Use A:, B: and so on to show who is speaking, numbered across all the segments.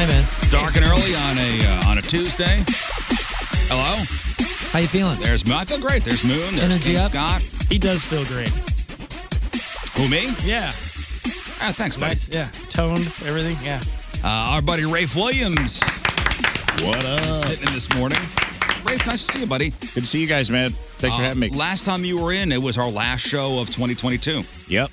A: Hey man,
B: Dark and early on a uh, on a Tuesday. Hello.
A: how you feeling?
B: There's Moon. I feel great. There's Moon. There's
A: Energy
B: King
A: up?
B: Scott.
A: He does feel great.
B: Who me?
A: Yeah,
B: Ah, thanks, buddy.
A: nice. Yeah, toned everything. Yeah,
B: Uh, our buddy Rafe Williams. What up? Sitting in this morning. Rafe, nice to see you, buddy.
C: Good to see you guys, man. Thanks for
B: Uh,
C: having me.
B: Last time you were in, it was our last show of 2022.
C: yep.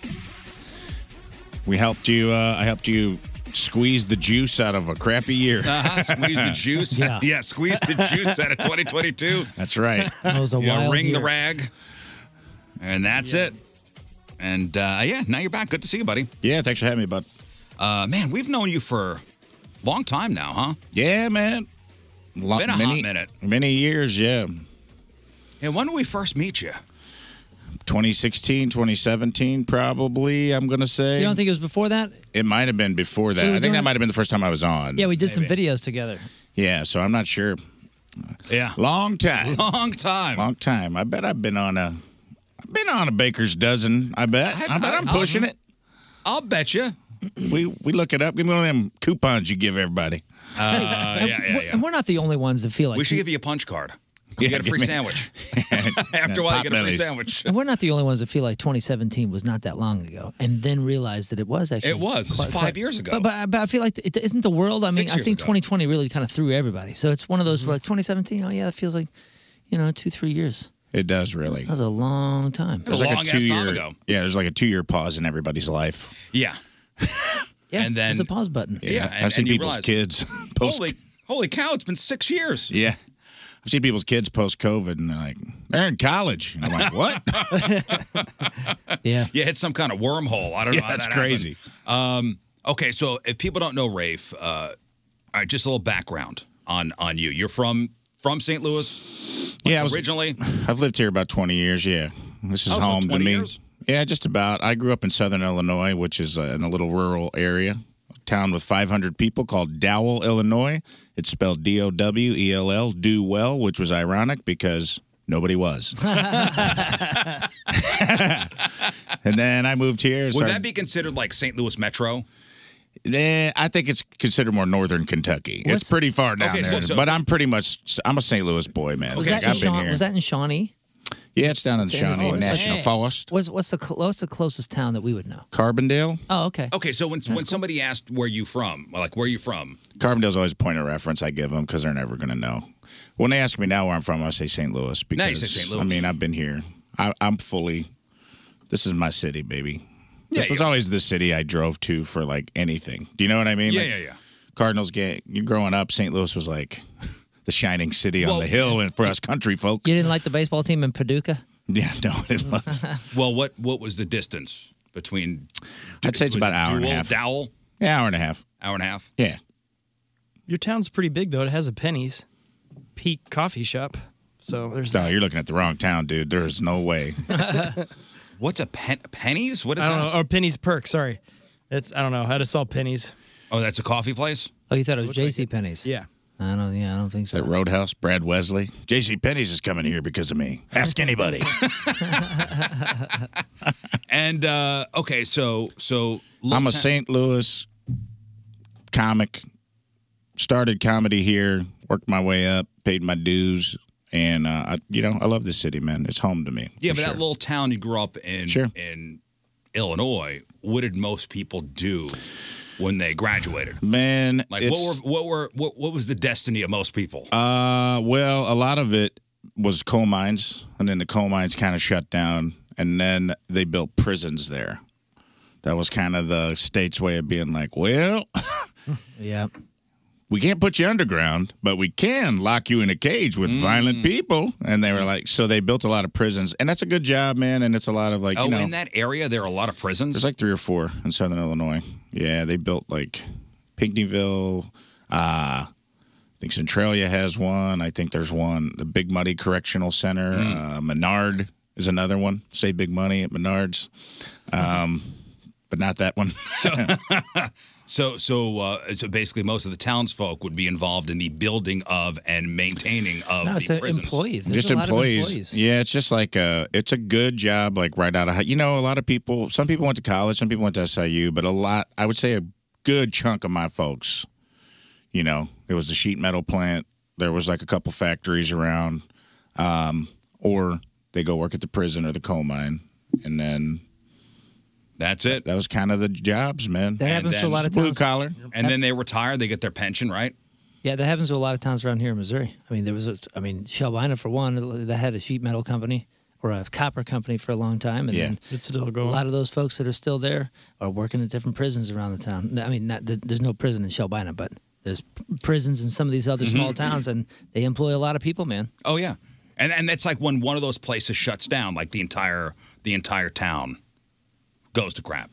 C: We helped you. Uh, I helped you squeeze the juice out of a crappy year.
B: Uh-huh. Squeeze the juice.
A: Yeah.
B: squeeze the juice out of 2022.
C: That's right.
A: that was a
B: You know,
A: wild
B: ring the
A: year.
B: rag. And that's it. And uh, yeah, now you're back. Good to see you, buddy.
C: Yeah, thanks for having me, bud.
B: Uh, man, we've known you for a long time now, huh?
C: Yeah, man. Lo-
B: Been a hot minute.
C: Many years, yeah.
B: And when did we first meet you?
C: 2016, 2017, probably, I'm going to say.
A: You don't think it was before that?
C: it might have been before that.
A: We were
C: I think that
A: doing-
C: might have been the first time I was on.
A: Yeah, we did some videos together.
C: yeah, so I'm not sure.
B: Yeah.
C: Long time.
B: Long time.
C: Long time. I bet I've been on a I've been on a baker's dozen, I bet.
B: I-
C: I, bet
B: I-
C: I'm pushing
B: I'll-
C: it.
B: I'll bet you.
C: We we look it up. Give me one of them coupons you give everybody.
B: Uh, yeah, yeah,
A: we're,
B: yeah.
A: And we're not the only ones that feel like
B: We should
A: we-
B: give you a punch card.
C: Yeah,
B: you get a
C: give
B: free
C: me-
B: sandwich. After a while, you get a free
C: Potbellies.
B: sandwich.
A: and we're not the only ones that feel like 2017 was not that long ago, and then realize that it was actually
B: It was. It's five years ago.
A: But, but, but I feel like it isn't the world. I mean,
B: Six
A: I
B: years
A: think
B: ago. Mm-hmm.
A: 2020 really kind of threw everybody. So it's one of those like 2017. Oh yeah, that feels like you know two three years.
C: It does really.
A: That was a long time.
B: It was a long ass time ago.
C: Yeah, there's like a two year pause in everybody's life.
B: Yeah.
A: Yeah,
B: And
A: there's
B: then-
A: a pause button.
C: Yeah.
B: Yeah,
C: I've
B: and-
C: seen
B: and you
C: people's kids
B: realize-
C: post
B: Holy, holy cow! It's been six years.
C: Yeah. I've seen people's kids post COVID and they're like, they're in college. And I'm like, what?
A: Yeah.
B: You hit some kind of wormhole. I don't know.
C: yeah,
B: how
C: that's
B: that happened. Um,
C: crazy.
B: Okay, so if people don't know Rafe, uh, all right, just a little background on on you. You're from from St. Louis
C: Yeah, I was,
B: originally.
C: I've lived here about 20 years. Yeah, this is
B: Oh, so
C: home to
B: 20
C: me.
B: years?
C: Yeah, just about. I grew up in Southern Illinois, which is uh, in a little rural area, a town with 500 people called Dowell, Illinois. It's spelled D-O-W-E-L-L. E Do well, which was ironic because nobody was. and then I moved here.
B: Would that be considered like St. Louis Metro?
C: Eh, I think it's considered more northern Kentucky.
A: What's-
C: it's pretty far down
B: Okay, so-
C: there,
B: so-
C: but I'm pretty much I'm a St. Louis boy, man.
A: Was,
C: Like,
A: that in
C: I've been
A: Shawn-
C: here.
A: was that in Shawnee?
C: Yeah, it's down in the
A: It's in the
C: Shawnee
A: forest.
C: National
A: Hey.
C: Forest.
A: What's what's the cl- what's the closest town that we would know?
C: Carbondale?
A: Oh, okay.
B: Okay, so when when somebody asked where you from, like where you from,
C: Carbondale's always a point of reference I give them because they're never going to know. When they ask me now where I'm from, I say St. Louis because
B: you say St. Louis.
C: I mean I've been here. I, I'm fully. This is my city, baby. This
B: Yeah,
C: was
B: yeah.
C: always the city I drove to for like anything. Do you know what I mean?
B: Yeah,
C: Like,
B: yeah, yeah.
C: Cardinals game. You growing up, St. Louis was like the shining city on
B: Well-
C: the hill, and for us country folk,
A: You didn't like the baseball team in Paducah?
C: yeah, no, it was.
B: well, what what was the distance between?
C: I'd say it's about an hour and a
B: Dual,
C: half.
B: Dowel,
C: yeah, hour and a half.
B: hour and a half.
C: Yeah,
D: Your town's pretty big though. It has a Penny's, Peak Coffee Shop. So there's
C: no, you're looking at the wrong town, dude. There's no way.
B: What's a pen, pennies? What is
D: I don't
B: that?
D: know. Or Penny's Perk. Sorry, it's I don't know how to sell pennies.
B: Oh, that's a coffee place.
A: Oh, you thought it was J.C. Penney's?
D: Yeah.
A: I don't. Yeah, I don't think so.
C: That Roadhouse, Brad Wesley, J.C. Penney's is coming here because of me. Ask anybody.
B: And uh, okay, so so
C: I'm a St. Louis comic. Started comedy here, worked my way up, paid my dues, and uh, I, you know I love this city, man. It's home to me.
B: Yeah,
C: for
B: but
C: sure.
B: that little town you grew up in
C: Sure.
B: in Illinois. What did most people do when they graduated?
C: man,
B: Like
C: it's,
B: what were what were what, what was the destiny of most people?
C: Uh, well, a lot of it was coal mines, and then the coal mines kind of shut down, and then they built prisons there. That was kind of the state's way of being like, well,
A: Yeah.
C: we can't put you underground, but we can lock you in a cage with
B: Mm.
C: violent people. And they were like, so they built a lot of prisons, and that's a good job, man. And it's a lot of like,
B: oh,
C: you know,
B: in that area there are a lot of prisons.
C: there's like three or four in Southern Illinois. Yeah, they built like Pinckneyville. Uh, I think Centralia has one. I think there's one. The Big Muddy Correctional Center. Uh, Menard is another one. Say Big Money at Menards. Um, but not that one.
B: So so uh, so basically, most of the townsfolk would be involved in the building of and maintaining of
A: No,
B: the
A: it's uh,
B: prisons.
A: employees. There's
C: just
A: a lot of
C: employees.
A: employees.
C: Yeah, it's just like a, it's a good job, like right out of high. You know, a lot of people. Some people went to college, some people went to SIU, but a lot, I would say, a good chunk of my folks. You know, it was the sheet metal plant. There was like a couple factories around, um, or they go work at the prison or the coal mine, and then
B: That's it.
C: that was kind of the jobs, man.
A: That happens to a
B: then
A: lot of
C: It's blue
A: towns.
C: collar.
B: And then they retire. They get their pension, right?
A: Yeah, that happens to a lot of towns around here in Missouri. I mean, there was, a, I mean, Shelbina for one, that had a sheet metal company or a copper company for a long time, and
C: Yeah.
A: then
D: It's still
A: a
D: going.
A: lot of those folks that are still there are working at different prisons around the town. I mean, not, there- there's no prison in Shelbina, but there's prisons in some of these other
B: Mm-hmm.
A: small towns, and they employ a lot of people, man.
B: Oh yeah. And and that's like when one of those places shuts down, like the entire the entire town goes to crap.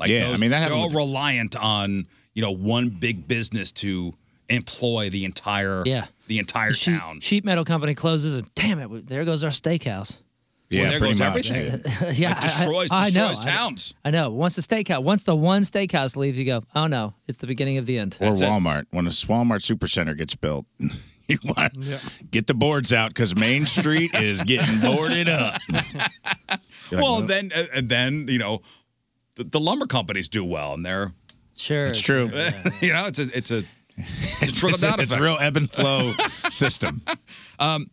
B: Like
C: Yeah, I
B: those-
C: mean, that
B: they're
C: happened
B: all
C: with-
B: reliant on you know one big business to employ the entire
A: Yeah.
B: the entire
A: Sheet,
B: town.
A: sheet metal company closes, and damn it, there goes our steakhouse.
C: Yeah,
B: there
C: pretty
B: goes
C: much.
B: everything.
C: dude.
A: yeah,
B: It
A: I- I-
B: destroys
A: I, know,
B: destroys
A: I know.
B: towns.
A: I know. Once the steakhouse, once the one steakhouse leaves, you go, oh no, it's the beginning of the end.
C: Or Walmart. When a Walmart supercenter gets built, you want get the boards out because Main Street is getting boarded up. You're like,
B: Well, then uh, and then you know the, the lumber companies do well, and they're
A: Sure.
C: it's true.
B: you know it's a it's a
C: It's,
B: trickle
C: it's a,
B: down
C: it's a
B: effect. Um,
C: real ebb and flow system.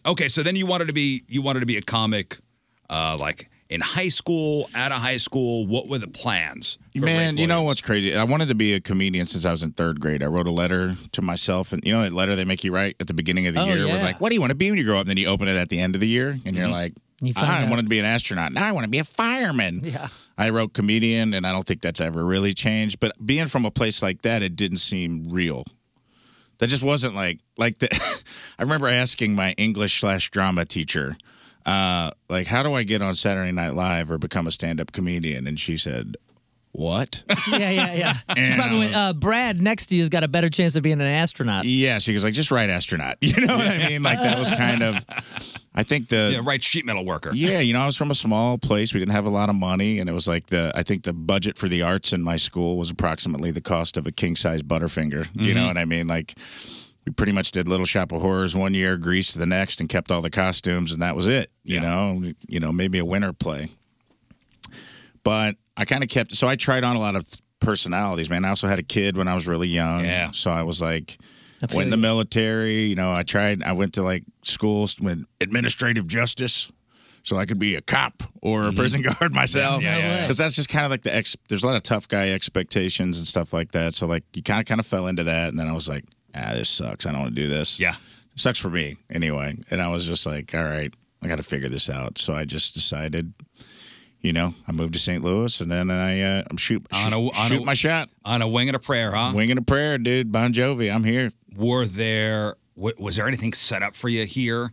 B: Okay, so then you wanted to be you wanted to be a comic, uh, like in high school, out of high school. What were the plans? for
C: Man,
B: Rafe
C: you know
B: Williams?
C: what's crazy? I wanted to be a comedian since I was in third grade. I wrote a letter to myself, and you know that letter they make you write at the beginning of the
A: Oh,
C: year.
A: yeah.
C: We're like, "What do you want to be when you grow up?" And then you open it at the end of the year, and you're like,
A: You find
C: "I
A: out.
C: wanted to be an astronaut. Now I want to be a fireman."
A: Yeah.
C: I wrote comedian, and I don't think that's ever really changed. But being from a place like that, it didn't seem real. That just wasn't like like the. I remember asking my English slash drama teacher, uh, like, "How do I get on Saturday Night Live or become a stand up comedian?" And she said, "What?"
A: Yeah, yeah, yeah.
C: And
A: She probably
C: I
A: went,
C: was-
A: uh, Brad next to you has got a better chance of being an astronaut.
C: Yeah, she was like, just write astronaut. You know what I mean? Like that was kind of, I think
B: Yeah,
C: the.
B: right, sheet metal worker.
C: Yeah, you know, I was from a small place. We didn't have a lot of money, and it was like the. I think the budget for the arts in my school was approximately the cost of a king size Butterfinger. You
B: Mm-hmm.
C: know what I mean? Like, we pretty much did Little Shop of Horrors one year, Grease the next, and kept all the costumes, and that was it. You know, you know, maybe a winter play but I kind of kept. So I tried on a lot of personalities, man. I also had a kid when I was really young.
B: Yeah.
C: So I was like, went in the military. You know, I tried. I went to like schools, went administrative justice. so I could be a cop or a prison guard myself.
B: Mm-hmm. Yeah, yeah, yeah.
C: Because that's just kind of like the ex. There's a lot of tough guy expectations and stuff like that. So like you kind of kind of fell into that, and then I was like, ah, this sucks. I don't want to do this.
B: Yeah,
C: sucks for me anyway. And I was just like, all right, I got to figure this out. So I just decided. You know, I moved to St. Louis, and then I uh, I'm shoot,
B: on a, on
C: shoot
B: a,
C: my shot
B: on a wing and a prayer, huh?
C: Wing and a prayer, dude. Bon Jovi, I'm here.
B: Were there wa- was there anything set up for you here?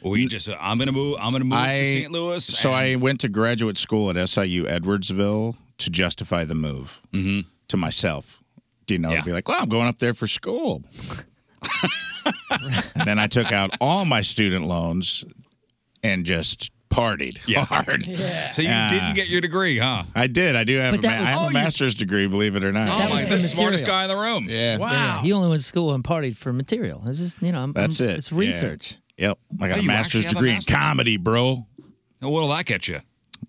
B: Or were you just uh, I'm gonna move I'm gonna move to St. Louis?
C: So I went to graduate school at SIU Edwardsville to justify the move
B: Mm-hmm.
C: to myself. Do you know? To be like, well, I'm going up there for school. and then I took out all my student loans and just partied hard.
B: So you
C: Uh,
B: didn't get your degree, huh?
C: I did. I do have a,
B: But
C: ma-
B: that was-
C: I have
B: Oh,
C: a
B: you-
C: master's degree, believe it or not.
B: Oh, my, the smartest guy in the room.
C: Yeah.
A: Yeah, he only went to school and partied for material. It's just you know, I'm,
C: That's
A: I'm-
C: it.
A: It's
C: Yeah.
A: research.
C: Yep. I got
A: Oh,
C: a
A: you
C: master's
A: actually have a
C: degree
A: master's?
C: in comedy, bro.
B: Now, what'll that get you?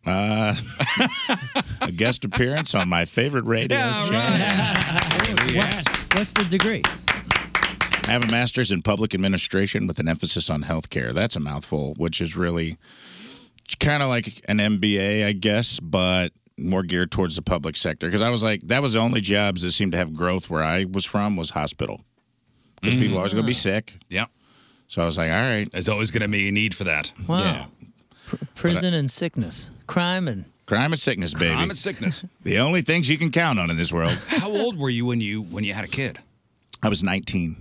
C: Uh, a guest appearance on my favorite radio show.
A: What's, what's the degree?
C: I have a master's in public administration with an emphasis on healthcare. That's a mouthful, which is really kind of like an MBA, I guess, but more geared towards the public sector. Because I was like, that was the only jobs that seemed to have growth where I was from was hospital. Because people always going to be sick.
B: Yeah.
C: So I was like, all right.
B: There's always going to be a need for that.
A: Wow. Prison and sickness, crime and
C: Crime and sickness, baby.
B: I'm in sickness.
C: the only things you can count on in this world.
B: How old were you when you when you had a kid?
C: I was 19.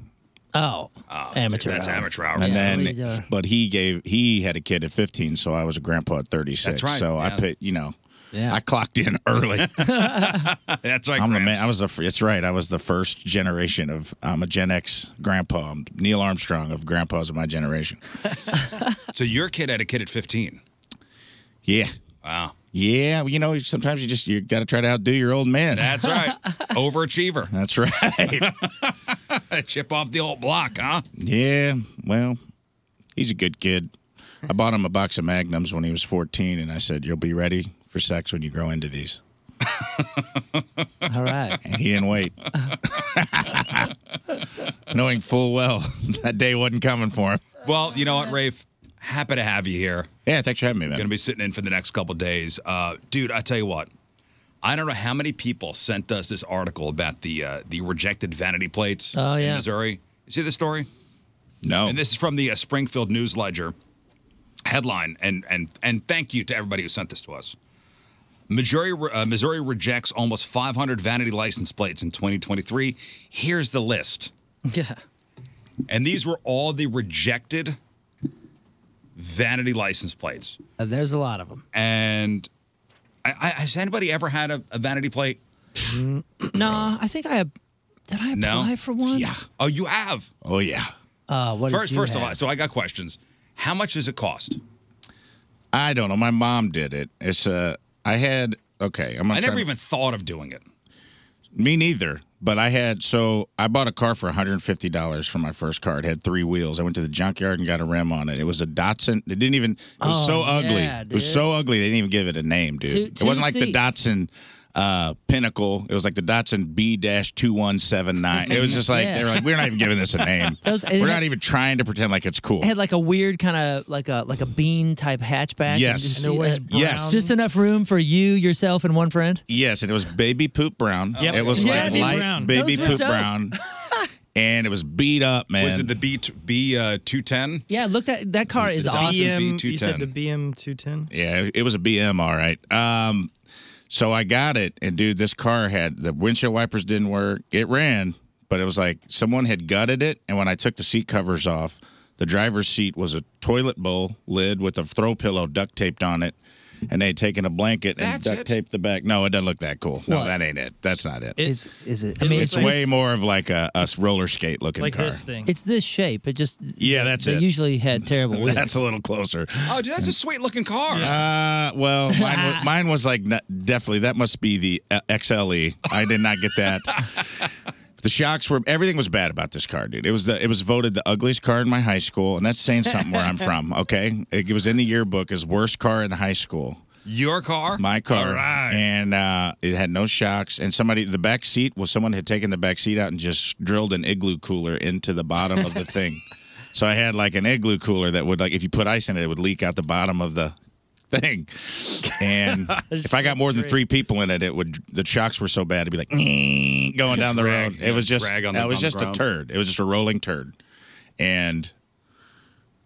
A: oh, amateur.
B: that's
A: hour.
B: amateur hour.
C: And
B: Yeah,
A: please, uh,
C: then, but he gave he had a kid at 15, so I was a grandpa at 36.
B: That's right,
C: So I
B: yeah.
C: put, you know,
A: Yeah.
C: I clocked in early.
B: That's right.
C: I'm the Oh,
B: Gramps.
C: man. I was the. fir- It's right. I was the first generation of. I'm a Gen X grandpa. I'm Neil Armstrong of grandpas of my generation.
B: So your kid had a kid at 15.
C: Yeah,
B: Wow.
C: yeah. You know, sometimes you just you got to try to outdo your old man.
B: That's right. Overachiever.
C: That's right.
B: Chip off the old block, huh?
C: yeah. Well, he's a good kid. I bought him a box of magnums when he was 14, and I said, "You'll be ready for sex when you grow into these."
A: All right.
C: And he didn't wait, knowing full well that day wasn't coming for him.
B: Well, you know what, Rafe? Happy to have you here.
C: Yeah, thanks for having me, man.
B: Going to be sitting in for the next couple days, uh, dude. I tell you what, I don't know how many people sent us this article about the uh, the rejected vanity plates
A: Oh,
B: in
A: yeah.
B: Missouri. You see the story?
C: No.
B: And this is from the uh, Springfield News Ledger headline. And and and thank you to everybody who sent this to us. Missouri uh, Missouri rejects almost 500 vanity license plates in 2023. Here's the list.
A: Yeah.
B: And these were all the rejected vanity license plates.
A: Uh, there's a lot of them.
B: And I, I, has anybody ever had a, a vanity plate?
A: No, I think I did. I
B: No.
A: apply for one.
C: Yeah.
B: Oh, you have.
C: Oh yeah.
A: Uh, what
B: first,
A: did you
B: first of
A: have?
B: all, so I got questions. How much does it cost?
C: I don't know. My mom did it. It's uh, I had okay. I'm gonna
B: I never
C: try-
B: even thought of doing it.
C: me neither. But I had so I bought a car for 150 dollars for my first car. It had three wheels. I went to the junkyard and got a rim on it. It was a Datsun. It didn't even. It was
A: Oh,
C: so ugly.
A: yeah,
C: it was
A: dude.
C: so ugly. They didn't even give it a name, dude.
A: Two-
C: it
A: two
C: wasn't like the
A: Zs.
C: Datsun. Uh, Pinnacle. It was like the Datsun B 2179. It was just like,
A: Yeah.
C: they were like, we're not even giving this a name.
A: Those- it
C: we're
A: had-
C: not even trying to pretend like it's cool.
A: It had like a weird kind of like a like a bean type hatchback. and
C: Yes.
A: just,
C: And it was
A: uh,
C: brown. Yes.
A: Just enough room for you, yourself, and one friend.
C: Yes, and it was baby poop brown.
D: Yep.
C: It was
A: Yeah,
C: like
A: baby
C: light
D: brown.
C: baby
A: Those were
C: poop
A: dope.
C: brown. And it was beat up, man.
B: Was it the B t- B uh, two ten?
A: Yeah. Look, that that car is awesome.
D: BM, you said the
B: B210.
D: BM 210?
C: yeah, it was a BM, all right. Um, so I got it, and dude, this car had the windshield wipers didn't work. It ran, but it was like someone had gutted it, and when I took the seat covers off, the driver's seat was a toilet bowl lid with a throw pillow duct taped on it. And they'd taken a blanket
B: That's
C: and duct
B: it?
C: taped the back. No, it doesn't look that cool. No,
A: What?
C: that ain't it. That's not it.
A: Is is it? I
D: it
A: mean,
C: it's
D: looks
A: it's,
D: like-
C: way more of like a, a roller skate looking
D: Like
C: car.
D: this thing.
A: it's this shape. It just
C: Yeah, that's
A: they
C: it.
A: usually had terrible wheels.
C: That's a little closer.
B: Oh, dude, that's a sweet looking car.
C: Uh, well, mine was, mine was like n- definitely that must be the uh, XLE. I did not get that. The shocks were everything was bad about this car, dude. It was the it was voted the ugliest car in my high school, and that's saying something where I'm from. Okay, it was in the yearbook as worst car in high school.
B: Your car?
C: My car,
B: All right.
C: and uh, it had no shocks. And somebody the back seat was someone had taken the back seat out and just drilled an igloo cooler into the bottom of the thing. So I had like an igloo cooler that would like if you put ice in it, it would leak out the bottom of the thing. And if I got more than three people in it, it would the shocks were so bad it'd be like going down the
B: Drag,
C: road. It was
B: yeah,
C: just
B: drag on the-
C: that was
B: on the
C: just a
B: ground.
C: turd. It was just a rolling turd, and.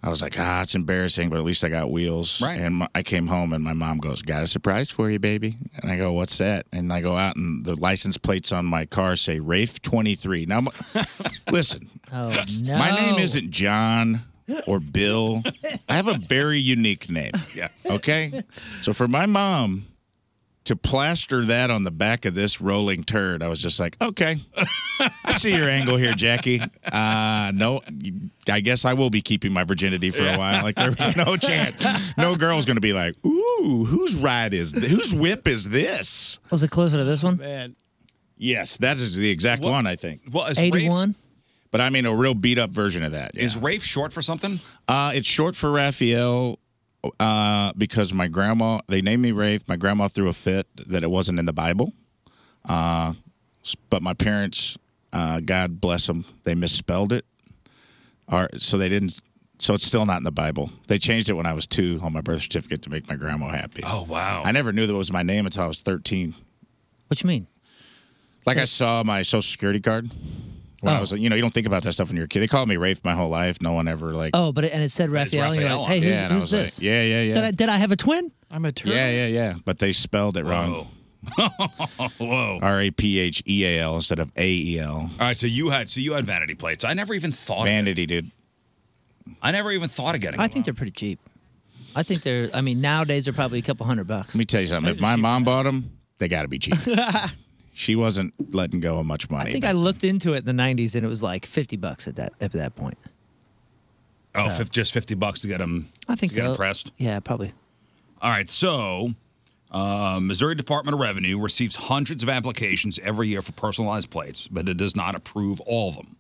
C: I was like, ah, it's embarrassing, but at least I got wheels. Right. And my, I came home, and my mom goes, "Got a surprise for you, baby." And I go, "What's that?" And I go out, and the license plates on my car say Rafe twenty three. Now, my- listen,
A: Oh no.
C: my name isn't John or Bill. I have a very unique name.
B: Yeah.
C: Okay. So for my mom to plaster that on the back of this rolling turd, I was just like, okay, I see your angle here, Jackie. Uh, no, I guess I will be keeping my virginity for a while. Like there was no chance. No girl's gonna be like, ooh, whose ride is this? whose whip is this?
A: Was it closer to this one?
D: Man.
C: Yes, that is the exact one, I think.
B: Well, is Rafe-
A: 81.
C: But I mean a real beat up version of that.
B: Is Rafe short for something?
C: Uh, it's short for Raphael uh, because my grandma, they named me Rafe. My grandma threw a fit that it wasn't in the Bible. Uh, s- but my parents, uh, God bless them, they misspelled it. Or, so they didn't, so it's still not in the Bible. They changed it when I was two on my birth certificate to make my grandma happy.
B: Oh, wow.
C: I never knew that was my name until I was 13.
A: What you mean?
C: Like I saw my social security card
A: Oh.
C: when I was, you know, you don't think about that stuff when you're a kid. They called me Rafe my whole life. No one ever like,
A: Oh, but it, and it said Raphael. and you're
B: Raphael
A: like,
B: on
A: hey,
B: it.
A: who's,
C: yeah, and I
A: who's
C: was
A: this?
C: like, yeah, yeah, yeah.
A: Did I did I have a twin?
D: I'm a turd.
C: Yeah, yeah, yeah. Oh. But they spelled it wrong.
B: Whoa.
C: R A P H E A L instead of A E L.
B: All right, so you had so you had vanity plates. I never even thought.
C: Vanity, dude.
B: I never even thought of getting.
A: I
B: one.
A: think they're pretty cheap. I think they're. I mean, nowadays they're probably a couple hundred bucks.
C: Let me tell you something. If my mom bought 'em, bought them, they got to be cheap. she wasn't letting go of much money.
A: I think I looked into it in the '90s, and it was like 50 bucks at that at that point.
B: Oh, fif- just fifty bucks to get them.
A: I think
B: to get
A: so.
B: 'em pressed.
A: Yeah, probably.
B: All right, so uh, Missouri Department of Revenue receives hundreds of applications every year for personalized plates, but it does not approve all of them.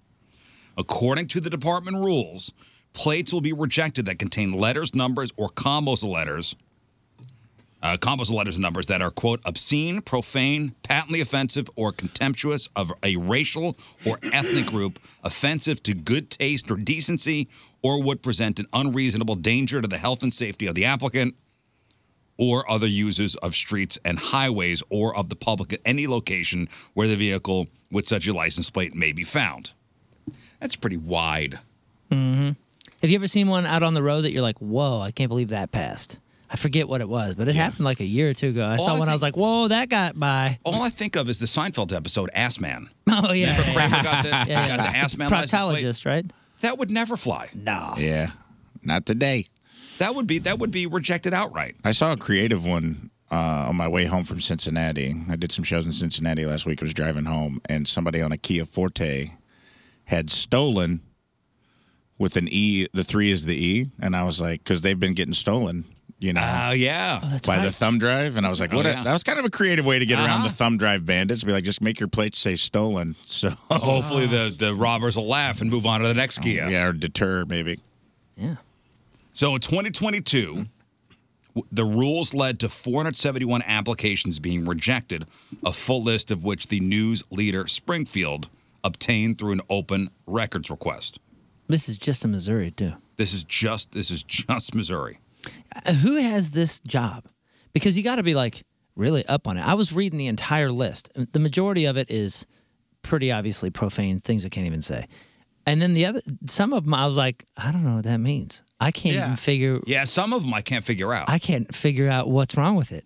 B: According to the department rules, plates will be rejected that contain letters, numbers, or combos of letters. Uh, combos of letters and numbers that are, quote, obscene, profane, patently offensive, or contemptuous of a racial or ethnic group, offensive to good taste or decency, or would present an unreasonable danger to the health and safety of the applicant or other users of streets and highways or of the public at any location where the vehicle with such a license plate may be found. That's pretty wide.
A: Have you ever seen one out on the road that you're like, whoa, I can't believe that passed? I forget what it was, but it happened like a year or two ago. I
B: All
A: saw
B: Oh, I
A: one. I was like,
B: think-
A: whoa, that got by.
B: All I think of is the Seinfeld episode, Ass Man.
A: Oh yeah, yeah,
B: Kramer
A: yeah.
B: got the,
A: Yeah, yeah.
B: got the Ass Man license plate.
A: proctologist, right?
B: That would never fly.
A: No.
C: yeah, not today.
B: That would be that would be rejected outright.
C: I saw a creative one uh, on my way home from Cincinnati. I did some shows in Cincinnati last week. I was driving home, and somebody on a Kia Forte had stolen with an E. The three is the E, and I was like, because they've been getting stolen, you know.
B: Oh yeah. Oh,
C: by the thumb drive, and I was like, "What?" a-
B: yeah. Uh-huh.
C: that was kind of a creative way to get around the thumb drive bandits. Be like, just make your plates say stolen, so
B: Hopefully the, the robbers will laugh and move on to the next Kia.
C: yeah, or deter maybe.
A: Yeah.
B: So in 2022, w- the rules led to 471 applications being rejected, a full list of which the news leader Springfield obtained through an open records request.
A: This is just in Missouri too.
B: This is just this is just Missouri.
A: Uh, Who has this job? Because you got to be like really up on it. I was reading the entire list. The majority of it is pretty obviously profane things I can't even say. And then the other, some of them, I was like, I don't know what that means. I can't even figure.
B: Yeah, some of them I can't figure out.
A: I can't figure out what's wrong with it.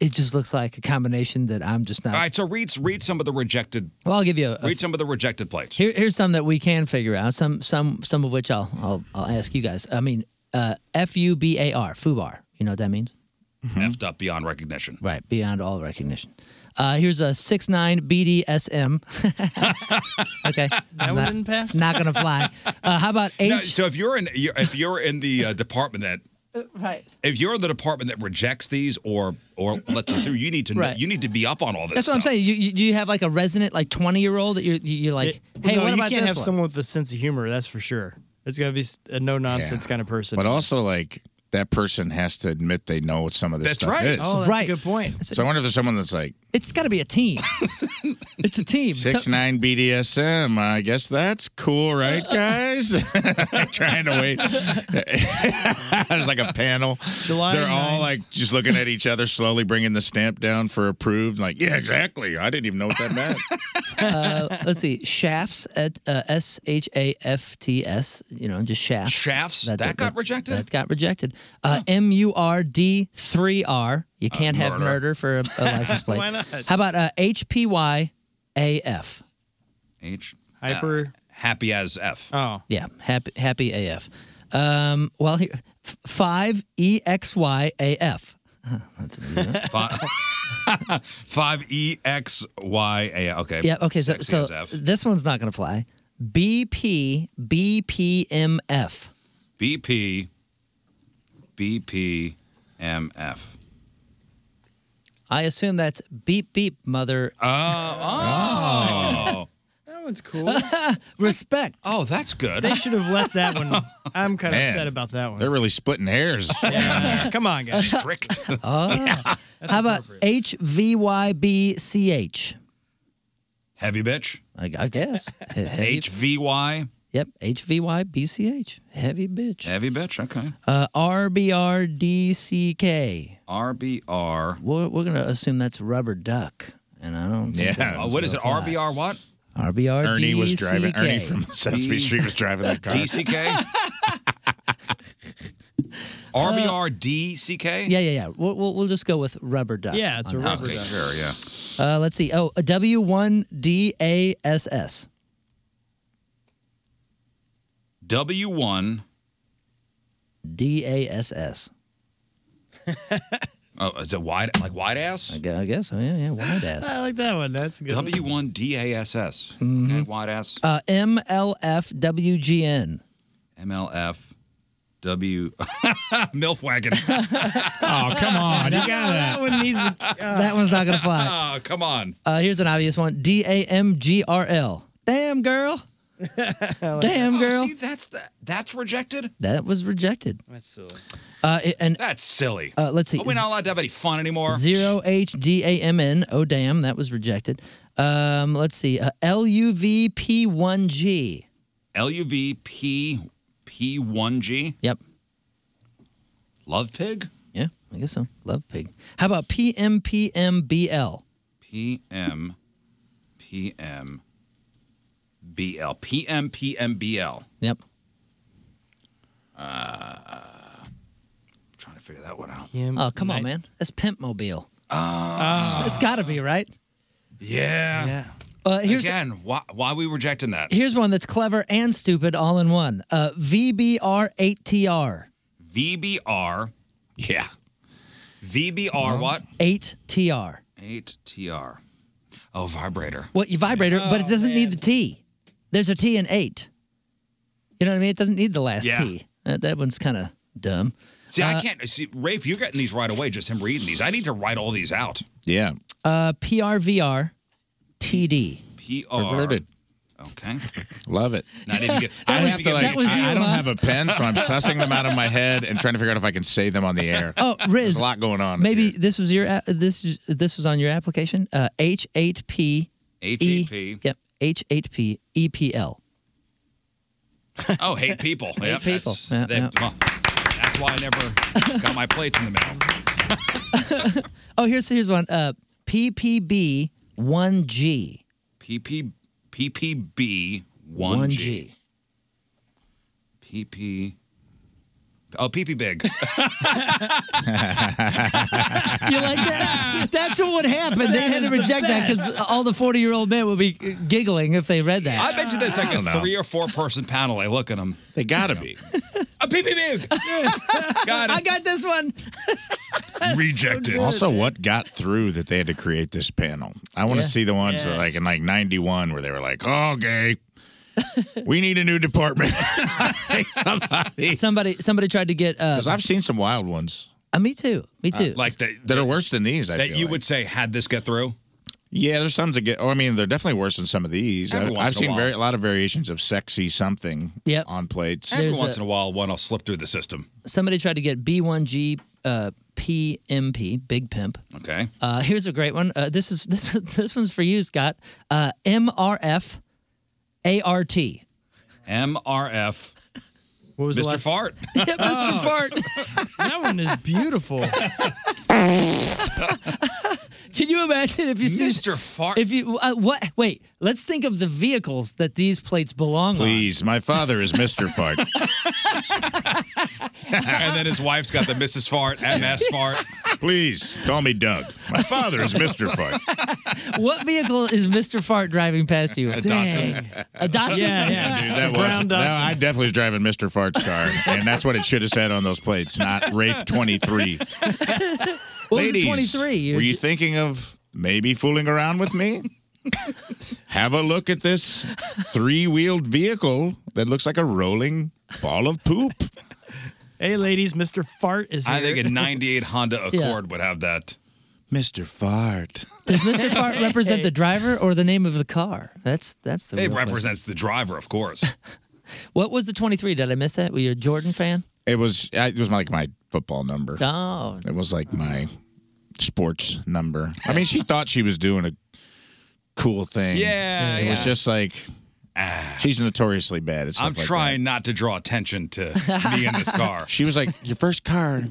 A: It just looks like a combination that I'm just not.
B: All right, so read read some of the rejected
A: Well, I'll give you a, a
B: read some of the rejected plates.
A: Here, here's some that we can figure out. Some, some, some of which I'll, I'll, I'll ask you guys. I mean, uh, F U B A R, fubar. You know what that means? Mm-hmm.
B: Effed up beyond recognition.
A: Right, beyond all recognition. Uh, here's a six nine BDSM. okay,
D: That one didn't pass.
A: not gonna fly. Uh, how about H?
B: Now, so if you're in you're- if you're in the uh, department that
A: right.
B: if you're in the department that rejects these or or lets them through, you need to know,
A: Right.
B: you need to be up on all this.
A: That's what I'm
B: stuff.
A: saying. You, you, do you have like a resident, like 20 year old that you're, you're like, hey,
D: no,
A: what
D: you
A: about
D: can't
A: this
D: have
A: one?
D: someone with a sense of humor. That's for sure. It's got to be s- a no nonsense
C: Yeah.
D: kind of person.
C: But also, like, that person has to admit they know what some of this
A: That's
C: stuff
A: right.
C: is.
A: Oh, that's a Right. good point.
C: So I wonder if there's someone that's like
A: It's got to be a team. it's a team.
C: six
A: Some-
C: nine BDSM. I guess that's cool, right, guys? Trying to wait. There's like a panel.
D: July
C: They're all
D: 9th.
C: like just looking at each other, slowly bringing the stamp down for approved. Like, yeah, exactly. I didn't even know what that meant.
A: uh, let's see. Shafts at uh, S H A F T S. You know, just shafts.
B: Shafts? That got rejected?
A: That got rejected. Uh, M U R D three R. You
B: Uh,
A: can't have
B: murder.
A: murder for a, a license plate.
B: Why not?
A: How about uh, H P Y A F?
B: H.
A: Hyper-
B: uh, happy as F.
A: Oh. Yeah. Happy Happy A F. Um, well, here f- five E X Y A F.
B: Five, five E X Y A. Okay.
A: Yeah. Okay. So,
B: Sexy
A: so
B: as F.
A: this one's not going to fly. B P B P M F.
B: BP, BP, MF.
A: I assume that's beep beep mother.
B: Uh, Oh.
D: That one's cool.
A: Respect.
B: Oh, that's good.
D: They should have left that one. I'm kind of
C: Man,
D: upset about that one.
C: They're really splitting hairs.
D: Come on, guys.
B: Strict.
A: Oh. How about H V Y B C H?
B: Heavy bitch.
A: I I guess. Heavy-
B: H V Y.
A: Yep. H V Y B C H. Heavy bitch.
B: Heavy bitch. Okay.
A: Uh, R B R D C K.
B: R B R.
A: We're, we're going to assume that's rubber duck. And I don't think that
B: Uh,
A: one's
B: what is it?
A: gonna
B: R
A: fly.
B: B R what?
A: RBR.
C: Ernie was driving. Ernie from Sesame Street was driving that car.
B: D C K. R B R D C K.
A: Yeah, yeah, yeah. We'll, we'll, we'll just go with rubber duck.
D: Yeah, it's a
A: on that
D: rubber
B: Okay,
D: duck.
B: sure. Yeah.
A: one. Uh, let's see. Oh, W one D A S S.
B: W one.
A: D A S S.
B: Oh, is it wide? Like wide ass?
A: I gu- I guess. Oh, yeah, yeah. Wide ass.
D: I like that one. That's good.
B: W one D A S S. Okay. Wide ass.
A: Uh, M L F W G N.
B: M L F. W. Milf wagon.
A: Uh,
C: Oh, come on. You gotta.
D: that one needs. to-
A: That one's not gonna fly.
B: Ah, come on.
A: Uh, here's an obvious one. D A M G R L. Damn girl. Damn
B: Oh,
A: girl.
B: see, that's the, that's rejected.
A: That was rejected.
D: That's silly.
A: Uh, i- and
B: That's silly.
A: uh, let's see.
D: Oh,
B: Are we not allowed to have any fun anymore?
A: Zero H D A M N. Oh damn, that was rejected. Um, let's see. Uh, L U V P one G.
B: L U V P P one G.
A: Yep.
B: Love pig.
A: Yeah, I guess so. Love pig. How about P M P M B L?
B: P M P M B L P M P M B L.
A: Yep.
B: Trying to figure that one out.
A: Oh come on, man. That's pimp mobile.
D: Ah.
A: Oh. It's got to be right.
B: Yeah.
D: Yeah.
A: Uh, here's
B: Again, why why are we rejecting that?
A: Here's one that's clever and stupid all in one. Uh, VBR8TR.
B: V B R
C: Yeah.
B: V B R what?
A: 8TR.
B: Eight T R. Oh, vibrator.
A: Well, you vibrator, but
C: Oh,
A: it doesn't need the T. There's a T in 8. You know what I mean? It doesn't need the last
B: Yeah.
A: T. Uh, that one's kind of dumb.
B: See,
A: Uh,
B: I can't see Rafe. You're getting these right away. Just him reading these. I need to write all these out.
C: Yeah.
A: Uh, PRVR TD.
B: P R.
C: Perverted.
B: Okay.
C: Love it.
B: Not even good. I
C: I
B: have
C: have
B: to
C: to
B: give
C: like.
B: you-
A: that was
C: I, I
A: you,
C: don't
A: huh?
C: have a pen, so I'm sussing them out of my head and trying to figure out if I can say them on the air.
A: Oh,
C: There's
A: Riz.
C: a lot going on.
A: Maybe
C: here.
A: this was your a- this is- this was on your application. Uh, H8P.
B: H-E-P.
A: E Yep. H8P EPL.
B: Oh, hate people.
A: Hate
B: Yep,
A: people.
B: That's,
A: Yeah,
B: that-
A: yeah.
B: well, that's why I never got my plates in the mail.
A: Oh, here's here's one. Uh, PPB 1G.
B: PP,
A: 1G.
B: PPB 1G. PP. Oh, PP big.
A: You like that? That's what would happen. They had to reject that because all the 40 year old men would be giggling if they read that.
B: I bet you there's like a three or four person panel. I look at them.
C: they gotta be.
B: A PP big. got
A: I
B: it.
A: got this one.
B: Rejected.
C: Also, what got through that they had to create this panel? I want to
A: Yeah.
C: see the ones that
D: Yes.
C: like in like '91 where they were like, "Oh, gay, we need a new department."
B: E.
C: Somebody,
A: Somebody somebody tried to get. Uh,
C: because I've seen some wild ones
A: uh, me too. Me too.
B: like that,
C: that are worse than these. I
B: that
C: feel
B: you
C: like.
B: would say, had this get through?
C: Yeah, there's some to get. Oh, I mean, they're definitely worse than some of these.
B: Every
C: I've,
B: once
C: I've
B: in a
C: seen
B: while.
C: very a lot of variations of sexy something on plates.
B: Every once in a while, one will slip through the system.
A: Somebody tried to get B1G uh, PMP, Big Pimp.
B: Okay.
A: Uh, here's a great one. Uh, this is this this one's for you, Scott. Uh, MRF ART.
B: MRF. What
A: was the
B: Mr.
A: last-
B: Fart?
A: Yeah, Mr. Fart.
D: Oh. that one is beautiful.
A: Can you imagine if you see
B: Mr. Fart?
A: If you uh, what? Wait, let's think of the vehicles that these plates belong on.
C: Please, my father is Mr. Fart.
B: and then his wife's got the Mrs. Fart, MS Fart.
C: Please call me Doug. My father is Mr. Fart.
A: What vehicle is Mr. Fart driving past you?
C: A
A: Dang.
C: Datsun.
A: A Datsun.
C: Yeah, Dude, that was no. I definitely was driving Mr. Fart's car, and that's what it should have said on those plates, not Rafe twenty three.
A: What was
C: Ladies,
A: it, 23? You're
C: were you thinking of maybe fooling around with me? Have a look at this three wheeled vehicle that looks like a rolling ball of poop.
D: Hey, ladies, Mr. Fart is here.
B: I think a 98 Honda Accord
D: Yeah.
B: would have that.
C: Mr. Fart.
A: Does Mr. Fart represent the driver or the name of the car? That's that's the.
B: It
A: real question.
B: represents the driver, of course.
A: What was the 23? Did I miss that? Were you a Jordan fan?
C: It was I- it was like my football number.
A: Oh.
C: It was like my sports number. I mean, she thought she was doing a cool thing.
B: Yeah,
C: It was
B: yeah.
C: just like she's notoriously bad at stuff
B: I'm
C: like that.
B: trying not to draw attention to me in this car.
C: She was like, Your first car.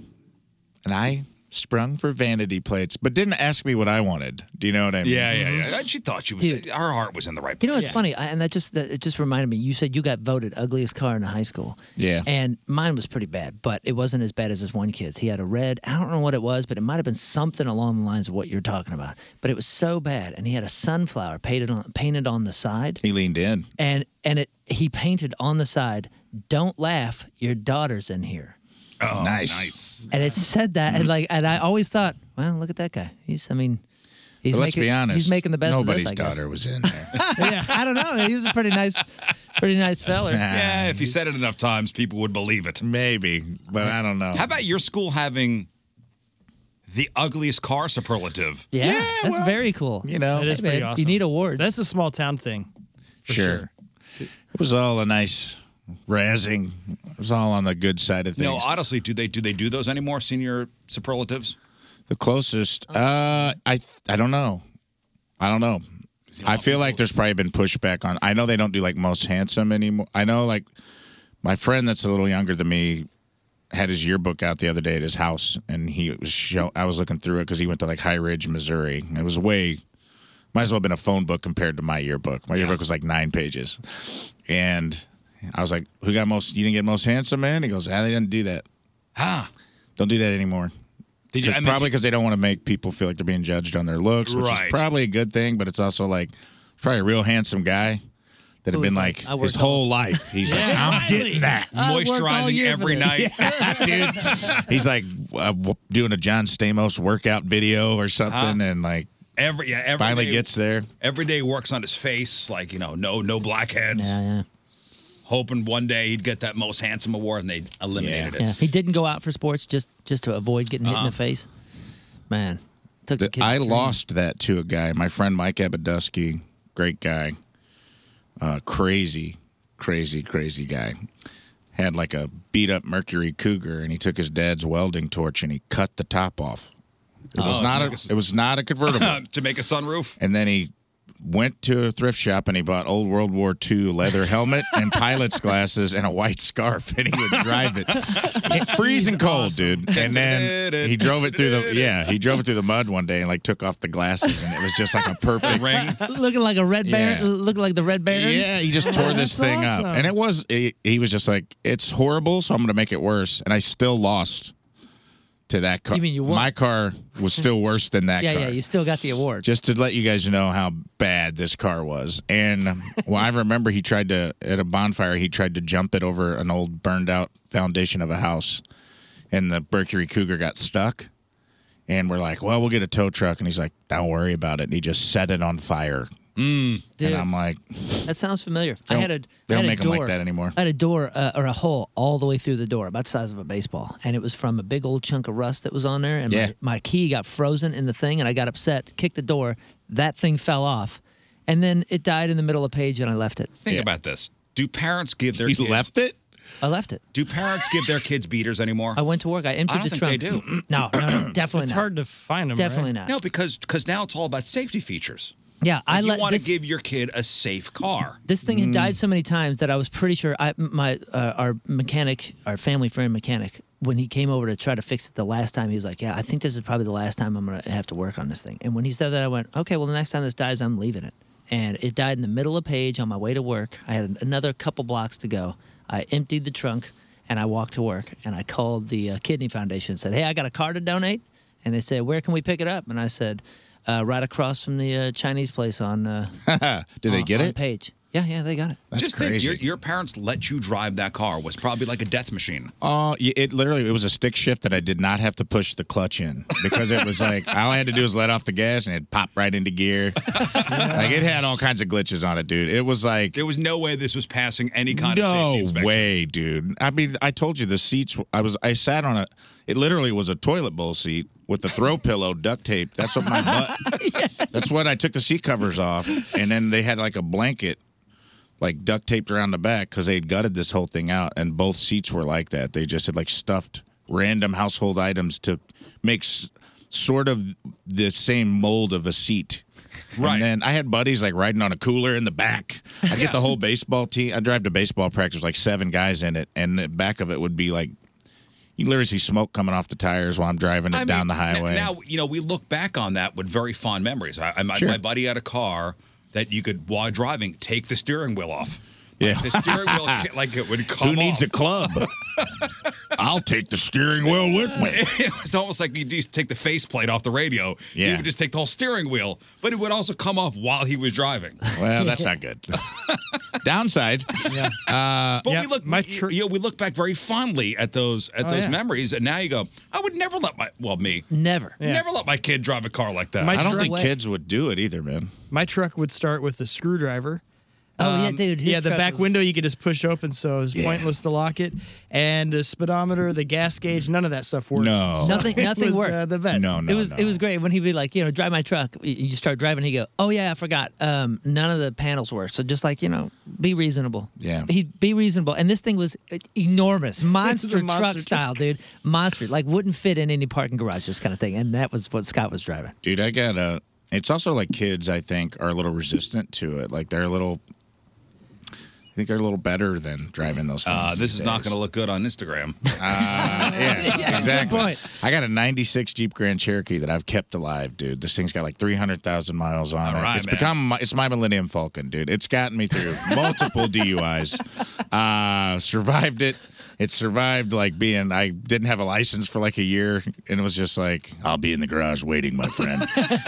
C: And I sprung for vanity plates, but didn't ask me what I wanted. Do you know what I mean?
B: Yeah, yeah, yeah. She thought she was. Her heart was in the right place.
A: Mm-hmm. You know what's funny? I, and that just that, it just reminded me. You said you got voted ugliest car in high school.
C: Yeah.
A: And mine was pretty bad, but it wasn't as bad as this one kid's. He had a red. I don't know what it was, but it might have been something along the lines of what you're talking about. But it was so bad, and he had a sunflower painted on painted on the side.
C: He leaned in.
A: and and it he painted on the side don't laugh your daughter's in here
B: Oh,
C: nice.
A: and it said that and like and i always thought well look at that guy he's i mean he's
C: But let's
A: making,
C: be honest.
A: he's making the best
C: Nobody's
A: of this, I guess.
C: daughter was in there.
A: yeah i don't know he was a pretty nice pretty nice feller
B: Yeah, if you said it enough times, people would believe it.
C: Maybe, but I don't know.
B: How about your school having the ugliest car superlative?
A: yeah, that's very cool
C: you know,
D: That is
A: Hey, man,
D: pretty
A: you
D: awesome.
A: need awards.
D: That's a small town thing.
C: sure. It was all a nice razzing. It was all on the good side of things.
B: No, honestly, do they do they do those anymore? Senior superlatives?
C: The closest, uh, I th- I don't know, I don't know. I feel like there's probably been pushback on. I know they don't do like most handsome anymore. I know like my friend that's a little younger than me had his yearbook out the other day at his house, and he was show. I was looking through it because he went to like High Ridge, Missouri. It was way might as well have been a phone book compared to my yearbook. My yearbook was like nine pages, and I was like, "Who got most? You didn't get most handsome, man." He goes, "Ah, they didn't do that.
B: Ah,
C: don't do that anymore."
B: They
C: They
B: do- I mean-
C: probably because they don't want to make people feel like they're being judged on their looks, which
B: Right.
C: is probably a good thing. But it's also like probably a real handsome guy that had been like, his whole life. He's like, "I'm getting that."
B: Moisturizing every night.
C: dude. He's like uh, w- doing a John Stamos workout video or something, and like
B: Every yeah, every
C: finally
B: day-
C: gets there.
B: every day works on his face, like you know, no no blackheads. Hoping one day he'd get that most handsome award, and they eliminated
A: yeah
B: it.
A: he didn't go out for sports just just to avoid getting hit in
B: Uh-uh.
A: the face man took the,
C: Uh-huh. The-
A: kid
C: I lost that to a guy. My friend Mike Abadusky, great guy, uh, crazy, crazy, crazy guy. Had like a beat up Mercury Cougar, and he took his dad's welding torch and he cut the top off. It was
B: Oh,
C: not a.
B: nice.
C: It was not a convertible.
B: to make a sunroof.
C: and then he went to a thrift shop and he bought old World War II leather helmet and pilot's glasses and a white scarf, and he would drive it freezing cold, dude. And then he drove it through the yeah, he drove it through the mud one day and like took off the glasses, and it was just like a perfect
B: ring.
A: looking like a red bear
C: Yeah.
A: looking like the red bear
C: Yeah, he just tore this thing up, and it was he, he was just like it's horrible, so I'm gonna make it worse, and I still lost to that car.
A: You mean you won?
C: My car was still worse than that
A: yeah
C: car.
A: yeah you still got the award
C: just to let you guys know how bad this car was. And well, I remember he tried to at a bonfire. He tried to jump it over an old burned out foundation of a house, and the Mercury Cougar got stuck. And we're like, well, we'll get a tow truck. And he's like, don't worry about it. And he just set it on fire.
A: Dude.
C: And I'm like,
A: That sounds familiar. I
C: don't-
A: had a.
C: they don't
A: I had a
C: make 'em
A: door,
C: like that anymore.
A: I had a door uh, or a hole all the way through the door, about the size of a baseball, and it was from a big old chunk of rust that was on there. And
C: Yeah.
A: my, my key got frozen in the thing, and I got upset, kicked the door. That thing fell off, and then it died in the middle of page, and I left it.
B: Think about this. Do parents give their
A: You
B: kids...
A: left
C: it?
A: I left it.
B: Do parents give their kids beaters anymore?
A: I went to work. I emptied
B: I don't
A: the
B: think they
A: trunk.
B: do.
A: No, no, no, definitely not.
B: to find
A: 'em, Definitely right? not.
B: No, because because now it's all about safety features.
A: Yeah, I
B: Like,
A: let
B: you want
A: this-
B: to give your kid a safe car.
A: This thing had
C: Mm.
A: died so many times that I was pretty sure I, my uh, our mechanic, our family friend mechanic, when he came over to try to fix it the last time, he was like, "Yeah, I think this is probably the last time I'm gonna have to work on this thing." And when he said that, I went, "Okay, well, the next time this dies, I'm leaving it." And it died in the middle of page on my way to work. I had another couple blocks to go. I emptied the trunk and I walked to work. And I called the uh, Kidney Foundation and said, "Hey, I got a car to donate." And they said, "Where can we pick it up?" And I said, uh, "Right across from the uh, Chinese place on." Uh,
C: Did they
A: on-
C: get
A: on
C: it?
A: Page. Yeah, yeah, they got it.
B: Just think, your, your parents let you drive that car was probably like a death machine.
C: Oh, y- it literally it was a stick shift that I did not have to push the clutch in because it was like all I had to do was let off the gas and it popped right into gear. Like it had all kinds of glitches on it, dude. It was like
B: there was no way this was passing any kind of safety
C: no
B: inspection.
C: way, dude. I mean, I told you the seats. were- I was I sat on a. It literally was a toilet bowl seat with the throw pillow duct tape. That's what my butt. That's what I took the seat covers off, and then they had like a blanket. Like duct taped around the back because they'd gutted this whole thing out, and both seats were like that. They just had like stuffed random household items to make s- sort of the same mold of a seat. Right. And then I had buddies like riding on a cooler in the back. I get the whole baseball team. I drive to baseball practice, like seven guys in it, and the back of it would be like you literally see smoke coming off the tires while I'm driving it
B: I
C: down
B: mean,
C: the highway.
B: n- Now, you know, we look back on that with very fond memories. I, I, my-
C: Sure.
B: My buddy had a car that you could, while driving, take the steering wheel off.
C: Yeah.
B: The steering wheel, ca- like it would come
C: Who needs a club? I'll take the steering wheel with me.
B: It was almost like you just take the faceplate off the radio.
C: Yeah.
B: You would just take the whole steering wheel, but it would also come off while he was driving.
C: Well, that's not good. Downside. Uh,
B: But we look, you know, we look back very fondly at those at
C: Oh,
B: those
C: yeah.
B: memories, and now you go, I would never let my well me
A: never
B: never let my kid drive a car like that.
D: My I don't truck- think kids
C: would do it either, man.
D: My truck would start with a screwdriver.
A: Oh, yeah, dude,
D: Um,
A: his
D: yeah, the
A: truck
D: back
A: was-
D: window you could just push open, so it was
A: Yeah.
D: pointless to lock it. And the speedometer, the gas gauge, none of that stuff worked.
C: No.
D: So
A: Nothing,
D: it
A: nothing
D: was,
A: worked.
D: Uh, the vets.
A: It was, it was great when he'd be like, you know, drive my truck. Y- You start driving, he go, oh yeah, I forgot. Um, none of the panels work. So just like you know, be reasonable.
C: Yeah.
A: He'd be reasonable. And this thing was uh, enormous, monster,
D: monster
A: truck
D: truck.
A: style, dude, monster. Like wouldn't fit in any parking garage, this kind of thing. And that was what Scott was driving.
C: Dude, I got a. It's also like kids, I think, are a little resistant to it. Like they're a little. I think they're a little better than driving those things.
B: Uh, this is not going to
C: to
B: look good on Instagram.
C: yeah, exactly. I got a 96 Jeep Grand Cherokee that I've kept alive, dude. This thing's got like 300,000 miles on it.
B: right,
C: it's
B: man.
C: become my, it's my Millennium Falcon, dude. It's gotten me through multiple DUIs. Uh, survived it. It survived like being I didn't have a license for like a year and it was just like I'll be in the garage waiting, my friend.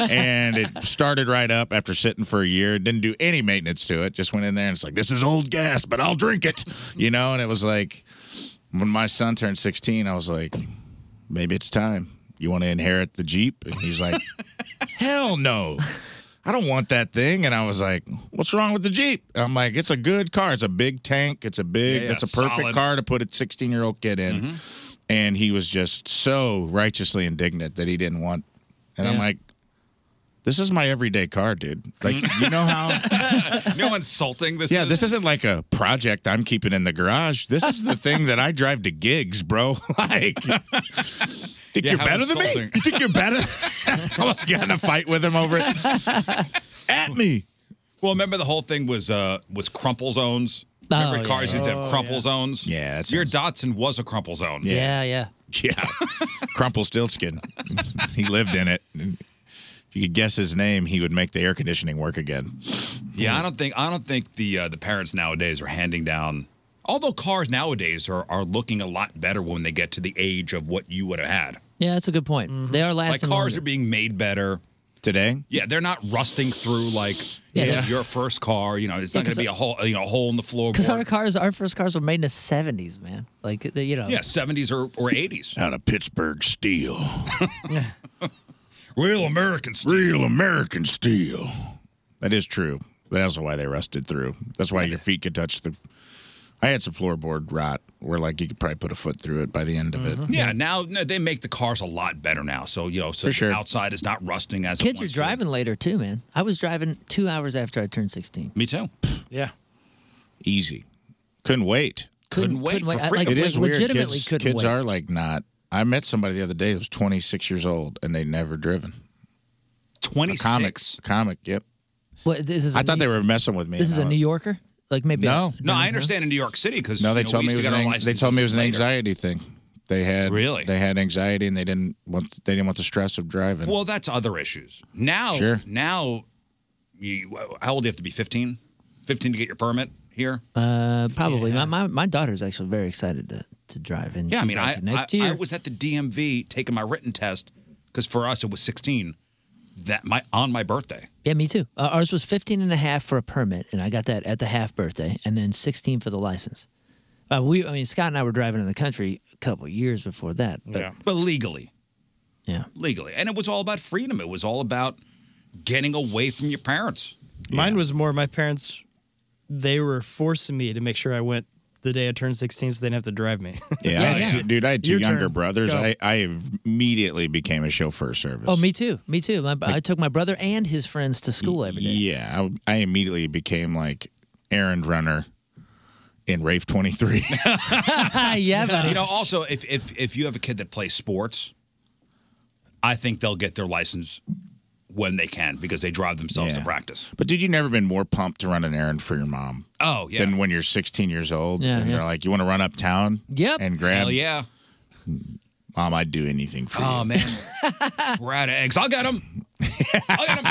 C: and it started right up after sitting for a year. Didn't do any maintenance to it. Just went in there and it's like this is old gas, but I'll drink it. You know, and it was like when my son turned 16, I was like, maybe it's time. You want to inherit the Jeep? And he's like, hell no. I don't want that thing. And I was like, what's wrong with the Jeep? And I'm like, it's a good car. It's a big tank. It's a big,
B: Yeah, yeah,
C: that's a perfect
B: solid. Mm-hmm.
C: car to put a 16 year old kid in. And he was just so righteously indignant that he didn't want. And I'm
B: Yeah.
C: like, this is my everyday car, dude. Like, you know how
B: Mm. you know how insulting this
C: yeah,
B: is?
C: this isn't like a project I'm keeping in the garage. This is the thing that I drive to gigs, bro. like, think
B: Yeah,
C: you're
B: how
C: better than me?
B: insulting.
C: You think you're better? I almost got in a fight with him over it. At me.
B: Well, remember the whole thing was uh was crumple zones.
A: Oh,
B: Remember
A: yeah.
B: cars used to
A: Oh,
B: have crumple zones. Yeah, your Datsun was a crumple zone.
A: Yeah, yeah.
C: Yeah. Crumplestiltskin. he lived in it. If you could guess his name, he would make the air conditioning work again.
B: Yeah, I don't think I don't think the uh, the parents nowadays are handing down. Although cars nowadays are are looking a lot better when they get to the age of what you would have had.
A: Yeah, that's a good point.
D: Mm-hmm.
A: They are
B: Like
A: lasting.
B: cars
A: longer.
B: are being made better
C: today.
B: Yeah, they're not rusting through like you know,
A: Yeah.
B: your first car. You know, it's
A: Yeah,
B: not
A: 'cause
B: going to be a hole you know a hole in the
A: Because our
B: floorboard.
A: cars, our first cars were made in the '70s, man. Like they- you know.
B: Yeah, seventies or or eighties.
C: Out of Pittsburgh steel.
B: Real American steel.
C: Real American steel. That is true. That's why they rusted through. That's why your feet could touch the. I had some floorboard rot where like you could probably put a foot through it by the end of it.
B: Yeah, now no, they make the cars a lot better now. So you know, so
C: For
B: the
C: sure.
B: outside is not rusting as
A: Kids
B: it
A: are
B: once
A: driving later too, man. I was driving two hours after I turned 16.
B: Me too.
D: Yeah.
C: Easy. Couldn't wait.
A: Couldn't- Couldn't wait couldn't for wait. I- freedom. like,
C: it is
A: like,
C: weird.
A: legitimately
C: kids
A: couldn't
C: kids
A: wait.
C: are like not. I met somebody the other day who was 26 years old and they'd never driven.
B: 26.
C: Comic. Comic. Yep.
A: What this is?
C: I
A: a
C: thought
A: New-
C: they were messing with me.
A: This is a
C: and I
A: New Yorker. Like maybe.
C: No.
B: No, I understand in New York City because
C: No, they
B: you know,
C: told
B: we
C: me it was
B: used to
C: an,
B: get our
C: ang- they
B: license.
C: told me it was an anxiety thing. They had really they had anxiety and they didn't want they didn't want the stress of driving.
B: Well, that's other issues. Now,
C: Sure.
B: now, you, how old do you have to be? 15? 15 to get your permit here?
A: Uh, probably. My, my my daughter's actually very excited to, to drive. And
B: Yeah, I
A: she's
B: mean,
A: like,
B: I,
A: next
B: I,
A: year.
B: I was at the DMV taking my written test because for us it was 16. That my on my birthday.
A: yeah, me too. Uh, ours was 15 and a half for a permit, and I got that at the half birthday, and then 16 for the license. Uh, we, I mean, Scott and I were driving in the country a couple years before that. But
B: But legally.
A: Yeah.
B: Legally. And it was all about freedom. It was all about getting away from your parents.
D: Mine was more my parents. They were forcing me to make sure I went the day I turned 16, so they didn't have to drive me.
C: Yeah, I had two- dude, I had two
D: Your
C: younger
D: turn.
C: brothers.
D: Go.
C: I, I immediately became a chauffeur service.
A: Oh, me too. Me too. My, I took my brother and his friends to school every day.
C: Yeah, I, I immediately became like errand runner in Rave 23.
A: yeah, buddy.
B: You know, also if if if you have a kid that plays sports, I think they'll get their license when they can because they drive themselves to practice.
C: but dude, you never been more pumped to run an errand for your mom.
B: Oh, yeah.
C: Than when you're 16 years old
B: Yeah,
C: and
B: yeah.
C: they're like, you want to run uptown?
A: Yep.
C: And grab.
B: Hell yeah.
C: Mom, I'd do anything for you.
B: Oh man, we're out of eggs. I'll get them.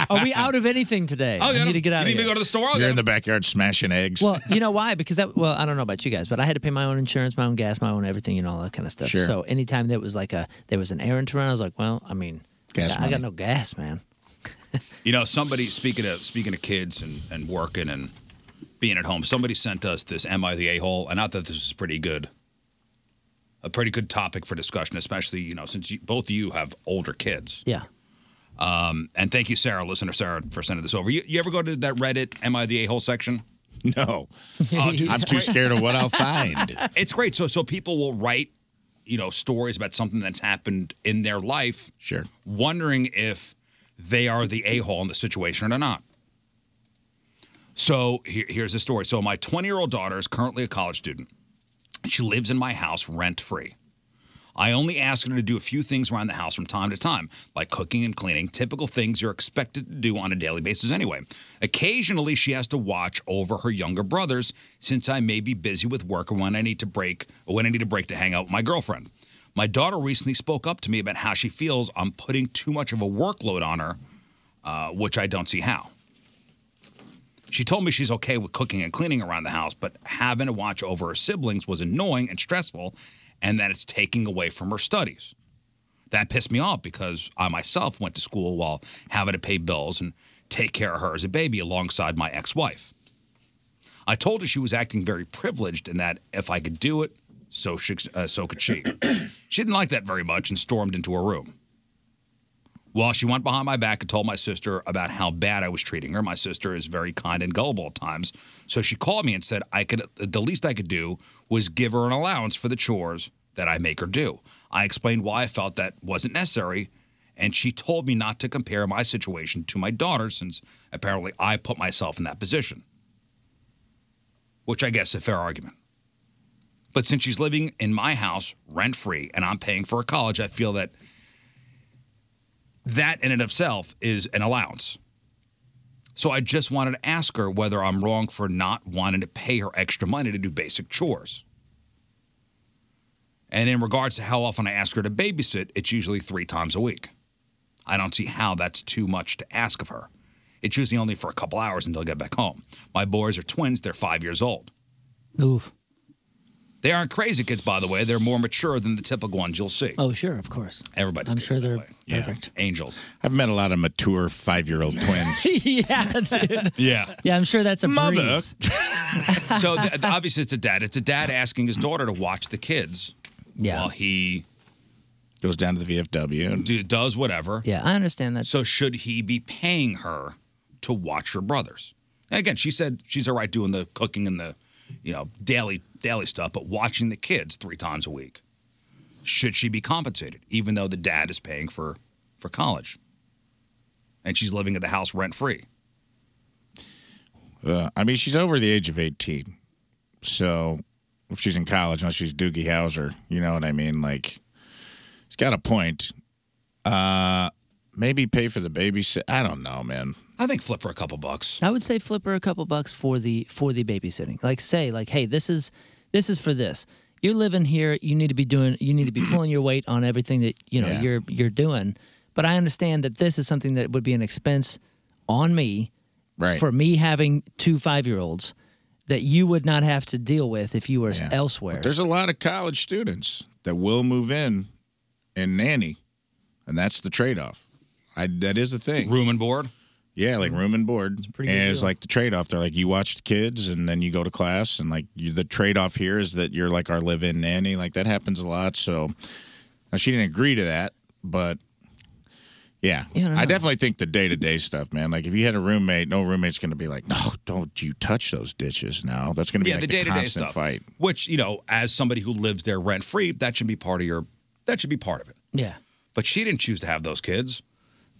A: Are we out of anything today?
B: I'll
A: I
B: get
A: need
B: 'em.
A: to get out of
B: Oh, You need me to
A: here.
B: go to the store. I'll
C: You're
B: get
C: in the backyard smashing eggs.
A: Well, you know why? Because that. Well, I don't know about you guys, but I had to pay my own insurance, my own gas, my own everything, and all that kind of stuff.
C: Sure.
A: So anytime there was like a there was an errand to run, I was like, well, I mean,
B: Gas
A: I, I got
B: money.
A: no gas, man.
B: You know, somebody speaking of speaking of kids and, and working and being at home. Somebody sent us this "Am I the a-hole?" and I thought this was pretty good, a pretty good topic for discussion, especially you know since you, both of you have older kids.
A: Yeah.
B: Um, and thank you, Sarah, listener Sarah, for sending this over. You, you ever go to that Reddit "Am I the a-hole" section? Oh,
C: No, I'm too scared of what I'll find.
B: It's great. So so people will write you know stories about something that's happened in their life,
C: sure,
B: wondering if they are the a-hole in the situation or not. So here, here's the story. So my 20 year old daughter is currently a college student. She lives in my house rent free. I only ask her to do a few things around the house from time to time, like cooking and cleaning, typical things you're expected to do on a daily basis anyway. Occasionally, she has to watch over her younger brothers since I may be busy with work or when I need to break or when I need a break to hang out with my girlfriend. My daughter recently spoke up to me about how she feels I'm putting too much of a workload on her, uh, which I don't see how. She told me she's okay with cooking and cleaning around the house, but having to watch over her siblings was annoying and stressful, and that it's taking away from her studies. That pissed me off because I myself went to school while having to pay bills and take care of her as a baby alongside my ex wife. I told her she was acting very privileged and that if I could do it, so, she, uh, so could she. she didn't like that very much and stormed into her room. Well, she went behind my back and told my sister about how bad I was treating her. My sister is very kind and gullible at times, so she called me and said I could the least I could do was give her an allowance for the chores that I make her do. I explained why I felt that wasn't necessary, and she told me not to compare my situation to my daughter's since apparently I put myself in that position. Which I guess is a fair argument. But since she's living in my house rent free and I'm paying for her college, I feel that that in and of itself is an allowance. So I just wanted to ask her whether I'm wrong for not wanting to pay her extra money to do basic chores. And in regards to how often I ask her to babysit, it's usually three times a week. I don't see how that's too much to ask of her. It's usually only for a couple hours until I get back home. My boys are twins, they're five years old.
A: Oof.
B: They aren't crazy kids, by the way. They're more mature than the typical ones you'll see.
A: Oh, sure, of course.
B: Everybody's
A: I'm
B: kids
A: sure
B: that
A: they're
B: way. Angels.
C: I've met a lot of mature five year old twins.
A: yeah, dude.
B: Yeah.
A: Yeah, I'm sure that's a
C: Mother.
A: breeze.
B: so th- th- obviously it's a dad. It's a dad asking his daughter to watch the kids while he
C: Goes down to the VFW. And,
B: do, does whatever.
A: Yeah, I understand that.
B: So should he be paying her to watch her brothers? And again, she said she's all right doing the cooking and the you know daily daily stuff, but watching the kids three times a week. Should she be compensated, even though the dad is paying for, for college? And she's living at the house rent free.
C: Uh, I mean, she's over the age of 18. So if she's in college, unless she's Doogie Howser, you know what I mean? Like, she's got a point. Uh, maybe pay for the babysit. I don't know, man.
B: I think flip her a couple bucks.
A: I would say flip her a couple bucks for the for the babysitting. Like say like hey this is this is for this. You're living here. You need to be doing. You need to be pulling your weight on everything that you know
C: Yeah.
A: you're you're doing. But I understand that this is something that would be an expense on me
C: Right.
A: for me having two five year olds that you would not have to deal with if you were elsewhere.
C: There's a lot of college students that will move in and nanny, and that's the trade off. I that is the thing.
B: Room and board.
C: Yeah, like room and board. It's
B: pretty
C: and
B: good
C: it's
B: deal.
C: like the trade off. They're like you watch the kids and then you go to class, and like you, the trade off here is that you're like our live in nanny. Like that happens a lot. So now she didn't agree to that, but. Yeah, I, definitely think the day to day stuff, man. Like if you had a roommate, no roommate's going to be like, "No, don't you touch those dishes now." That's going to be
B: yeah,
C: like
B: the day to day
C: constant
B: stuff.
C: fight.
B: Which you know, as somebody who lives there rent free, that should be part of your that should be part of it.
A: yeah.
B: But she didn't choose to have those kids.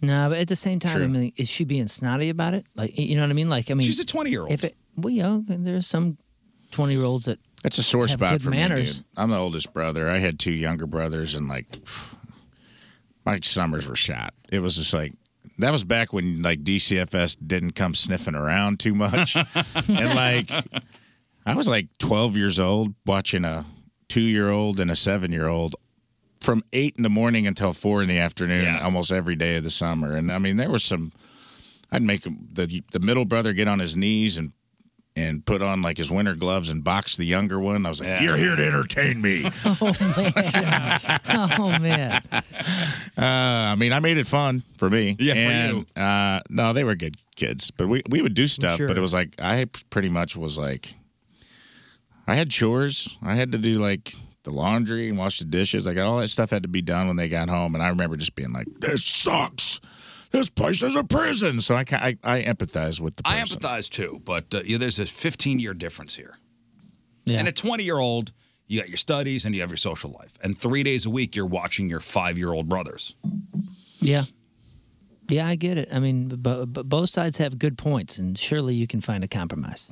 A: No, but at the same time, I
B: True.
A: mean, is she being snotty about it? Like, you know what I mean? Like, I mean,
B: She's a 20-year-old.
A: If it, well, you know, there's some twenty-year-olds that
C: That's a sore
A: have
C: spot
A: good
C: for me,
A: manners.
C: dude. I'm the oldest brother. I had two younger brothers, and like my summers were shot. It was just like that was back when like DCFS didn't come sniffing around too much, and like I was like 12 years old watching uh, a two year old and a seven year old from eight in the morning until four in the afternoon almost every day of the summer, and I mean there was some. I'd make the the middle brother get on his knees and and put on like his winter gloves and box the younger one. I was like, "You're here to entertain me."
A: oh man.
C: Uh, I mean, I made it fun for me.
A: Yeah, for
C: and, Uh, no, they were good kids, but we we would do stuff.
A: sure.
C: But it was like I p- pretty much was like, I had chores. I had to do like the laundry and wash the dishes. Like all that stuff had to be done when they got home. And I remember just being like, "This sucks. This place is a prison." So I ca- I, I empathize with the
B: I
C: person.
B: empathize too, but uh, yeah, there's a 15 year difference here.
A: Yeah.
B: And a 20 year old, you got your studies and you have your social life, and three days a week you're watching your five year old brothers.
A: Yeah. Yeah, I get it. I mean, but, but both sides have good points, and surely you can find a compromise.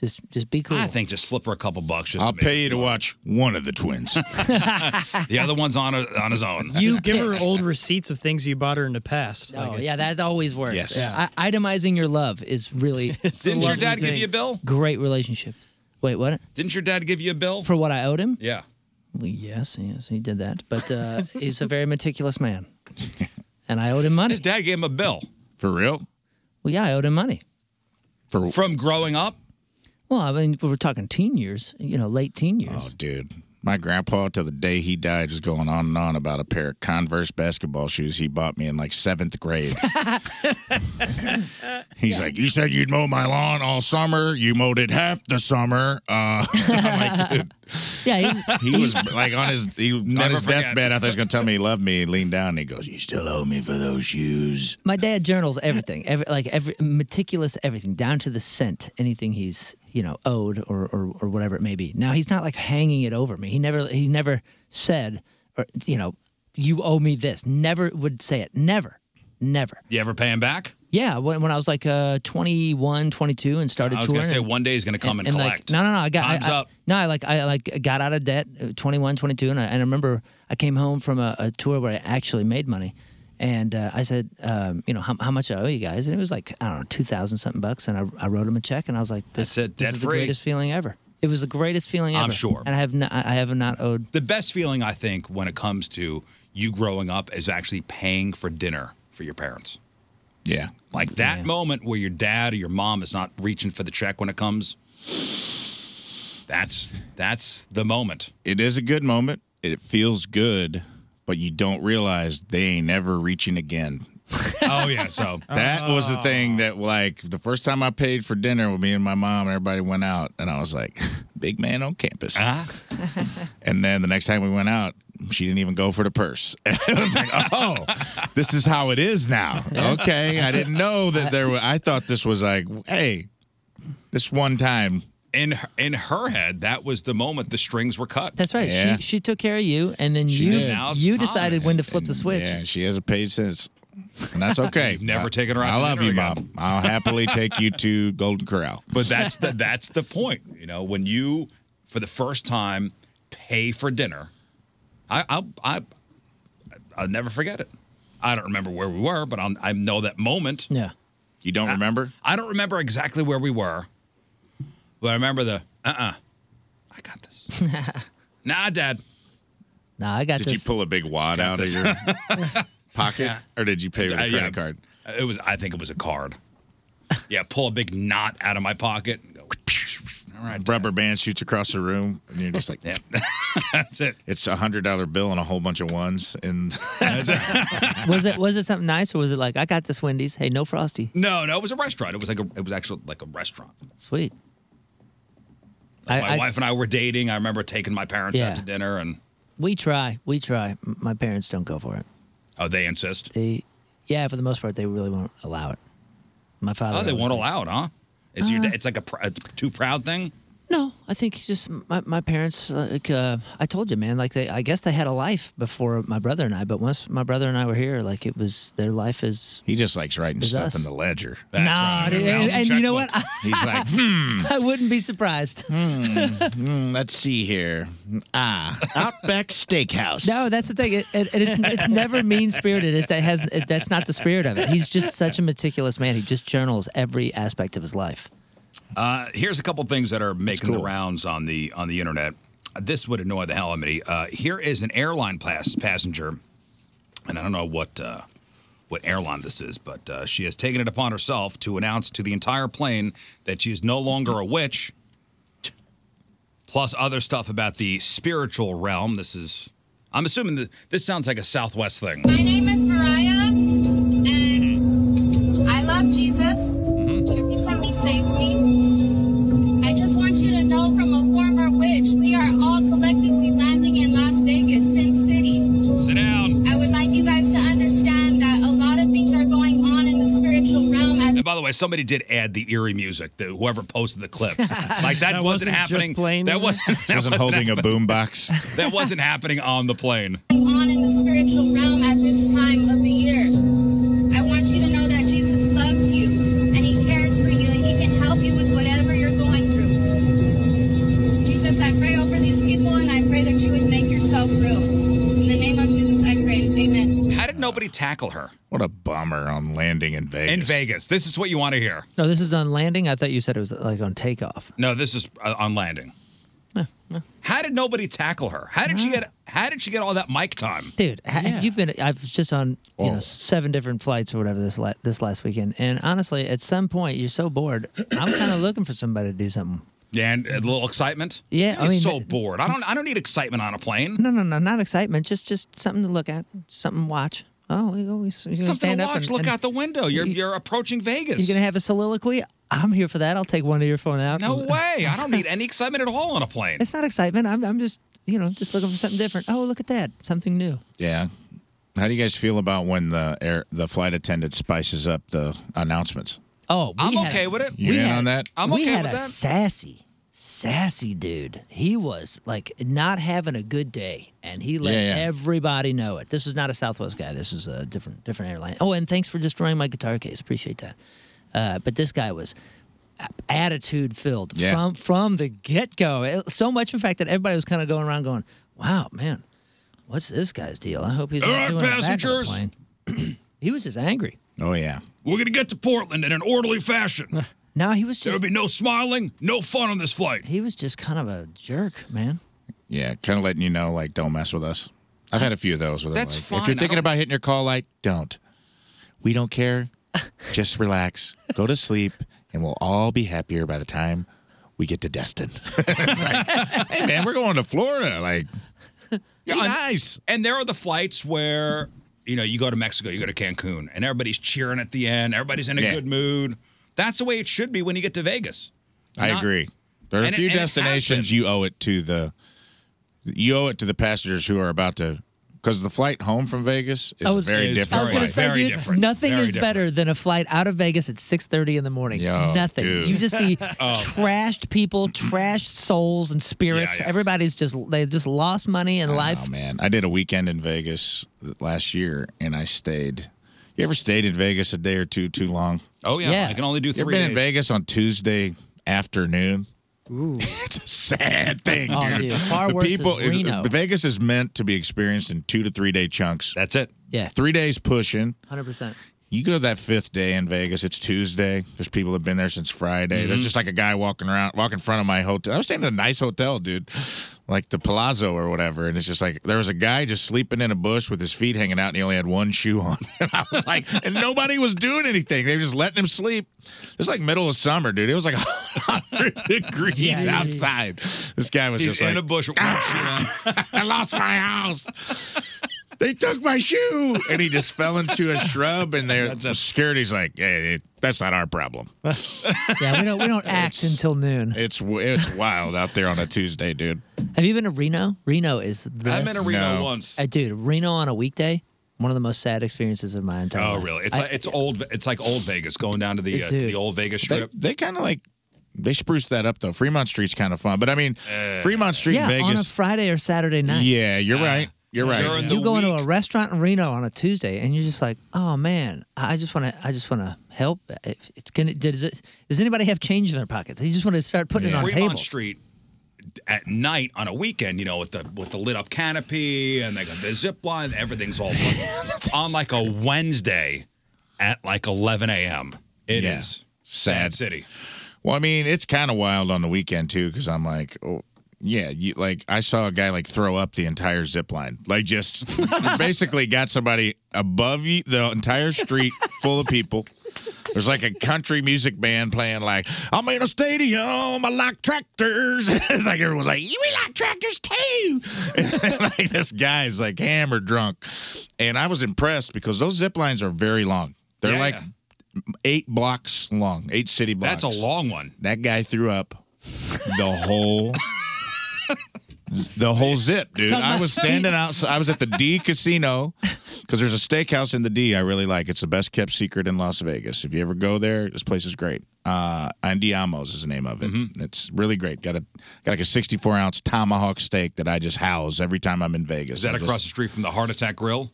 A: Just, just be cool.
B: Mm-hmm. I think just flip her a couple bucks. Just
C: I'll pay you to watch one of the twins.
B: the other one's on a, on his own.
D: You just give her old receipts of things you bought her in the past.
A: Oh, yeah, that always works.
D: Yes. Yeah.
A: I, itemizing your love is really.
B: Didn't your dad give you a bill?
A: Great relationship. Wait, what?
B: Didn't your dad give you a bill
A: For what I owed him?
B: Yeah.
A: Well, yes, yes, he did that. But uh, he's a very meticulous man, and I owed him money. His
B: dad gave him a bill.
C: For real?
A: Well, yeah, I owed him money.
B: from growing up?
A: Well, I mean, we're talking teen years, you know, late teen years.
C: Oh, dude. My grandpa, till the day he died, was going on and on about a pair of Converse basketball shoes he bought me in like seventh grade. He's like, You said you'd mow my lawn all summer. You mowed it half the summer. Uh, I'm like, dude.
A: Yeah,
C: He was like on his he, on
A: Never
C: his
A: forget.
C: deathbed. I thought he was gonna tell me he loved me. He leaned down and he goes, "You still owe me for those shoes."
A: My dad journals everything, every, like every meticulous everything down to the cent, anything he's you know owed or, or or whatever it may be. Now he's not like hanging it over me. He never he never said or you know you owe me this. Never would say it. Never, never.
B: You ever pay him back?
A: Yeah, when, when I was like uh, 21, 22 and started
B: I was
A: touring.
B: gonna say one day he's gonna come and,
A: Like,
B: collect.
A: no, no, no. I got
B: Time's
A: I, I-
B: up.
A: No, I like I like got out of debt, uh, 21, 22, and I, and I remember I came home from a, a tour where I actually made money, and uh, I said, um, you know, how, how much I owe you guys, and it was like I don't know, two thousand something bucks, and I, I wrote him a check, and I was like, this,
B: it,
A: this is the
B: debt-free.
A: greatest feeling ever. It was the greatest feeling ever.
B: I'm sure.
A: and I have not, I have not owed.
B: The best feeling I think when it comes to you growing up is actually paying for dinner for your parents.
C: Yeah.
B: Like that moment where your dad or your mom is not reaching for the check when it comes. That's that's the moment.
C: It is a good moment. It feels good, but you don't realize they ain't ever reaching again.
B: Oh yeah, so
C: That was the thing that, like, the first time I paid for dinner with me and my mom, and everybody went out, and I was like, big man oh, on campus.
B: Uh-huh.
C: and then the next time we went out, she didn't even go for the purse. I was like, oh, this is how it is now. Okay. I didn't know that there were, I thought this was like, hey, this one time
B: in her, in her head, that was the moment the strings were cut.
A: That's right. She she took care of you, and then
B: She
A: you
B: did. Now it's
A: you decided
B: Thomas,
A: when to flip the switch.
C: Mm, Yeah, she hasn't paid since. And that's okay.
B: You've never
C: I-
B: taken her out
C: I
B: to
C: love
B: dinner
C: you,
B: again.
C: Mom. I'll happily take you to Golden Corral.
B: But that's the that's the point. You know, when you for the first time pay for dinner, I I I I'll never forget it. I don't remember where we were, but I'll, I know that moment.
A: Yeah.
C: You
B: Ah.
C: don't remember?
B: I don't remember exactly where we were, but I remember the uh uh Nah, Dad.
A: Nah, I got
C: Did
A: this.
C: you pull a big wad out
B: this.
C: of your pocket, or did you pay with a
B: Uh,
C: credit
B: yeah.
C: card?
B: It was. I think it was a card. yeah, pull a big knot out of my pocket. And go, All right,
C: rubber band shoots across the room, and you're just like,
B: that's it.
C: It's a hundred dollar bill and a whole bunch of ones, and
A: was it was it something nice or was it like I got this Wendy's? Hey, no frosty.
B: no, no, it was a restaurant. It was like a. It was actually like a restaurant.
A: Sweet.
B: Like
A: I-
B: my
A: I-
B: wife and I were dating. I remember taking my parents
A: Yeah.
B: out to dinner, and
A: We try. We try. M- My parents don't go for it.
B: oh, they insist.
A: They, yeah, for the most part, they really won't allow it. My father.
B: oh, they
A: always
B: won't
A: thinks-
B: allow it, huh? Is your
A: Uh,
B: da- it's like a, pr- a too proud thing?
A: No, I think it's just my, my parents. Like uh, I told you, man. Like they, I guess they had a life before my brother and I. But once my brother and I were here, like it was their life is.
C: he just likes writing
A: Is
C: stuff
A: us.
C: in the ledger.
A: That's Nah, right. dude, and- and you know what?
C: He's like, hmm,
A: I wouldn't be surprised.
C: hmm, let's see here. Ah, Outback Steakhouse.
A: No, that's the thing. It, it, it's it's never mean spirited. It, that has it, that's not the spirit of it. He's just such a meticulous man. He just journals every aspect of his life.
B: Uh, here's a couple things that are making the rounds on the on the internet. This would annoy the hell out of me. Uh, here is an airline pass- passenger, and I don't know what uh, what airline this is, but uh, she has taken it upon herself to announce to the entire plane that she is no longer a witch. Plus other stuff about the spiritual realm. This is, I'm assuming that this sounds like a Southwest thing.
E: My name is Mariah, and I love Jesus. He recently saved me. I just want you to know from a former witch, we are all collectively landing in Las Vegas, Sin City.
B: Sit down.
E: I would like you guys to understand that a lot of things are going on in the spiritual realm at
B: And by the way, somebody did add the eerie music. The, whoever posted the clip, like that,
D: That
B: wasn't,
D: wasn't just
B: happening.
D: plain.
B: that wasn't. That
C: Wasn't holding a
B: happening.
C: boombox.
B: That wasn't happening on the plane.
E: going on in the spiritual realm at this time of the year. I want you to know that Jesus loves you and he cares for you and he can help you with whatever you're going through. Jesus, I pray over these people and I pray that you would make yourself real. In the name of Jesus, I pray. Amen.
B: How did nobody tackle her?
C: What a bummer on landing in Vegas.
B: In Vegas, this is what you want to hear.
A: No, this is on landing. I thought you said it was like on takeoff.
B: No, this is uh, on landing. How did nobody tackle her? How did she get? How did she get all that mic time?
A: Dude, ha- you've been. I've just on you know seven different flights or whatever this la- this last weekend, and honestly, at some point you're so bored. I'm kind of looking for somebody to do something.
B: Yeah, and a little excitement.
A: Yeah, I
B: I'm
A: mean-
B: so bored. I don't. I don't need excitement on a plane.
A: No, no, no, not excitement. Just just something to look at, something to watch. Oh, you always
B: Something
A: stand
B: to
A: up
B: watch.
A: and-
B: Look
A: and
B: out the window. You're you're approaching Vegas.
A: You're gonna have a soliloquy. I'm here for that. I'll take one of your phone out.
B: no
A: and-
B: way. I don't need any excitement at all on a plane.
A: It's not excitement. I'm, I'm just, you know, just looking for something different. Oh, look at that. Something new.
C: Yeah. How do you guys feel about when the air the flight attendant spices up the announcements?
A: Oh,
B: I'm okay with it.
C: You in on that?
B: I'm
A: we
B: okay
A: had
B: with
A: a
B: that.
A: sassy, sassy dude. He was like not having a good day, and he let
C: Yeah, yeah.
A: everybody know it. This is not a Southwest guy. This is a different different airline. Oh, and thanks for destroying my guitar case. Appreciate that. Uh, but this guy was attitude filled
C: Yeah.
A: from from the get go. So much, in fact, that everybody was kind of going around going, "Wow, man, what's this guy's deal? I hope he's
B: All
A: not
B: right,
A: doing it back of the
B: passengers.
A: plane." he was just angry.
C: Oh yeah.
B: We're gonna get to Portland in an orderly fashion.
A: No, he was
B: There will
A: just
B: be no smiling, no fun on this flight.
A: he was just kind of a jerk, man.
C: Yeah, kind of letting you know, like, don't mess with us. I've had a few of those. Where they're
B: That's
C: like,
B: fine.
C: If you're
B: I
C: thinking
B: don't-
C: about hitting your call light, don't. We don't care. Just relax, go to sleep, and we'll all be happier by the time we get to Destin. It's like, hey, man, we're going to Florida. Like,
B: Yeah,
C: be
B: and-
C: nice.
B: And there are the flights where you know you go to Mexico, you go to Cancun, and everybody's cheering at the end. Everybody's in a
C: Yeah.
B: good mood. That's the way it should be when you get to Vegas.
C: I
B: Not-
C: agree. There are a
B: and it-
C: few
B: and it has
C: destinations
B: been.
C: you owe it to the you owe it to the passengers who are about to Because the flight home from Vegas is
A: I was-
C: very different.
A: I was gonna say, dude, Nothing is better than a flight out of Vegas at 6:30 in the morning.
C: Yo,
A: nothing.
C: dude.
A: You just see
C: Oh.
A: trashed people, trashed souls and spirits. Everybody's just they just lost money and life.
C: Oh, man. I did a weekend in Vegas last year, and I stayed. You ever stayed in Vegas a day or two too long?
B: Oh, yeah. Yeah. I can only do
C: You ever
B: three
C: been in
B: days.
C: Vegas on Tuesday afternoon.
A: Ooh.
C: it's a sad thing,
A: Oh,
C: dude.
A: dude, far
C: the
A: worse is
C: people, it-
A: Reno.
C: Vegas is meant to be experienced in two to three day chunks.
B: That's it.
A: Yeah.
C: three days pushing.
A: 100%.
C: You go to that fifth day in Vegas. It's Tuesday. There's people that have been there since Friday. There's
B: Mhm.
C: just like a guy walking around, walking in front of my hotel. I was staying in a nice hotel, dude, like the Palazzo or whatever. And it's just like there was a guy just sleeping in a bush with his feet hanging out, and he only had one shoe on. And I was like, and nobody was doing anything. They were just letting him sleep. It's like middle of summer, dude. It was like 100 degrees
B: Jeez.
C: outside. This guy was
B: He's
C: just
B: in
C: like "Ah,
B: a bush. with one shoe on.
C: I lost my house. They took my shoe, and he just fell into a shrub. And their security's like, "Hey, that's not our problem."
A: yeah, we don't we don't act until noon.
C: It's w- it's wild out there on a Tuesday, dude.
A: Have you been to Reno? Reno is the
C: I've been to Reno No. once.
A: Uh, dude, Reno on a weekday, one of the most sad experiences of my entire
B: Oh,
A: life.
B: really? It's
A: I-
B: like, it's old. It's like old Vegas going down to the uh, to
A: Dude.
B: the old Vegas strip.
C: They kind of like they spruced that up though. Fremont Street's kind of fun, but I mean, Fremont Street,
A: yeah, on a
C: Vegas.
A: Friday or Saturday night.
C: yeah, you're right. You're right.
A: you go into a restaurant in Reno on a Tuesday, and you're just like, "Oh man, I just want to, I just want to help." If It's gonna, does it? Does anybody have change in their pocket? They just want to start putting it on
B: Fremont
A: tables.
B: Street at night on a weekend, you know, with the with the lit up canopy and they got the zip line, everything's all fucking- on like a Wednesday at like 11 a.m. It is
C: Yeah.
B: sad
C: Sad.
B: city.
C: Well, I mean, it's kind of wild on the weekend too, because I'm like, oh, yeah, you like I saw a guy like throw up the entire zip line, like just basically got somebody above you, the entire street full of people. There's like a country music band playing, like I'm in a stadium, I like tractors. it's like everyone's like, you we like tractors too. and like this guy's like hammered drunk, and I was impressed because those zip lines are very long. They're
B: Yeah,
C: like eight blocks long, eight city blocks.
B: That's a long one.
C: That guy threw up the whole the whole zip, dude.
B: Talking
C: I
B: about-
C: was standing out. I was at the D Casino because there's a steakhouse in the D I really like. It's the best kept secret in Las Vegas. If you ever go there, this place is great. Uh, Andiamo's is the name of it.
B: Mm-hmm.
C: It's really great. Got a got like a 64 ounce tomahawk steak that I just house every time I'm in Vegas.
B: Is that
C: I just-
B: across the street from the Heart Attack Grill?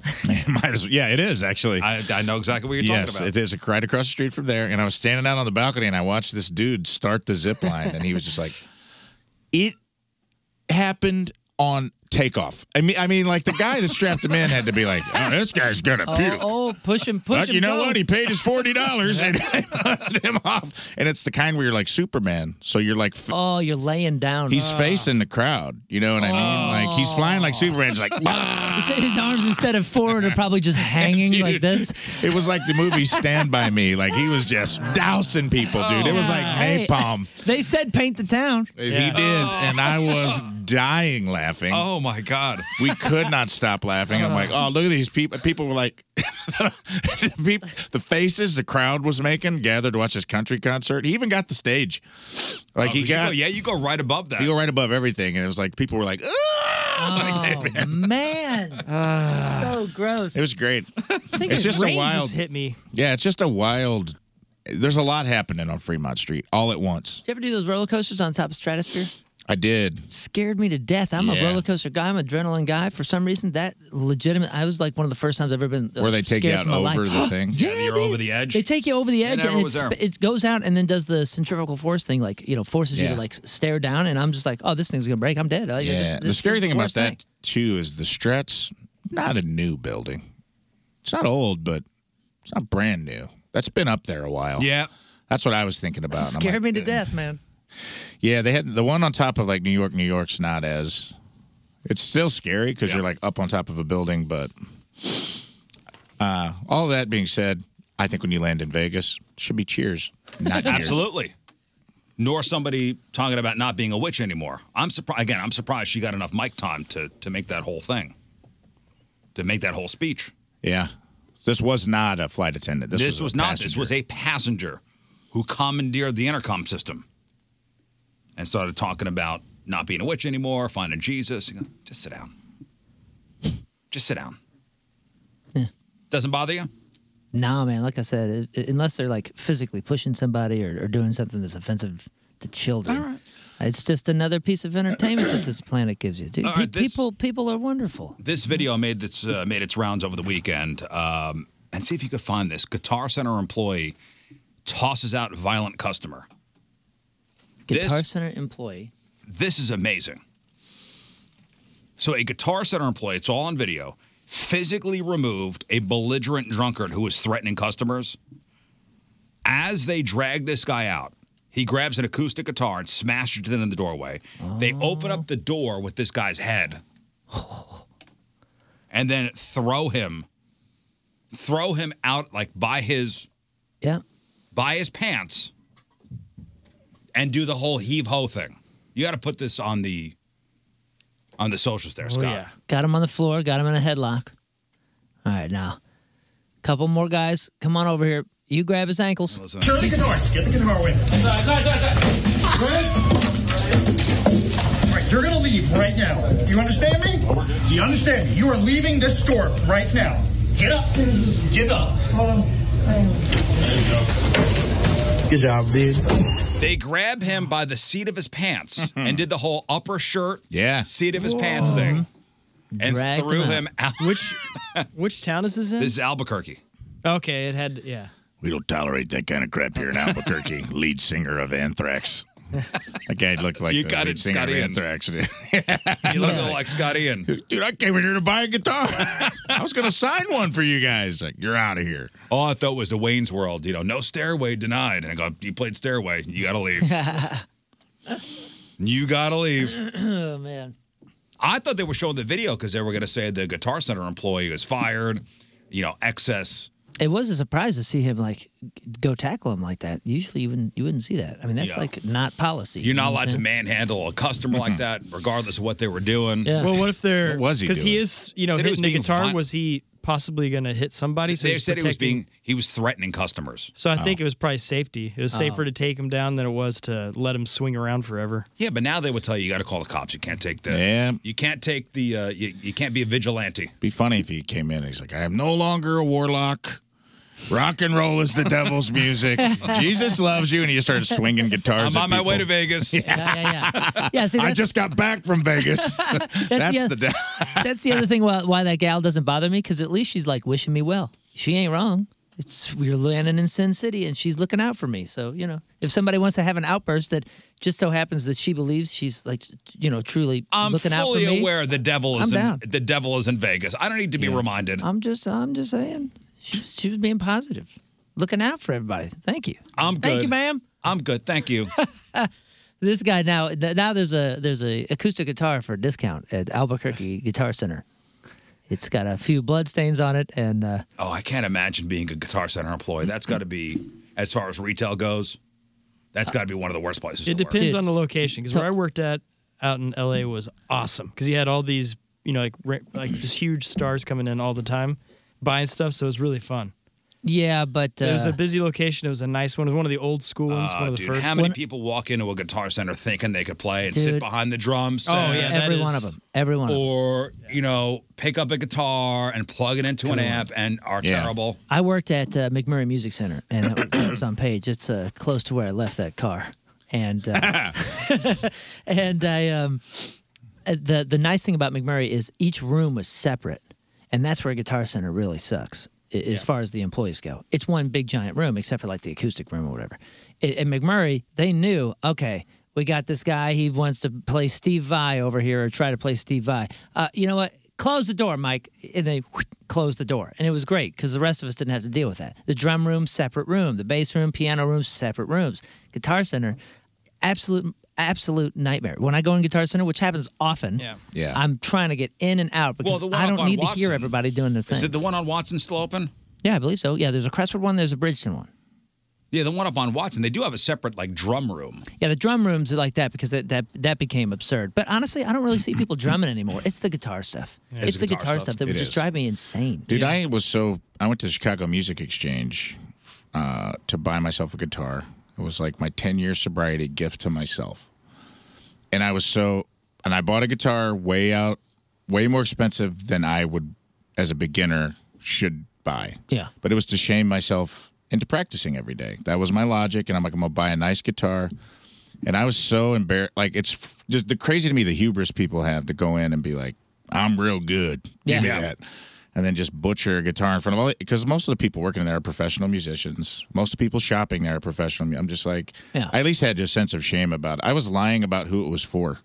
C: Might as well- yeah, it is actually.
B: I, I know exactly what you're
C: yes,
B: talking
C: it
B: about.
C: is right across the street from there. And I was standing out on the balcony and I watched this dude start the zip line and he was just like, it happened on takeoff. I mean, I mean, like the guy that strapped him in had to be like, oh, this guy's gonna puke.
A: Oh, oh, push him, push
C: But
A: him.
C: Uh, you know
A: go.
C: what? He paid his forty dollars and left him off. And it's the kind where you're like Superman, so you're like f-
A: oh, you're laying down.
C: he's facing the crowd. You know what I mean? Like he's flying like Superman. He's like.
A: His- His arms instead of forward are probably just hanging like this.
C: It was like the movie Stand By Me. Like he was just dousing people, dude. It was like
A: Hey,
C: napalm.
A: They said paint the town.
C: He did. And I was dying laughing.
B: Oh my God.
C: We could not stop laughing. I'm like, oh, look at these people. People were like, the, peop- the faces the crowd was making gathered to watch this country concert. He even got the stage. Like,
B: Oh,
C: he
B: but you
C: got,
B: go- yeah, you go right above that.
C: you go right above everything. And it was like, people were like,
B: Ah.
A: Oh man, so gross.
C: Ah. It was great.
D: think
C: it's
D: the
C: just a
D: rain
C: wild.
D: just hit me.
C: Yeah, it's just a wild. There's a lot happening on Fremont Street all at once.
A: Did you ever do those roller coasters on top of Stratosphere?
C: I did.
A: Scared me to death. I'm a
C: Yeah.
A: roller coaster guy. I'm an adrenaline guy. For some reason, that legitimate. I was like one of the first times I've ever been. uh,
C: Where they take you out
A: scared for my life.
C: over the thing.
A: Yeah,
B: you're over the edge.
A: They take you over the
B: Yeah,
A: edge,
B: that
A: and
B: one
A: it,
B: was there.
A: sp- it goes out, and then does the centrifugal force thing, like you know, forces you
C: Yeah.
A: to like stare down. And I'm just like, oh, this thing's gonna break. I'm dead. Like,
C: Yeah.
A: this-
C: the
A: this-
C: scary
A: this
C: thing about
A: worst
C: that too is the Stret's not a new building. It's not old, but it's not brand new. That's been up there a while.
B: Yeah.
C: That's what I was thinking about. and I'm
A: scared
C: like,
A: me to death, man.
C: Yeah, they had the one on top of like New York. New York's not as. It's still scary because you're like up on top of a building, but. Uh, all that being said, I think when you land in Vegas, should be cheers, not cheers.
B: Absolutely. Nor somebody talking about not being a witch anymore. I'm surprised. Again, I'm surprised she got enough mic time to to make that whole thing, to make that whole speech.
C: Yeah, this was not a flight attendant. This,
B: This,
C: was,
B: was,
C: a
B: not. This
C: passenger.
B: was a passenger who commandeered the intercom system and started talking about not being a witch anymore, finding Jesus. You go, Just sit down. Just sit down. Doesn't bother you?
A: Nah, man. Like I said, it, unless they're like physically pushing somebody or, or doing something that's offensive to children, it's just another piece of entertainment that this planet gives you. Dude,
B: All
A: Pe-
B: right, this-
A: people, people are wonderful.
B: This video made this uh, made its rounds over the weekend, um, and see if you could find this. Guitar Center employee tosses out violent customer.
A: Guitar
B: This-
A: Center employee.
B: This is amazing. So, a Guitar Center employee, it's all on video, physically removed a belligerent drunkard who was threatening customers. As they drag this guy out, he grabs an acoustic guitar and smashes it in the doorway. They open up the door with this guy's head and then throw him, throw him out like by his,
A: yeah,
B: by his pants, and do the whole heave ho thing. You got to put this on the, on the socials there, Scott.
A: Got him on the floor. Got him in a headlock. All right, now, couple more guys. Come on over here. You grab his ankles.
F: Get the guitar. Get the guitar away. Sorry, sorry, Right, you're gonna leave right now. You understand me? Do you understand me? You are leaving this store right now. Get up. Get up.
G: Good job, dude.
B: They grab him by the seat of his pants and did the whole upper shirt, yeah, seat of his pants
D: Whoa.
B: thing, and
D: Dragged
B: threw
D: him out.
B: him out.
D: Which which town is this in?
B: This is Albuquerque.
D: okay, it had yeah.
C: We don't tolerate that kind of crap here in Albuquerque. lead singer of Anthrax. That guy looked like
B: You
C: the
B: got
C: lead
B: it,
C: singer
B: Scott
C: of
B: Ian.
C: Anthrax.
B: He looked like Scott Ian.
C: Dude, I came in here to buy a guitar. I was going to sign one for you guys. Like, you're out of here.
B: All Oh, I thought was the Wayne's World, you know, no stairway denied. And I go, you played stairway, you gotta leave. you gotta leave.
A: oh man.
B: I thought they were showing the video because they were gonna say the Guitar Center employee was fired, you know, excess.
A: It was a surprise to see him like go tackle him like that. Usually you wouldn't you wouldn't see that. I mean that's
B: Yeah.
A: like not policy.
B: You're not
A: you know what
B: allowed to
A: I'm saying?
B: manhandle a customer
C: Mm-hmm.
B: like that, regardless of what they were doing.
D: Well, what if they're because he
B: doing?
D: is you know
B: Said he was
D: hitting the
B: being
D: guitar?
B: vi-
D: was he possibly going to hit somebody? So
B: they
D: he's
B: said he was
D: protecting-
B: being he was threatening customers.
D: So I think it was probably safety. It was
B: Oh.
D: safer to take him down than it was to let him swing around forever.
B: Yeah, but now they would tell you you got to call the cops. You can't take the.
C: Yeah.
B: You can't take the. Uh, you, you can't be a vigilante.
C: Be funny if he came in and he's like, I am no longer a warlock. Rock and roll is the devil's music. Jesus loves you. And he just started swinging guitars.
B: I'm
C: at
B: on my way to
C: people.
B: Vegas.
A: Yeah, see,
C: I
A: that's-
C: just got back from Vegas. that's
A: the
C: the. devil.
A: That's the other thing why, why that gal doesn't bother me because at least she's like wishing me well. She ain't wrong. It's we're landing in Sin City and she's looking out for me. So you know if somebody wants to have an outburst that just so happens that she believes she's like you know truly
B: I'm
A: looking out for
B: fully
A: me.
B: aware the devil is
A: I'm
B: in,
A: down.
B: the devil is in Vegas. I don't need to be reminded.
A: I'm just I'm just saying she was, she was being positive, looking out for everybody. Thank you.
B: I'm good.
A: Thank you, ma'am.
B: I'm good. Thank you.
A: This guy now th- now there's a there's a acoustic guitar for a discount at Albuquerque Guitar Center. It's got a few blood stains on it and uh,
B: oh, I can't imagine being a Guitar Center employee. That's got to be, as far as retail goes, that's got to be one of the worst places.
D: It
B: to work.
D: depends on the location. Because where I worked at out in LA was awesome. Because you had all these, you know, like ra- like just huge stars coming in all the time, buying stuff. So it was really fun.
A: yeah, but
D: it was
A: uh,
D: a busy location. It was a nice one. It was one of the old school ones.
B: Ah,
D: one of the
B: dude,
D: first.
B: how many people walk into a Guitar Center thinking they could play and sit
D: Dude.
B: behind the drum set?
D: Oh, yeah, that Every is- one of
A: them. uh, Every one of them.
B: Or, you know, pick up a guitar and plug it into an
A: Every one
B: amp and are
A: Yeah.
B: terrible.
A: I worked at uh, McMurray Music Center, and that was, that was on page. It's uh, close to where I left that car, and uh, and I um, uh, the the nice thing about McMurray is each room was separate, and that's where Guitar Center really sucks i- as far as the employees go. It's one big giant room, except for like the acoustic room or whatever. At, at McMurray, they knew okay. We got this guy. He wants to play Steve Vai over here, or try to play Steve Vai. Uh, you know what? Close the door, Mike. And they closed the door, and it was great because the rest of us didn't have to deal with that. The drum room, separate room. The bass room, piano room, separate rooms. Guitar Center, absolute absolute nightmare. When I go in Guitar Center, which happens often, yeah.
C: Yeah.
A: I'm trying to get in and out because
B: Well, the one
A: I
B: up
A: don't
B: on
A: need to
B: Watson.
A: hear everybody doing their thing.
B: Is it the one on Watson still open?
A: Yeah, I believe so. Yeah, there's a Crestwood one, there's a Bridgeton one.
B: Yeah, the one up on Watson. They do have a separate, like, drum room.
A: Yeah, the drum rooms are like that because that that, that became absurd. But honestly, I don't really see people drumming anymore. It's the guitar stuff.
C: Yeah,
A: it's the guitar, stuff, that
C: It
A: would just
C: is.
A: drive me insane.
C: Dude, I was so I went to the Chicago Music Exchange uh, to buy myself a guitar. It was like my 10 year sobriety gift to myself. And I was so and I bought a guitar way out way more expensive than I would, as a beginner, should buy.
A: Yeah.
C: But it was to shame myself into practicing every day. That was my logic, and I'm like, I'm gonna buy a nice guitar. And I was so embarrassed. Like it's f- just the crazy to me the hubris people have to go in and be like, I'm real good. Give me
H: Yeah.
C: that. And then just butcher a guitar in front of all because most of the people working there are professional musicians. Most of the people shopping there are professional. mu- I'm just like,
A: Yeah.
C: I at least had a sense of shame about it. I was lying about who it was for.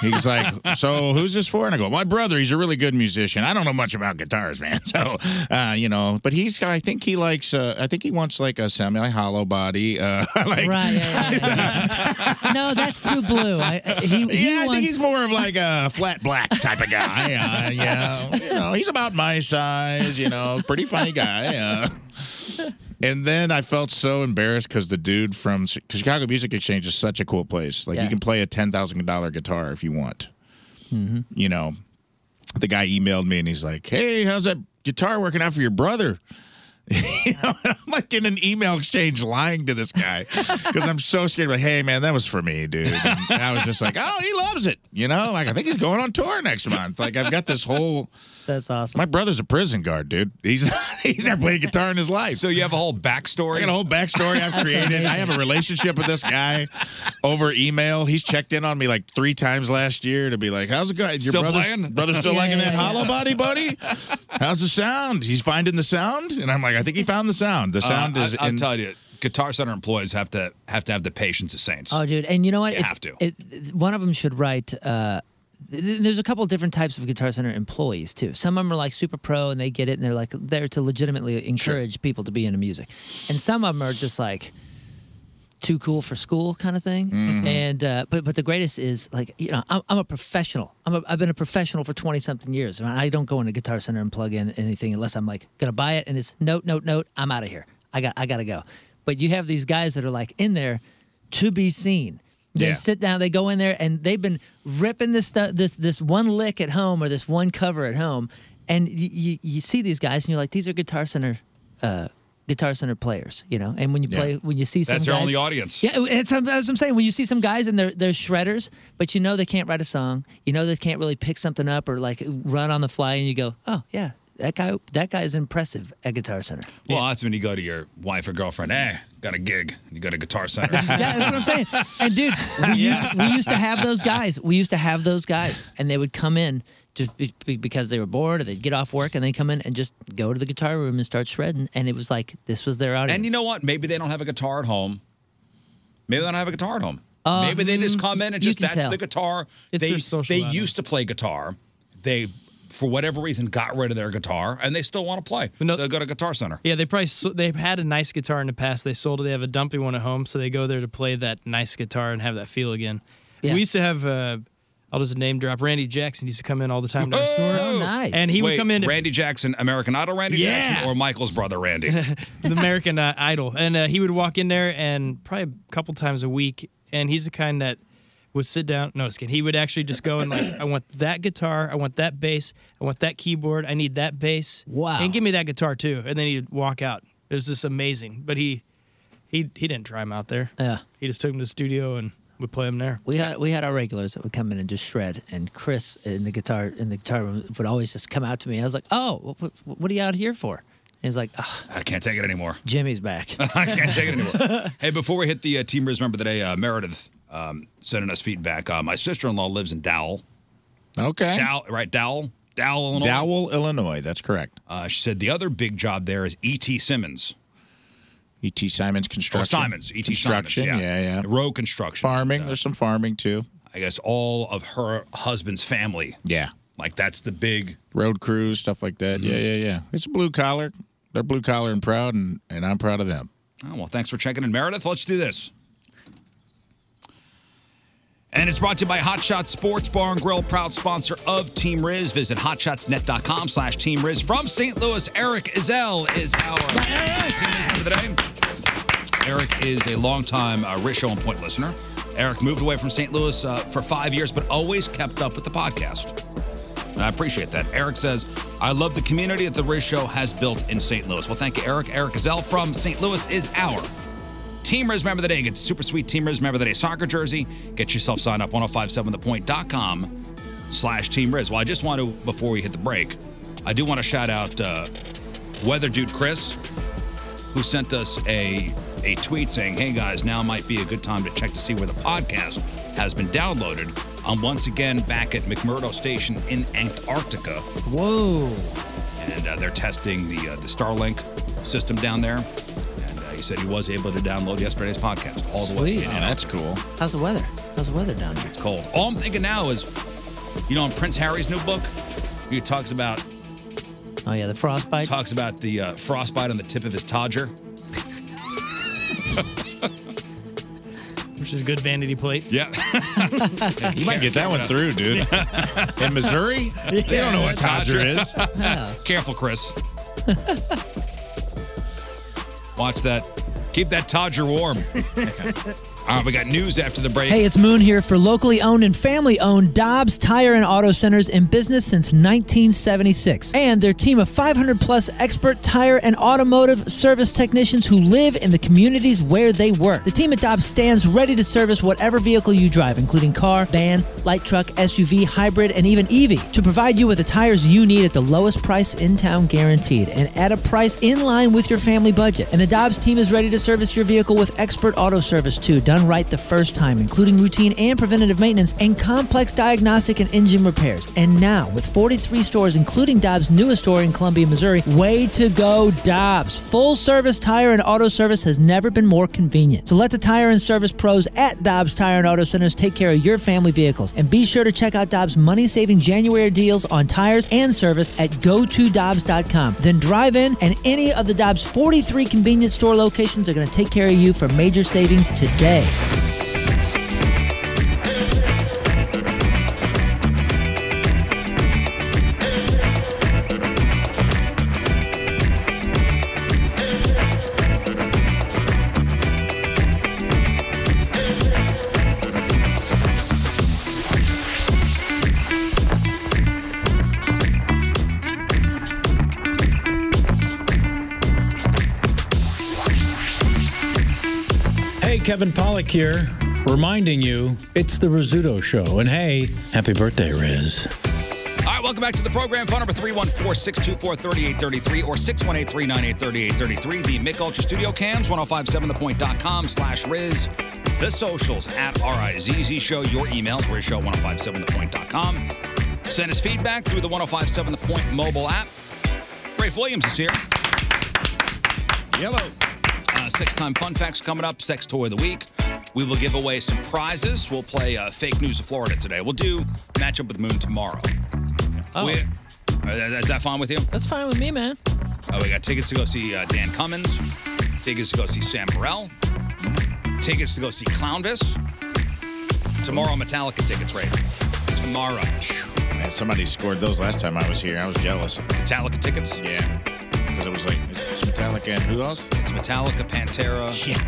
C: He's like, so who's this for? And I go, my brother. He's a really good musician. I don't know much about guitars, man. So, uh, you know, but he's. I think he likes. Uh, I think he wants like a semi hollow body. Uh, like,
A: right. Yeah, yeah, yeah. no, that's too blue. I, I- he, he
C: yeah, I
A: wants-
C: think he's more of like a flat black type of guy. Uh, yeah,
B: Oh.
C: you know, he's about my size. You know, pretty funny guy. Uh, and then I felt so embarrassed because the dude from Chi- Chicago Music Exchange is such a cool place. Like
H: Yeah.
C: you can play a ten thousand dollar guitar if you want. You know, the guy emailed me and he's like, "Hey, how's that guitar working out for your brother?" you know, I'm like in an email exchange lying to this guy because I'm so scared. Like, hey, man, that was for me, dude. And I was just like, oh, he loves it. You know, like I think he's going on tour next month. Like I've got this whole.
A: That's awesome.
C: My brother's a prison guard, dude. He's he's never played guitar in his life. So
B: you have a whole backstory.
C: I got a whole backstory I've
H: That's
C: created. I have a
H: amazing.
C: relationship with this guy over email. He's checked in on me like three times last year to be like, "How's it going? Your
H: Still
C: brother's,
H: playing?
C: brother's still
H: Yeah,
C: liking
H: yeah,
C: that
H: yeah.
C: hollow body, buddy?
B: Uh,
C: How's the sound? He's finding the sound?" And I'm like, "I think he found the sound. The sound
B: Uh,
C: is."
B: I, I'll
C: in-
B: tell you, Guitar Center employees have to have to have the patience of saints.
A: Oh, dude, and you know what?
B: You
A: If-
B: have to.
A: It, it- one of them should write. Uh, th- th- there's a couple different types of Guitar Center employees too. Some of them are like super pro and they get it and they're like there to legitimately encourage people to be into music, and some of them are just like too cool for school kind of thing.
B: Mm-hmm.
H: Mhm.
A: And uh, but but the greatest is like you know I'm, I'm a professional. I'm a, I've been a professional for 20 something years. And I don't go into Guitar Center and plug in anything unless I'm like gonna buy it and it's note note note. I'm out of here. I got I gotta go. But you have these guys that are like in there to be seen. They
H: Yeah.
A: sit down, they go in there, and they've been ripping this stuff, this this one lick at home or this one cover at home, and you you, you see these guys, and you're like, these are Guitar Center, uh, Guitar Center players, you know. And when you
B: Yeah.
A: play, when you see some
B: That's your
A: guys-
B: only audience.
A: Yeah, and it's, that's what I'm saying. When you see some guys and they're they're shredders, but you know they can't write a song, you know they can't really pick something up or like run on the fly, and you go, oh yeah, that guy that guy is impressive at Guitar Center.
B: Well, that's when you go to your wife or girlfriend. Hey, got a gig. You got a Guitar Center.
A: Yeah, that's what I'm saying. And dude, we, used, we used to have those guys. We used to have those guys, and they would come in just be, be- because they were bored, or they'd get off work, and they come in and just go to the guitar room and start shredding. And it was like this was their audience.
B: And you know what? Maybe they don't have a guitar at home. Maybe they don't have a guitar at home.
A: Uh,
B: Maybe they just
D: Um,
A: mm,
B: come in and
A: you
B: just
A: can
B: that's
A: tell.
B: the guitar.
A: It's
B: they
A: their social
B: they
A: outlet.
B: used to play guitar. They for whatever reason got rid of their guitar and they still want to play. so they go to Guitar Center.
D: Yeah, they probably so- they've had a nice guitar in the past. They sold it. They have a dumpy one at home, so they go there to play that nice guitar and have that feel again.
H: Yeah.
D: We used to have. Uh, I'll just name drop. Randy Jackson used to come in all the time to our store.
B: Oh,
D: And he
B: Wait,
D: would come in. if-
B: Randy Jackson, American Idol Randy
D: Yeah.
B: Jackson, or Michael's brother Randy.
D: the American uh, Idol, and uh, he would walk in there and probably a couple times a week. And he's the kind that would sit down. No, just kidding. He would actually just go and like, I want that guitar, I want that bass, I want that keyboard, I need that bass. Wow! And give me that guitar too. And then he'd walk out. It was just amazing. But he he he didn't try him out there.
A: Yeah.
D: He just took him to the studio and would play him there.
A: We had we had our regulars that would come in and just shred, and Chris in the guitar in the guitar room would always just come out to me. I was like, "Oh, what, what are you out here for?" And he's like, "Ugh,
B: I can't take it anymore.
A: "Jimmy's back."
B: I can't take it anymore. hey, before we hit the uh, team Riz member of the day, uh, Meredith um, sending us feedback. Uh, my sister in law lives in Dowell.
C: Okay.
B: Dowell, right? Dowell? Dowell, Illinois.
C: Dowell, Illinois. That's correct.
B: Uh, she said the other big job there is E.T. Simmons.
C: E.T. E Simmons Construction.
B: Or Simons. E.T.
C: Construction.
B: Simmons, yeah.
C: yeah, yeah.
B: Road construction.
C: Farming. There's some farming too.
B: I guess all of her husband's family.
C: Yeah.
B: Like that's the big.
C: Road crews, stuff like that. Yeah,
B: Mm-hmm.
C: yeah, yeah. It's blue collar. They're blue collar and proud, and, and I'm proud of them.
B: Oh, well, thanks for checking in, Meredith. Let's do this. And it's brought to you by Hot Shot Sports Bar and Grill, proud sponsor of Team Riz. Visit hotshotsnet.com slash Team Riz. From St. Louis, Eric Izell is our Team Riz member today. Eric is a longtime uh, Riz Show and Point listener. Eric moved away from St. Louis uh, for five years, but always kept up with the podcast. And I appreciate that. Eric says, I love the community that the Riz Show has built in St. Louis. Well, thank you, Eric. Eric Gazelle from St. Louis is our Team Riz Member of the Day. oh Get super sweet Team Riz Member of the Day soccer jersey. Get yourself signed up, 1057thepoint.com slash Team Riz. Well, I just want to, before we hit the break, I do want to shout out uh, Weather Dude Chris, who sent us a, a tweet saying, hey guys, now might be a good time to check to see where the podcast has been downloaded. I'm once again back at McMurdo Station in Antarctica.
A: Whoa.
B: And uh, they're testing the, uh, the Starlink system down there. And uh, he said he was able to download yesterday's podcast all the way.
A: Sweet. Oh,
B: that's cool.
A: How's the weather? How's the weather down there?
B: It's cold. All I'm thinking now is, you know, in Prince Harry's new book, he talks about.
A: Oh yeah, the frostbite.
B: Talks about the uh, frostbite on the tip of his todger.
D: Which is a good vanity plate.
B: Yeah.
C: You might get that one through, dude. In Missouri? They don't know what Todger is.
B: Yeah. Careful, Chris. Watch that. Keep that Todger warm. All right, we got news after the break.
A: Hey, it's Moon here for locally owned and family owned Dobbs Tire and Auto Centers in business since 1976. And their team of 500 plus expert tire and automotive service technicians who live in the communities where they work. The team at Dobbs stands ready to service whatever vehicle you drive, including car, van, light truck, SUV, hybrid, and even EV, to provide you with the tires you need at the lowest price in town guaranteed and at a price in line with your family budget. And the Dobbs team is ready to service your vehicle with expert auto service too, done right the first time, including routine and preventative maintenance and complex diagnostic and engine repairs. And now, with 43 stores, including Dobbs' newest store in Columbia, Missouri, way to go, Dobbs! Full service tire and auto service has never been more convenient. So let the tire and service pros at Dobbs Tire and Auto Centers take care of your family vehicles. And be sure to check out Dobbs' money saving January deals on tires and service at gotodobbs.com. Then drive in, and any of the Dobbs' 43 convenience store locations are going to take care of you for major savings today.
H: Hey, Kevin Pollock here, reminding you it's the Rizzuto Show. And hey, happy birthday, Riz.
B: All right, welcome back to the program. Phone number 314 624 3833 or 618 398 3833. The Mick Ultra Studio Cams, 1057thepoint.com slash Riz. The socials at RIZZ Show. Your emails, Show 1057thepoint.com. Send us feedback through the 1057 The Point mobile app. Rafe Williams is here. Yellow. Uh, Six time fun facts coming up, sex toy of the week. We will give away some prizes. We'll play uh, Fake News of Florida today. We'll do Matchup with the Moon tomorrow. Oh. is that fine with you?
A: That's fine with me, man.
B: Uh, we got tickets to go see uh, Dan Cummins, tickets to go see Sam Burrell, tickets to go see Clownvis. Tomorrow, Metallica tickets, Rafe. Tomorrow.
C: Man, somebody scored those last time I was here. I was jealous.
B: Metallica tickets?
C: Yeah. Because it was like, it's Metallica and who else?
B: It's Metallica, Pantera, yeah.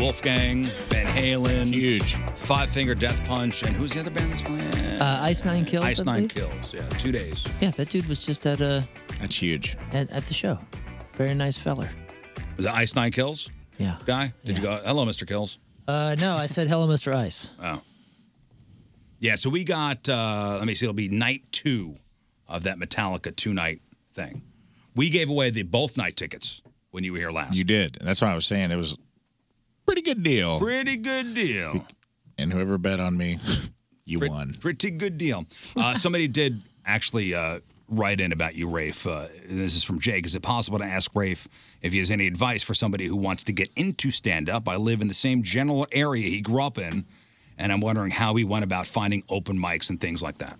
B: Wolfgang, Van Halen. Huge. Five Finger Death Punch. And who's the other band that's playing?
A: Uh, Ice Nine Kills,
B: Ice
A: I
B: Nine
A: believe.
B: Kills, yeah. Two days.
A: Yeah, that dude was just at uh,
C: That's huge.
A: at, at the show. Very nice feller.
B: Was it Ice Nine Kills?
A: Yeah.
B: Guy? Did you go, hello, Mr. Kills?
A: Uh, no, I said hello, Mr. Ice.
B: Oh. Yeah, so we got, uh, let me see, it'll be night two of that Metallica two night thing. We gave away the both night tickets when you were here last.
C: You did. That's what I was saying. It was pretty good deal.
B: Pretty good deal.
C: And whoever bet on me, you
B: Pret-
C: won.
B: Pretty good deal. Uh, somebody did actually uh, write in about you, Rafe. Uh, this is from Jake. Is it possible to ask Rafe if he has any advice for somebody who wants to get into stand up? I live in the same general area he grew up in, and I'm wondering how he went about finding open mics and things like that.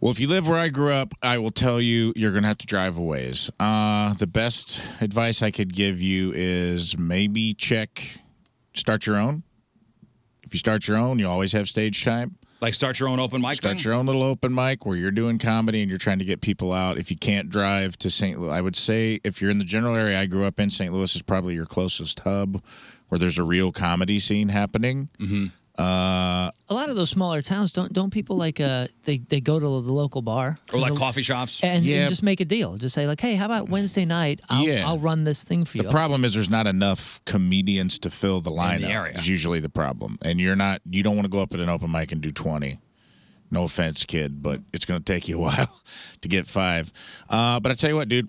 C: Well, if you live where I grew up, I will tell you you're going to have to drive a ways. Uh, the best advice I could give you is maybe check, start your own. If you start your own, you always have stage time.
B: Like start your own open mic.
C: Start
B: thing?
C: your own little open mic where you're doing comedy and you're trying to get people out. If you can't drive to St. Louis, I would say if you're in the general area I grew up in, St. Louis is probably your closest hub where there's a real comedy scene happening. Mm-hmm. Uh,
A: A lot of those smaller towns don't don't people like uh they, they go to the local bar
B: Or like coffee shops.
A: and, and just make a deal. Just say like, hey, how about Wednesday night? I'll,
C: Yeah.
A: I'll run this thing for you.
C: The problem is there's not enough comedians to fill the lineup.
A: area.
C: Is usually the problem, and you're not. You don't want to go up at an open mic and do 20. No offense, kid, but it's going to take you a while to get five. Uh, but I tell you what, dude,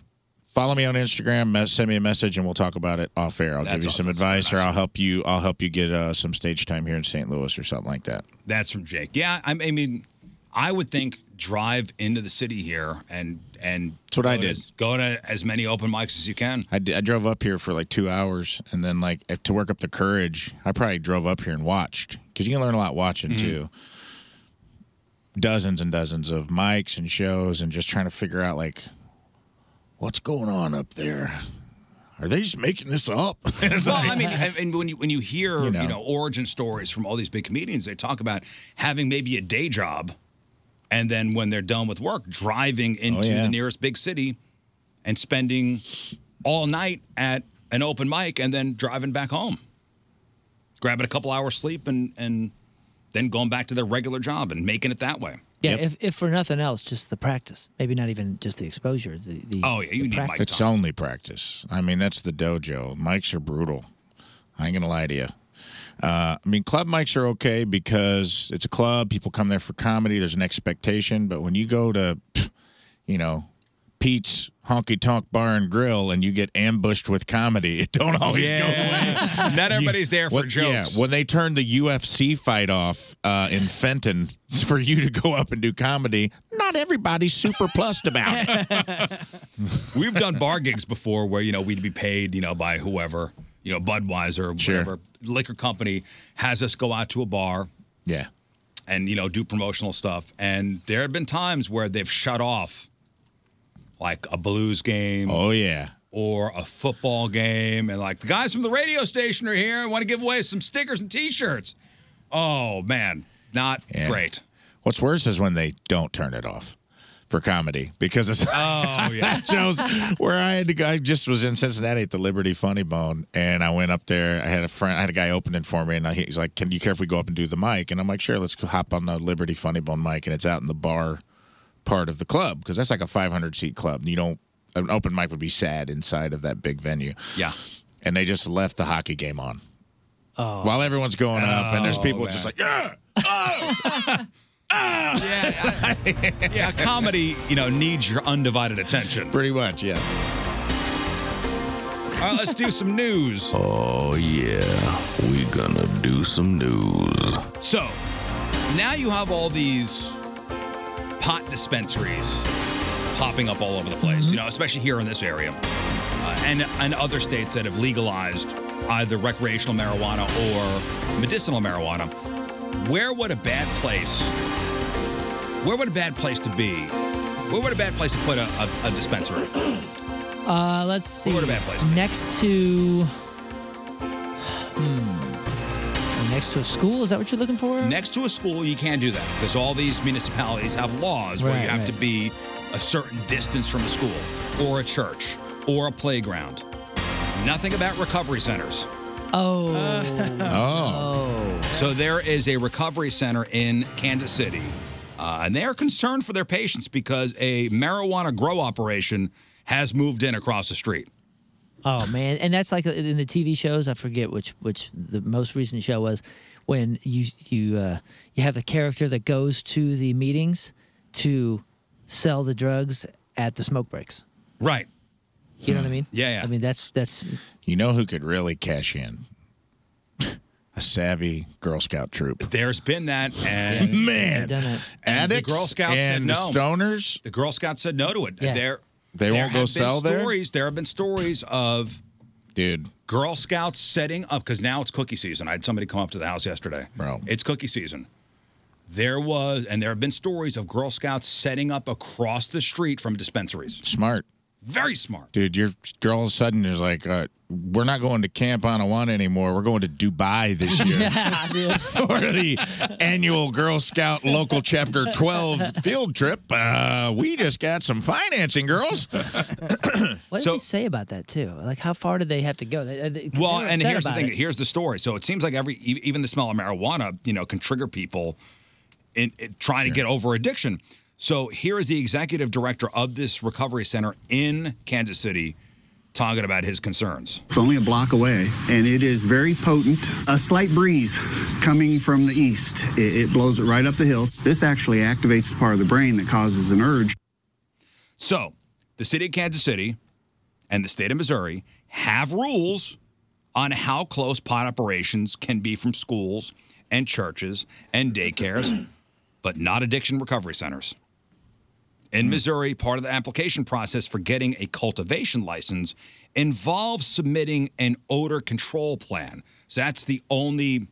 C: follow me on Instagram. mes- Send me a message, and we'll talk about it off air. I'll give
B: That's
C: you some advice, or I'll help you. I'll help you get uh, some stage time here in St. Louis or something like that.
B: That's from Jake. Yeah, I I mean, I would think drive into the city here and and
C: That's what I
B: go to-
C: did.
B: go to as many open mics as you can.
C: I, d- I drove up here for like two hours, and then like if- to work up the courage, I probably drove up here and watched because you can learn a lot watching
B: Mhm.
C: too. Dozens and dozens of mics and shows, and just trying to figure out like what's going on up there. Are they just making this up? It's
B: well,
C: like-
B: I mean, and and when you when you hear you
C: You
B: know.
C: know.
B: origin stories from all these big comedians, they talk about having maybe a day job, and then when they're done with work, driving into
C: Oh, yeah.
B: the nearest big city, and spending all night at an open mic, and then driving back home, grabbing a couple hours sleep, and and then going back to their regular job and making it that way.
A: Yeah, if, if for nothing else, just the practice. Maybe not even just the exposure. The, the
B: Oh, yeah, you
A: the
B: need
A: practice.
C: It's only practice. I mean, that's the dojo. Mics are brutal. I ain't gonna lie to you. Uh, I mean, club mics are okay because it's a club. uh, People come there for comedy. There's an expectation. But when you go to, pff, you know, Pete's Honky Tonk Bar and Grill and you get ambushed with comedy, it don't always go
B: go. Not everybody's there for
C: What-
B: jokes.
C: Yeah, when they turned the UFC fight off uh, in Fenton for you to go up and do comedy, not everybody's super plussed about it.
B: We've done bar gigs before where, you know, we'd be paid, you know, by whoever, you know, Budweiser, whatever liquor company has us go out to a bar.
C: Yeah.
B: And, you know, do promotional stuff. And there have been times where they've shut off like a blues game.
C: Oh, yeah.
B: Or a football game. And like the guys from the radio station are here and want to give away some stickers and t shirts. Oh, man. Not
C: Yeah.
B: great.
C: What's worse is when they don't turn it off for comedy because it's
B: Oh, yeah.
C: shows where I had to go. I just was in Cincinnati at the Liberty Funny Bone, and I went up there. I had a friend, I had a guy opening for me, and I, he's like, "Can you care if we go up and do the mic?" And I'm like, "Sure, let's go hop on the Liberty Funny Bone mic." And it's out in the bar part of the club because that's like a 500 seat club. and You don't an open mic would be sad inside of that big venue.
B: Yeah.
C: And they just left the hockey game on
A: Oh.
C: while everyone's going up, and there's
B: Oh,
C: people
B: man.
C: just like, "Yeah." Oh! Ah!"
B: Yeah, I- yeah. Comedy, you know, needs your undivided attention.
C: Pretty much, yeah.
B: All right, let's do some news.
I: Oh yeah, we gonna do some news.
B: So now you have all these pot dispensaries popping up all over the
C: Mm-hmm.
B: place, you know, especially here in this area uh, and, and other states that have legalized either recreational marijuana or medicinal marijuana. Where would a bad place, where would a bad place to be? Where would a bad place to put a, a, a dispensary?
A: Uh, let's see.
B: What would a bad place
A: Next to. Hmm. Next to a school? Is that what you're looking for?
B: Next to a school, you can't do that because all these municipalities have laws where
A: Right,
B: you have
A: right.
B: to be a certain distance from a school or a church or a playground. Nothing about recovery centers.
A: Oh.
B: Oh. So there is a recovery center in Kansas City, uh, and they are concerned for their patients because a marijuana grow operation has moved in across the street.
A: Oh man, and that's like in the TV shows. I forget which which the most recent show was when you you uh, you have the character that goes to the meetings to sell the drugs at the smoke breaks.
B: Right.
A: You know what I mean?
B: Hmm. Yeah, yeah.
A: I mean that's that's
C: You know who could really cash in? A savvy Girl Scout troop.
B: There's been that, and
C: man,
B: and
C: Addicts
B: the Girl Scouts
C: and
B: said no.
C: the stoners?
B: The Girl Scouts said no to it.
C: Yeah.
B: There,
C: They
B: there
C: won't go
B: have been
C: sell there?
B: stories, there? have been stories of
C: dude
B: Girl Scouts setting up because now it's cookie season. I had somebody come up to the house yesterday. Bro, it's cookie season. There was, and there have been stories of Girl Scouts setting up across the street from dispensaries.
C: Smart.
B: Very smart.
C: Dude, your girl all of a sudden is like, uh, we're not going to Camp Anawana anymore. We're going to Dubai this year for the annual Girl Scout local chapter 12 field trip. Uh, we just got some financing, girls.
A: what did they say about that too? Like how far did they have to go? They- they- they
B: Well,
A: were
B: and
A: upset
B: here's the
A: about
B: thing.
A: it.
B: Here's the story. So it seems like every e- even the smell of marijuana, you know, can trigger people in, in trying to get over addiction. So here is the executive director of this recovery center in Kansas City talking about his concerns.
J: It's only a block away, and it is very potent. A slight breeze coming from the east, it, it blows it right up the hill. This actually activates the part of the brain that causes an urge.
B: So, the city of Kansas City and the state of Missouri have rules on how close pot operations can be from schools and churches and daycares, but not addiction recovery centers. In Missouri, part of the application process for getting a cultivation license involves submitting an odor control plan. So that's the only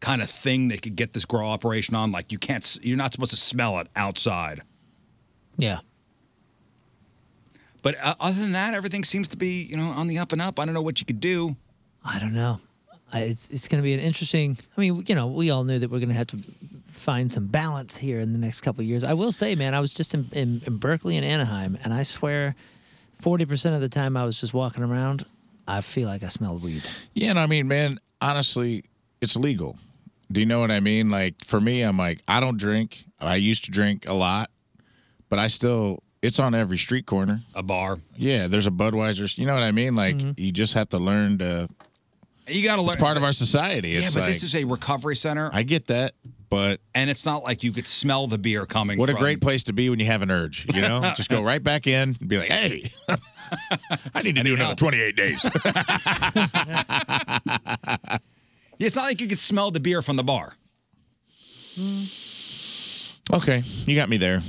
B: kind of thing they could get this grow operation on. Like you can't, s- you're not supposed to smell it outside.
A: Yeah.
B: But uh, other than that, everything seems to be, you know, on the up and up. I don't know what you could do.
A: I don't know. I, it's it's going to be an interesting. I mean, you know, we all knew that we're going to have to find some balance here in the next couple of years. I will say, man, I was just in, in, in Berkeley and Anaheim, and I swear, forty percent of the time I was just walking around, I feel like I smelled weed.
C: Yeah, and I mean, man, honestly, it's legal. Do you know what I mean? Like for me, I'm like, I don't drink. I used to drink a lot, but I still it's on every street corner.
B: A bar.
C: Yeah, there's a Budweiser. You know what I mean? Like you just have to learn to
B: You got to learn.
C: It's part of our society.
B: Yeah,
C: It's
B: but this
C: like-
B: is a recovery center.
C: I get that, but
B: and it's not like you could smell the beer coming.
C: What
B: from-
C: a great place to be when you have an urge, you know? Just go right back in and be like, hey, I need to do another 28 days.
B: Yeah, it's not like you could smell the beer from the bar.
C: Hmm. okay, you got me there.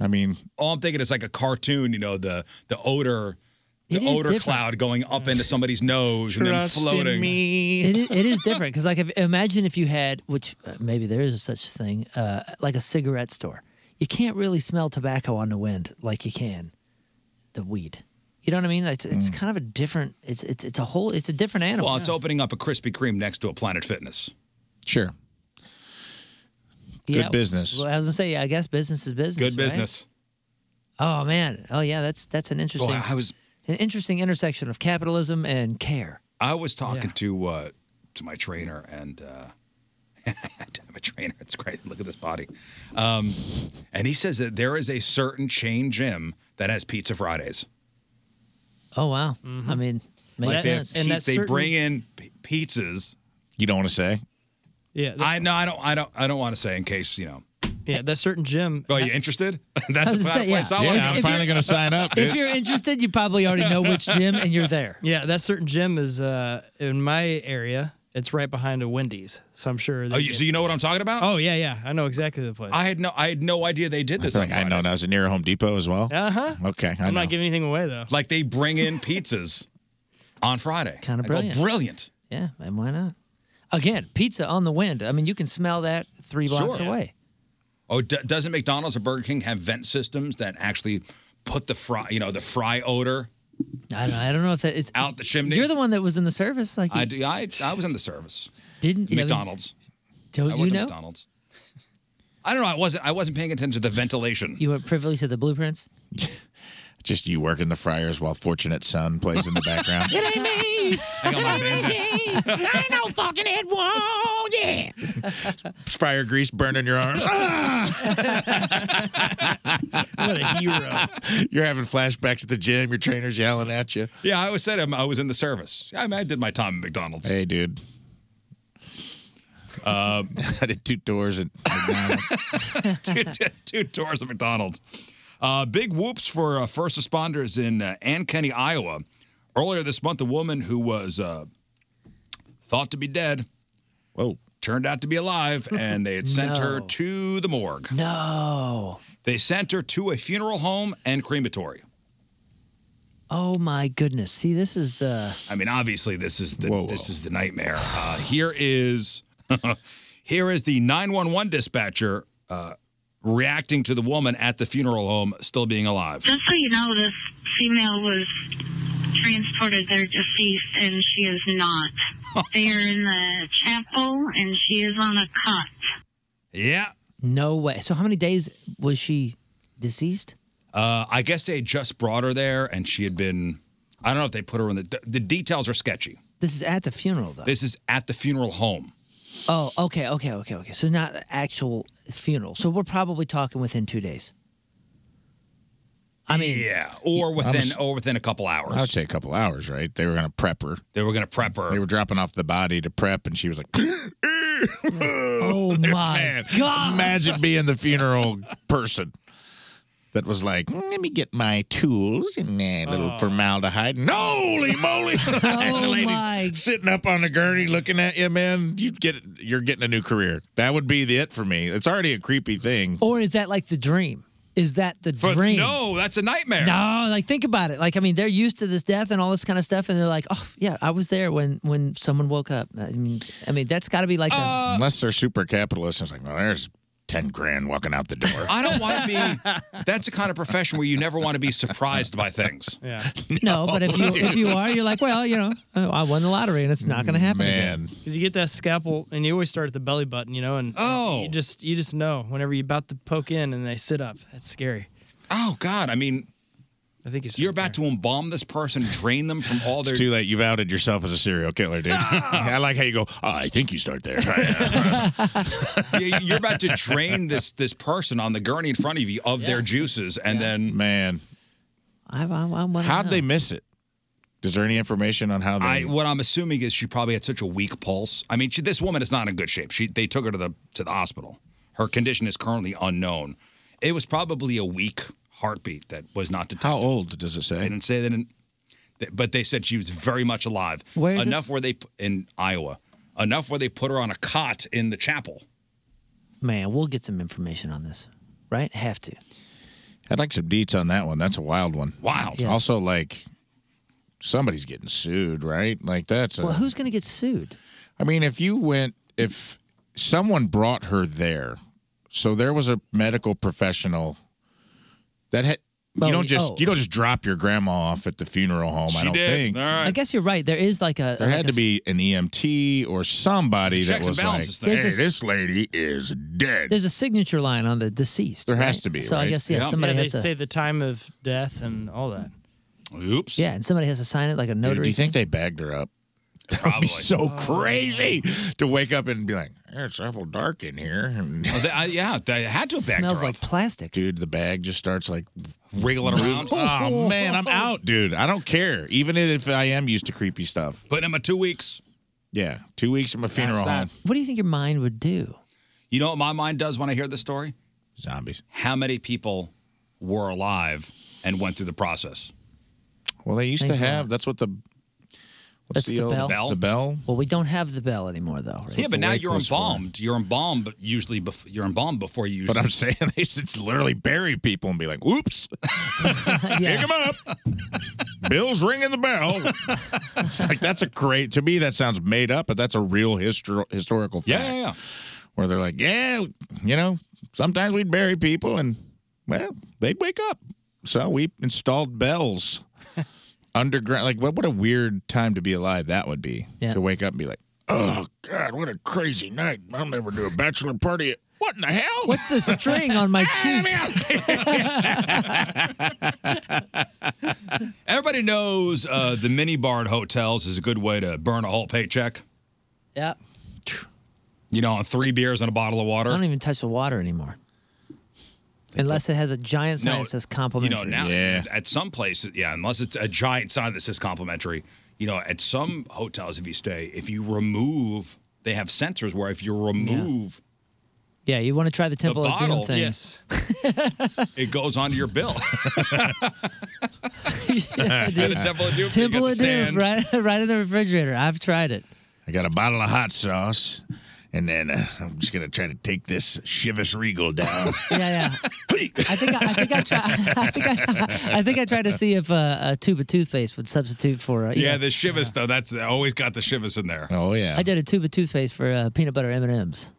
C: I mean,
B: All I'm thinking is like a cartoon, you know, the the odor, the
A: It is
B: odor
A: different.
B: cloud going up into somebody's nose and then floating.
A: It, i- it is different because, like, if, imagine if you had, which uh, maybe there is such thing, uh, like a cigarette store. You can't really smell tobacco on the wind like you can the weed. You know what I mean? It's, it's kind of a different. It's it's it's a whole. It's a different animal.
B: Well, it's opening up a Krispy Kreme next to a Planet Fitness.
C: Sure.
A: Yeah, Well, I was gonna say, yeah, I guess business is business.
B: Good
A: right?
B: business.
A: Oh man. Oh yeah. That's that's an interesting.
B: I was
A: an interesting intersection of capitalism and care.
B: I was talking to uh, to my trainer, and uh, I'm a trainer. It's great. Look at this body. Um, and he says that there is a certain chain gym that has Pizza Fridays.
A: Oh wow. I mean, makes
B: Like they, have
A: sense.
B: pi- they bring in p- pizzas.
C: You don't want to say.
D: Yeah,
B: I no, I don't. I don't. I don't want to say in case you know.
D: Yeah, that certain gym.
B: Oh, you interested?
D: I
B: That's
D: was
B: the
D: gonna say,
B: place
D: yeah.
B: I want.
D: Yeah, I'm If finally you're- gonna sign up, dude.
A: If you're interested, you probably already know which gym, and you're there.
D: Yeah, that certain gym is uh, in my area. It's right behind a Wendy's, so I'm sure.
B: Oh, you, so you know what I'm talking about?
D: Oh yeah, yeah, I know exactly the place.
B: I had no. I had no idea they did
C: I,
B: this.
C: feel like I know now. Is it near Home Depot as well?
D: Uh huh.
C: Okay, I
D: I'm
C: know.
D: not giving anything away though.
B: Like they bring in pizzas on Friday.
A: Kind of
B: I go,
A: brilliant.
B: brilliant.
A: Yeah, and why not? Again, pizza on the wind. I mean, you can smell that three blocks
B: Sure.
A: away.
B: Oh, d- doesn't McDonald's or Burger King have vent systems that actually put the fry, you know, the fry odor
A: I don't, I don't know if that is
B: out the chimney?
A: You're the one that was in the service, like
B: I do. I, I was in the service.
A: Didn't- yeah, I mean,
B: McDonald's?
A: don't
B: I
A: you
B: worked
A: know?
B: At McDonald's. I don't know. I wasn't. I wasn't paying attention to the ventilation.
A: you were privily to the blueprints.
C: Just you working the fryers while Fortunate Son plays in the background.
A: It ain't me.
B: I got my bandana.
F: I ain't no fortunate one. Yeah.
C: Fryer grease burning your arms.
D: what a hero.
C: You're having flashbacks at the gym. Your trainer's yelling at you.
B: Yeah, I always said I'm, I was in the service. I, mean, I did my time at McDonald's.
C: Hey, dude.
B: Um,
C: I did two doors at
B: McDonald's. two, two- two doors at McDonald's. Uh, big whoops for uh, first responders in uh, Ankeny, Iowa. Earlier this month, a woman who was uh, thought to be dead,
C: whoa,
B: turned out to be alive, and they had sent her
A: No.
B: to the morgue. Oh.
A: No.
B: They sent her to a funeral home and crematory.
A: Oh my goodness. See, this is uh
B: I mean, obviously, this is the this is the nightmare. Uh, here is here is the nine one one dispatcher uh, reacting to the woman at the funeral home still being alive.
K: Just so you know, this female was transported. They're deceased, and she is not. they are in the chapel, and she is on a cot.
B: Yeah.
A: no way. So how many days was she deceased?
B: Uh, I guess they had just brought her there, and she had been. I don't know if they put her in the. The, the details are sketchy.
A: This is at the funeral though.
B: This is at the funeral home.
A: Oh, okay, okay, okay, okay. So not the actual funeral. So we're probably talking within two days. I mean,
B: yeah, or
C: I'm
B: within
C: s-
B: or within a couple hours.
C: I would say a couple hours, right? They were going to prep her.
B: They were going to prep her.
C: They were dropping off the body to prep, and she was like,
A: "Oh
C: my god!" Imagine being the
B: Oh,
C: funeral person that was like, "Mm, "Let me get my tools and a little formaldehyde." No, holy moly! the lady's sitting up on the gurney looking at you, man. You get you're getting a new career. That would be the it for me. It's already a creepy thing.
A: Or is that like the dream? Is that the dream?
B: No, that's a nightmare.
A: No, like think about it. Like I mean, they're used to this death and all this kind of stuff, and they're like, "Oh yeah, I was there when when someone woke up." I mean, I mean that's got to be like
B: Oh,
A: a-
C: Unless they're super capitalists, it's like, well, there's ten grand walking out the door.
B: I don't want to be. That's the kind of profession where you never want to be surprised by things.
D: Yeah.
C: Oh,
A: no, But if you if you are, you're like, well, you know, oh, I won the lottery, and it's not going to happen. again.
D: Because you get that scalpel, and you always start at the belly button, you know, and oh, you just you just know whenever you're about to poke in, and they sit up. That's scary.
B: Oh God, I mean,
D: I think it's
B: you're about to embalm this person, drain them from all their.
C: It's too late. You've outed yourself as a serial killer, dude. I like how you go. "Oh, I think you start there.
B: Yeah, you're about to drain this this person on the gurney in front of you of their juices, and then
C: man,
A: I, I, I wanna
C: How'd
A: know.
C: they miss it? Is there any information on how they?
B: I, what I'm assuming is she probably had such a weak pulse. I mean, she, this woman is not in good shape. She they took her to the to the hospital. Her condition is currently unknown. It was probably a weak heartbeat that was not detected. How
C: old does it say?
B: They didn't say that, in, th- but they said she was very much alive.
C: Where is
B: enough
C: this?
B: where they p- in Iowa, enough where they put her on a cot in the chapel.
A: Man, we'll get some information on this, right? Have to.
C: I'd like some deets on that one. That's a wild one.
B: Wild.
A: Yes.
C: Also, like somebody's getting sued, right? Like that's.
A: Well,
C: a,
A: who's going to get sued?
C: I mean, if you went, if someone brought her there, so there was a medical professional that had.
A: Well,
C: you don't just
A: oh.
C: you don't just drop your grandma off at the funeral home. I
A: She
C: don't
A: did.
C: think.
A: I guess you're right. There is like a
C: There
A: like
C: had
A: a
C: to be an EMT or somebody
A: Checks
C: that
A: and
C: was like,
A: balances thing.
C: "Hey,
A: There's a-
C: this lady is dead."
A: There's a signature line on the deceased.
C: There has
A: right?
C: to be,
A: So I
C: right?
A: guess yeah,
C: Yeah.
A: somebody
D: yeah,
A: has
D: they
A: to.
D: say the time of death and all that.
B: Oops.
A: Yeah, and somebody has to sign it like a
C: Dude,
A: notary.
C: do you think they bagged her up? Probably. so crazy to wake up and be like, "It's awful dark in here." And
B: Oh, they, I, yeah, they had to have backed her up.
A: plastic.
C: Dude, the bag just starts like
B: Wriggling around.
C: oh man, I'm out, dude. I don't care. Even if I am used to creepy stuff.
B: Put him a two weeks.
C: Yeah, two weeks from a funeral home.
B: that.
A: What do you think your mind would do?
B: You know what my mind does when I hear this story?
C: Zombies.
B: How many people were alive and went through the process?
C: Well, they used
A: Thanks
C: to
A: a lot.
C: have. That's what the. What's
A: That's the,
C: old
A: bell.
C: The bell.
A: Well, we don't have the bell anymore, though. right?
B: Yeah, but now
A: Wake
B: you're
A: was for-
B: embalmed. You're embalmed, but usually bef- you're embalmed before you.
C: But I'm saying they should just literally bury people and be like, "Oops, pick them up." Bill's ringing the bell. It's like that's a great. To me, that sounds made up, but that's a real histor- historical fact.
B: Yeah, yeah, yeah.
C: Where they're like, yeah, you know, sometimes we'd bury people, and well, they'd wake up. So we installed bells underground. Like, what? What a weird time to be alive that would be to wake up and be like, oh God, what a crazy night! I'll never do a bachelor party. What in the hell?
A: What's the string on my
C: cheek?
B: Everybody knows uh, the mini bar at hotels is a good way to burn a whole paycheck.
A: Yeah.
B: You know, on three beers and a bottle of
A: I
B: water.
A: don't even touch the water anymore. Unless it has a giant sign
B: No,
A: that says
B: You
A: complimentary.
B: know, now at some places, yeah, unless it's a giant sign that says complimentary. You know, at some hotels, if you stay, if you remove, they have sensors where if you remove,
A: yeah, you want to try the Temple of Doom
B: bottle.
A: thing.
B: Yes. it goes onto your bill.
A: Yeah, dude.
B: And the Temple of Doom, you
A: Temple
B: get
A: of
B: the
A: Doom,
B: sand.
A: right, right in the refrigerator. I've tried it.
C: I got a bottle of hot sauce, and then uh, I'm just gonna try to take this Chivas Regal down.
A: Yeah, yeah. I think I, I think I tried. I think I, I think I tried to see if uh, a tube of toothpaste would substitute for. Uh, you
B: yeah,
A: know,
B: the shivas though. That's they always got the shivas in there.
C: Oh yeah,
A: I did a tube of toothpaste for uh, peanut butter M and M's.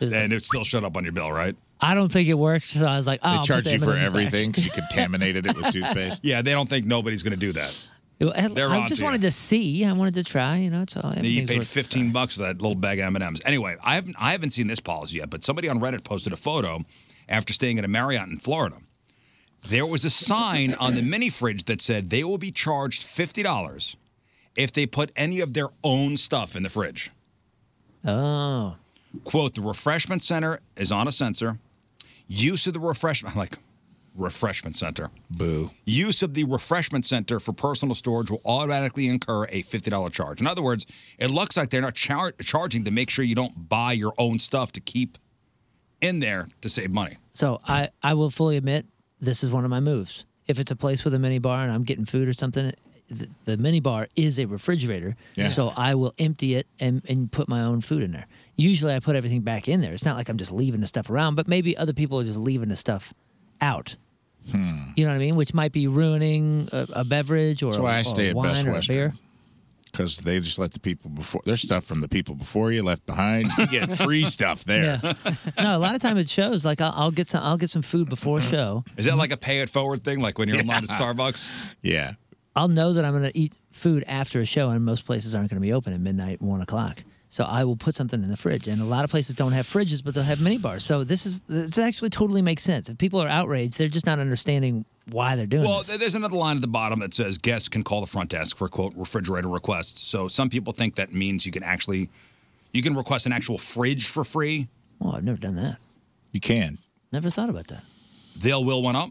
B: and it still showed up on your bill, right?
A: I don't think it worked, so I was like, "Oh, I'll
B: They
A: put
B: charge
A: the
B: you for
A: M&Ms back.
B: everything 'cause you
C: contaminated it with toothpaste.
B: Yeah, they don't think nobody's going to do that.
A: Well, I,
B: They're
A: I
B: onto
A: just
B: you.
A: wanted to see. I wanted to try. You know, it's all.
B: He
A: everything's
B: paid
A: worth-
B: fifteen bucks for that little bag of M and M's. Anyway, I haven't I haven't seen this policy yet, but somebody on Reddit posted a photo after staying at a Marriott in Florida. There was a sign on the mini fridge that said they will be charged fifty dollars if they put any of their own stuff in the fridge.
A: Oh.
B: Quote: The refreshment center is on a sensor. Use of the refreshment. I'm like, refreshment center. Boo. Use of the refreshment center for personal storage will automatically incur a $50 charge. In other words, it looks like they're not char- charging to make sure you don't buy your own stuff to keep in there to save money.
A: So I, I will fully admit this is one of my moves. If it's a place with a mini bar and I'm getting food or something, the, the mini bar is a refrigerator.
L: Yeah.
A: So I will empty it and, and put my own food in there. Usually I put everything back in there. It's not like I'm just leaving the stuff around, but maybe other people are just leaving the stuff out. You know what I mean? Which might be ruining a, a beverage or,
C: That's why I
A: or
C: stay at
A: wine
C: Best
A: or a
C: Western.
A: beer.
C: Because they just let the people before. There's stuff from the people before you left behind. You get free stuff there.
A: Yeah. No, a lot of time it shows. Like I'll, I'll get some. I'll get some food before
B: Uh-huh.
A: show.
B: Is that like a pay it forward thing, like when you're in line at
A: Yeah.
B: Starbucks?
C: Yeah.
A: I'll know that I'm going to eat food after a show, and most places aren't going to be open at midnight, one o'clock. So I will put something in the fridge, and a lot of places don't have fridges, but they'll have mini bars. So this is this actually totally makes sense. If people are outraged, they're just not understanding why they're doing
B: Well,
A: this.
B: th- there's another line at the bottom that says guests can call the front desk for quote refrigerator requests. So some people think that means you can actually you can request an actual fridge for free.
A: Well, Oh, I've never done that.
C: You can.
A: Never thought about that.
B: They'll will one up.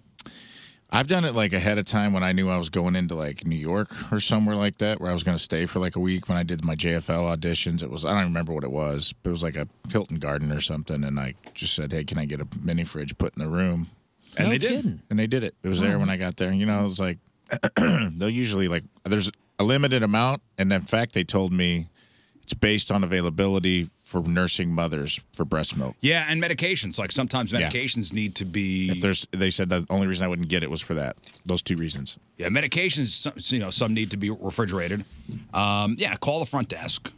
C: I've done it like ahead of time when I knew I was going into like New York or somewhere like that where I was going to stay for like a week. When I did my JFL auditions, it was I don't even remember what it was. But it was like a Hilton Garden or something, and I just said, "Hey, can I get a mini fridge put in the room?" And
B: No
C: they did.
B: kidding.
C: And they did it. It was there when I got there. And, you know, it was like they'll usually like there's a limited amount, and in fact, they told me it's based on availability for nursing mothers for breast milk.
B: Yeah, and medications. Like sometimes medications need to be
C: If there's, they said the only reason I wouldn't get it was for that. Those two reasons.
B: yeah medications. some- You know, some need to be refrigerated. Um, yeah, call the front desk.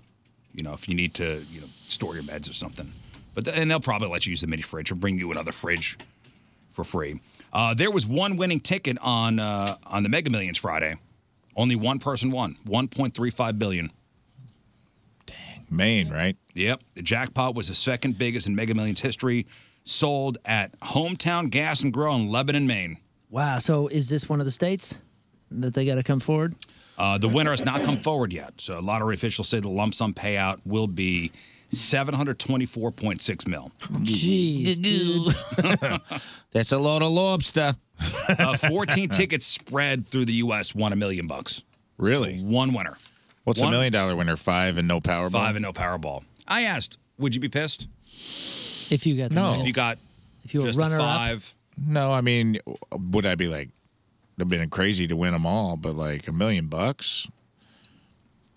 B: You know, if you need to, you know, store your meds or something. But th- and they'll probably let you use the mini fridge or bring you another fridge for free. Uh, there was one winning ticket on uh, on the Mega Millions Friday. Only one person won. One point three five billion. Dang.
C: Maine, right?
B: Yep. The jackpot was the second biggest in Mega Millions history. Sold at Hometown Gas and Grill in Lebanon, Maine.
A: Wow. So is this one of the states that they got to come forward?
B: Uh, the winner has not come forward yet. So lottery officials say the lump sum payout will be 724.6 mil.
A: Jeez,
C: dude. That's a lot of lobster.
B: Uh, 14 tickets spread through the U.S. won a million bucks.
C: Really?
B: One winner.
C: What's
B: One-
C: a million dollar winner? Five and no Powerball.
B: Five and no Powerball. I asked, would you be pissed?
A: If you got the
C: No.
B: If you got
A: if you
B: just a five.
C: No, I mean, would I be like, it'd been crazy to win them all, but like a million bucks,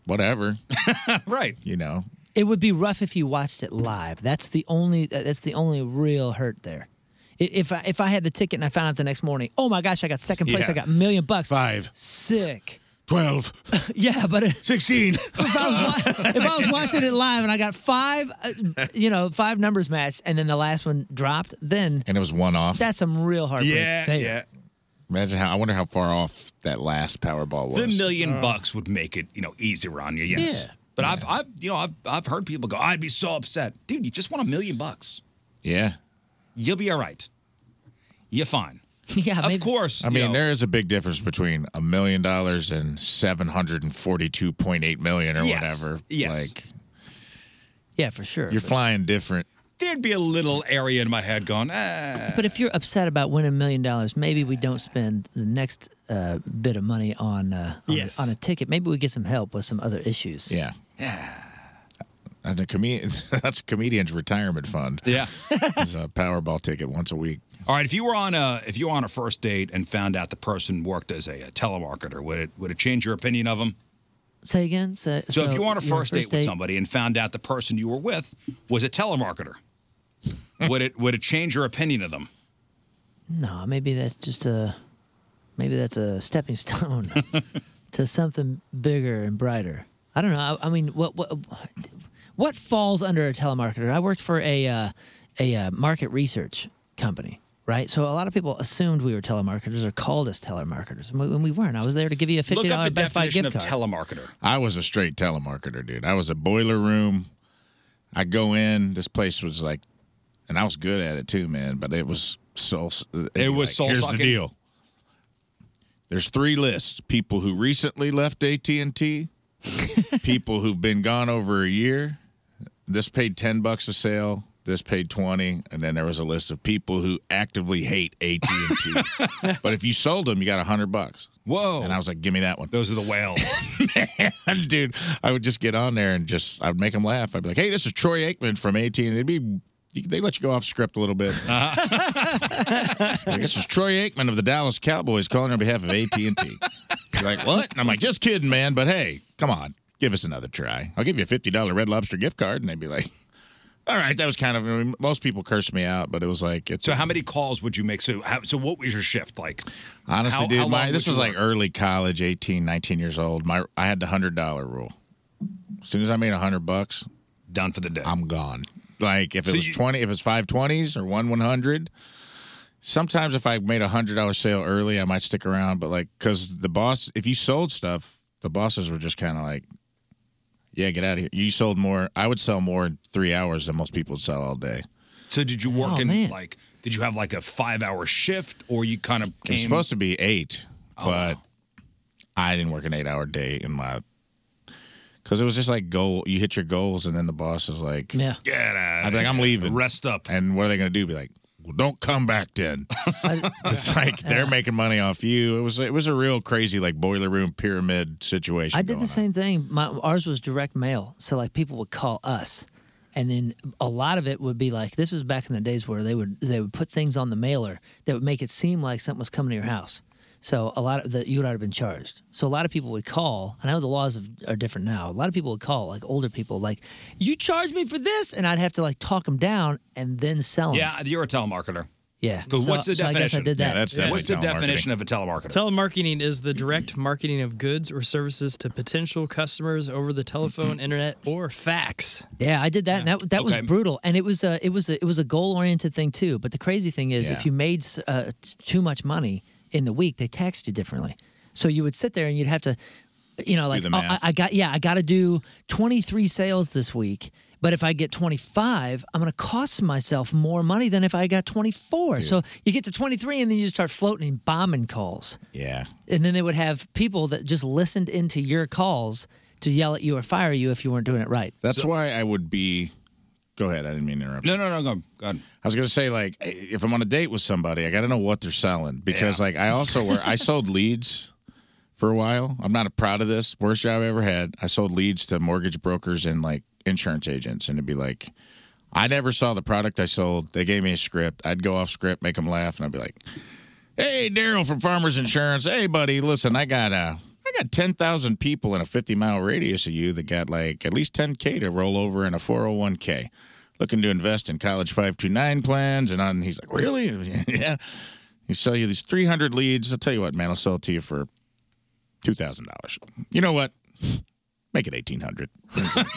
C: whatever.
B: right.
C: You know,
A: It would be rough if you watched it live. That's the only. That's the only real hurt there. I- If I if I had the ticket and I found out the next morning, oh my gosh, I got second place. I
C: Yeah.
A: got a million bucks.
C: Five.
A: Sick.
C: Twelve.
A: yeah, but
C: sixteen.
A: if, I was wa- if I was watching it live and I got five, uh, you know, five numbers matched, and then the last one dropped, then
C: and it was one off.
A: that's some real heartbreak. there.
C: Imagine how I wonder how far off that last Powerball was. Oh.
B: The million bucks would make it, you know, easier on you. Yes.
C: Yeah.
B: But I've, I've, you know, I've, I've heard people go, I'd be so upset, dude. You just won a million bucks.
C: Yeah.
B: You'll be all right. You're fine.
A: Yeah.
B: Of course.
C: I
B: you
C: mean,
B: know,
C: there is a big difference between a million dollars and seven hundred and forty-two point eight million or
B: Yes.
C: whatever.
B: Yes.
C: Like
A: yeah, for sure.
C: you're flying different.
B: there'd be a little area in my head going, ah.
A: But if you're upset about winning a million dollars, maybe we don't spend the next uh, bit of money on uh, on,
C: Yes.
A: on a ticket. Maybe we get some help with some other issues.
C: Yeah. And the comedian, that's a comedian's retirement fund.
B: Yeah.
C: it's a Powerball ticket once a week.
B: All right, if you were on a if you were on a first date and found out the person worked as a, uh telemarketer, would it would it change your opinion of them?
A: Say again. Say,
B: So, if you were on a
A: you're
B: first, date, with somebody and found out the person you were with was a telemarketer, would it would it change your opinion of them?
A: No, maybe that's just a maybe that's a stepping stone to something bigger and brighter. I don't know. I, I mean, what what what falls under a telemarketer? I worked for a uh, a uh, market research company, right? So a lot of people assumed we were telemarketers or called us telemarketers, and we, and we weren't. I was there to give you a fifty
B: Look up
A: dollars
B: the
A: Best Buy
B: definition
A: gift
B: of
A: card.
B: telemarketer.
C: I was a straight telemarketer, dude. I was a boiler room. I go in. This place was like, and I was good at it too, man. But it was soul.
B: It was soul
C: Here's
B: sucking.
C: the deal. There's three lists: people who recently left AT and T, people who've been gone over a year. This paid ten bucks a sale. This paid twenty, and then there was a list of people who actively hate AT and T. But if you sold them, you got hundred bucks.
B: Whoa!
C: And I was like, "Give me that one."
B: Those are the whales,
C: man, dude. I would just get on there and just I would make them laugh. I'd be like, "Hey, this is Troy Aikman from AT," and it'd be they let you go off script a little bit. Like, this is Troy Aikman of the Dallas Cowboys calling on behalf of AT and T. You're like, what? And I'm like, just kidding, man. But hey, come on, give us another try. I'll give you a fifty dollar Red Lobster gift card, and they'd be like, all right, that was kind of. I mean, most people cursed me out, but it was like, it's
B: So how many calls would you make? So how, so what was your shift like?
C: honestly,
B: how-
C: dude,
B: how long
C: my,
B: would
C: this
B: you
C: was like
B: work?
C: early college, 18, 19 years old. My I had the hundred dollar rule. As soon as I made a hundred bucks,
B: done for the day.
C: I'm gone. Like if it
B: So
C: was
B: you-
C: twenty, if it's five twenties or one one hundred. Sometimes if I made a hundred dollar sale early, I might stick around. But like, cause the boss, if you sold stuff, the bosses were just kind of like, "Yeah, get out of here." You sold more. I would sell more in three hours than most people would sell all day.
B: So did you work
C: Oh,
B: in
C: man.
B: like? Did you have like a five hour shift, or you kind of
C: It
B: came? Oh,
C: was supposed to be eight, but I didn't work an eight hour day in my because it was just like goal. You hit your goals, and then the boss is like,
A: Yeah.
B: Get out.
C: I'd be like, I'm leaving.
B: Rest up.
C: And what are they going to do? Be like, well, don't come back then. it's like they're making money off you. It was it was a real crazy like boiler room pyramid situation.
A: I did the same thing. My ours was direct mail, so like people would call us, and then a lot of it would be like this was back in the days where they would they would put things on the mailer that would make it seem like something was coming to your house. So a lot of that you would have been charged. So a lot of people would call. I know the laws of, are different now. A lot of people would call, like older people, like you charged me for this, and I'd have to like talk them down and then sell them.
B: Yeah, you're a telemarketer.
A: Yeah.
B: Because
A: So-
B: what's the
A: so I
B: definition?
A: guess I did that. Yeah, that's
B: What's the
A: definitely
B: definition of a telemarketer?
D: Telemarketing is the direct marketing of goods or services to potential customers over the telephone, internet, or fax.
A: Yeah, I did that. And that that was
D: Okay.
A: brutal, and it was a it was a, it was a goal oriented thing too. But the crazy thing is,
D: Yeah.
A: if you made uh, t- too much money in the week, they taxed you differently. So you would sit there and you'd have to, you know, like
L: the
A: oh, I,
L: math.
A: I got yeah, I got to do twenty three sales this week. But if I get 25, I'm going to cost myself more money than if I got 24. So you get to 23 and then you just start floating and bombing calls.
C: Yeah.
A: And then they would have people that just listened into your calls to yell at you or fire you if you weren't doing it right.
C: That's why I would be. Go ahead. I didn't mean to interrupt.
B: No, no, no. Go, go ahead.
C: I was gonna say like if I'm on a date with somebody, I gotta know what they're selling because like I also were I sold leads for a while. I'm not proud of this. Worst job I ever had. I sold leads to mortgage brokers and like insurance agents, and it'd be like. I never saw the product I sold. They gave me a script. I'd go off script, make them laugh, and I'd be like, "Hey, Daryl from Farmers Insurance. Hey, buddy, listen, I got uh, I got ten thousand people in a fifty mile radius of you that got like at least ten k to roll over in a four hundred one k, looking to invest in college five two nine plans." And on, he's like, "Really? yeah." He sell you these three hundred leads. I'll tell you what, man, I'll sell it to you for two thousand dollars. You know what? Make it eighteen hundred.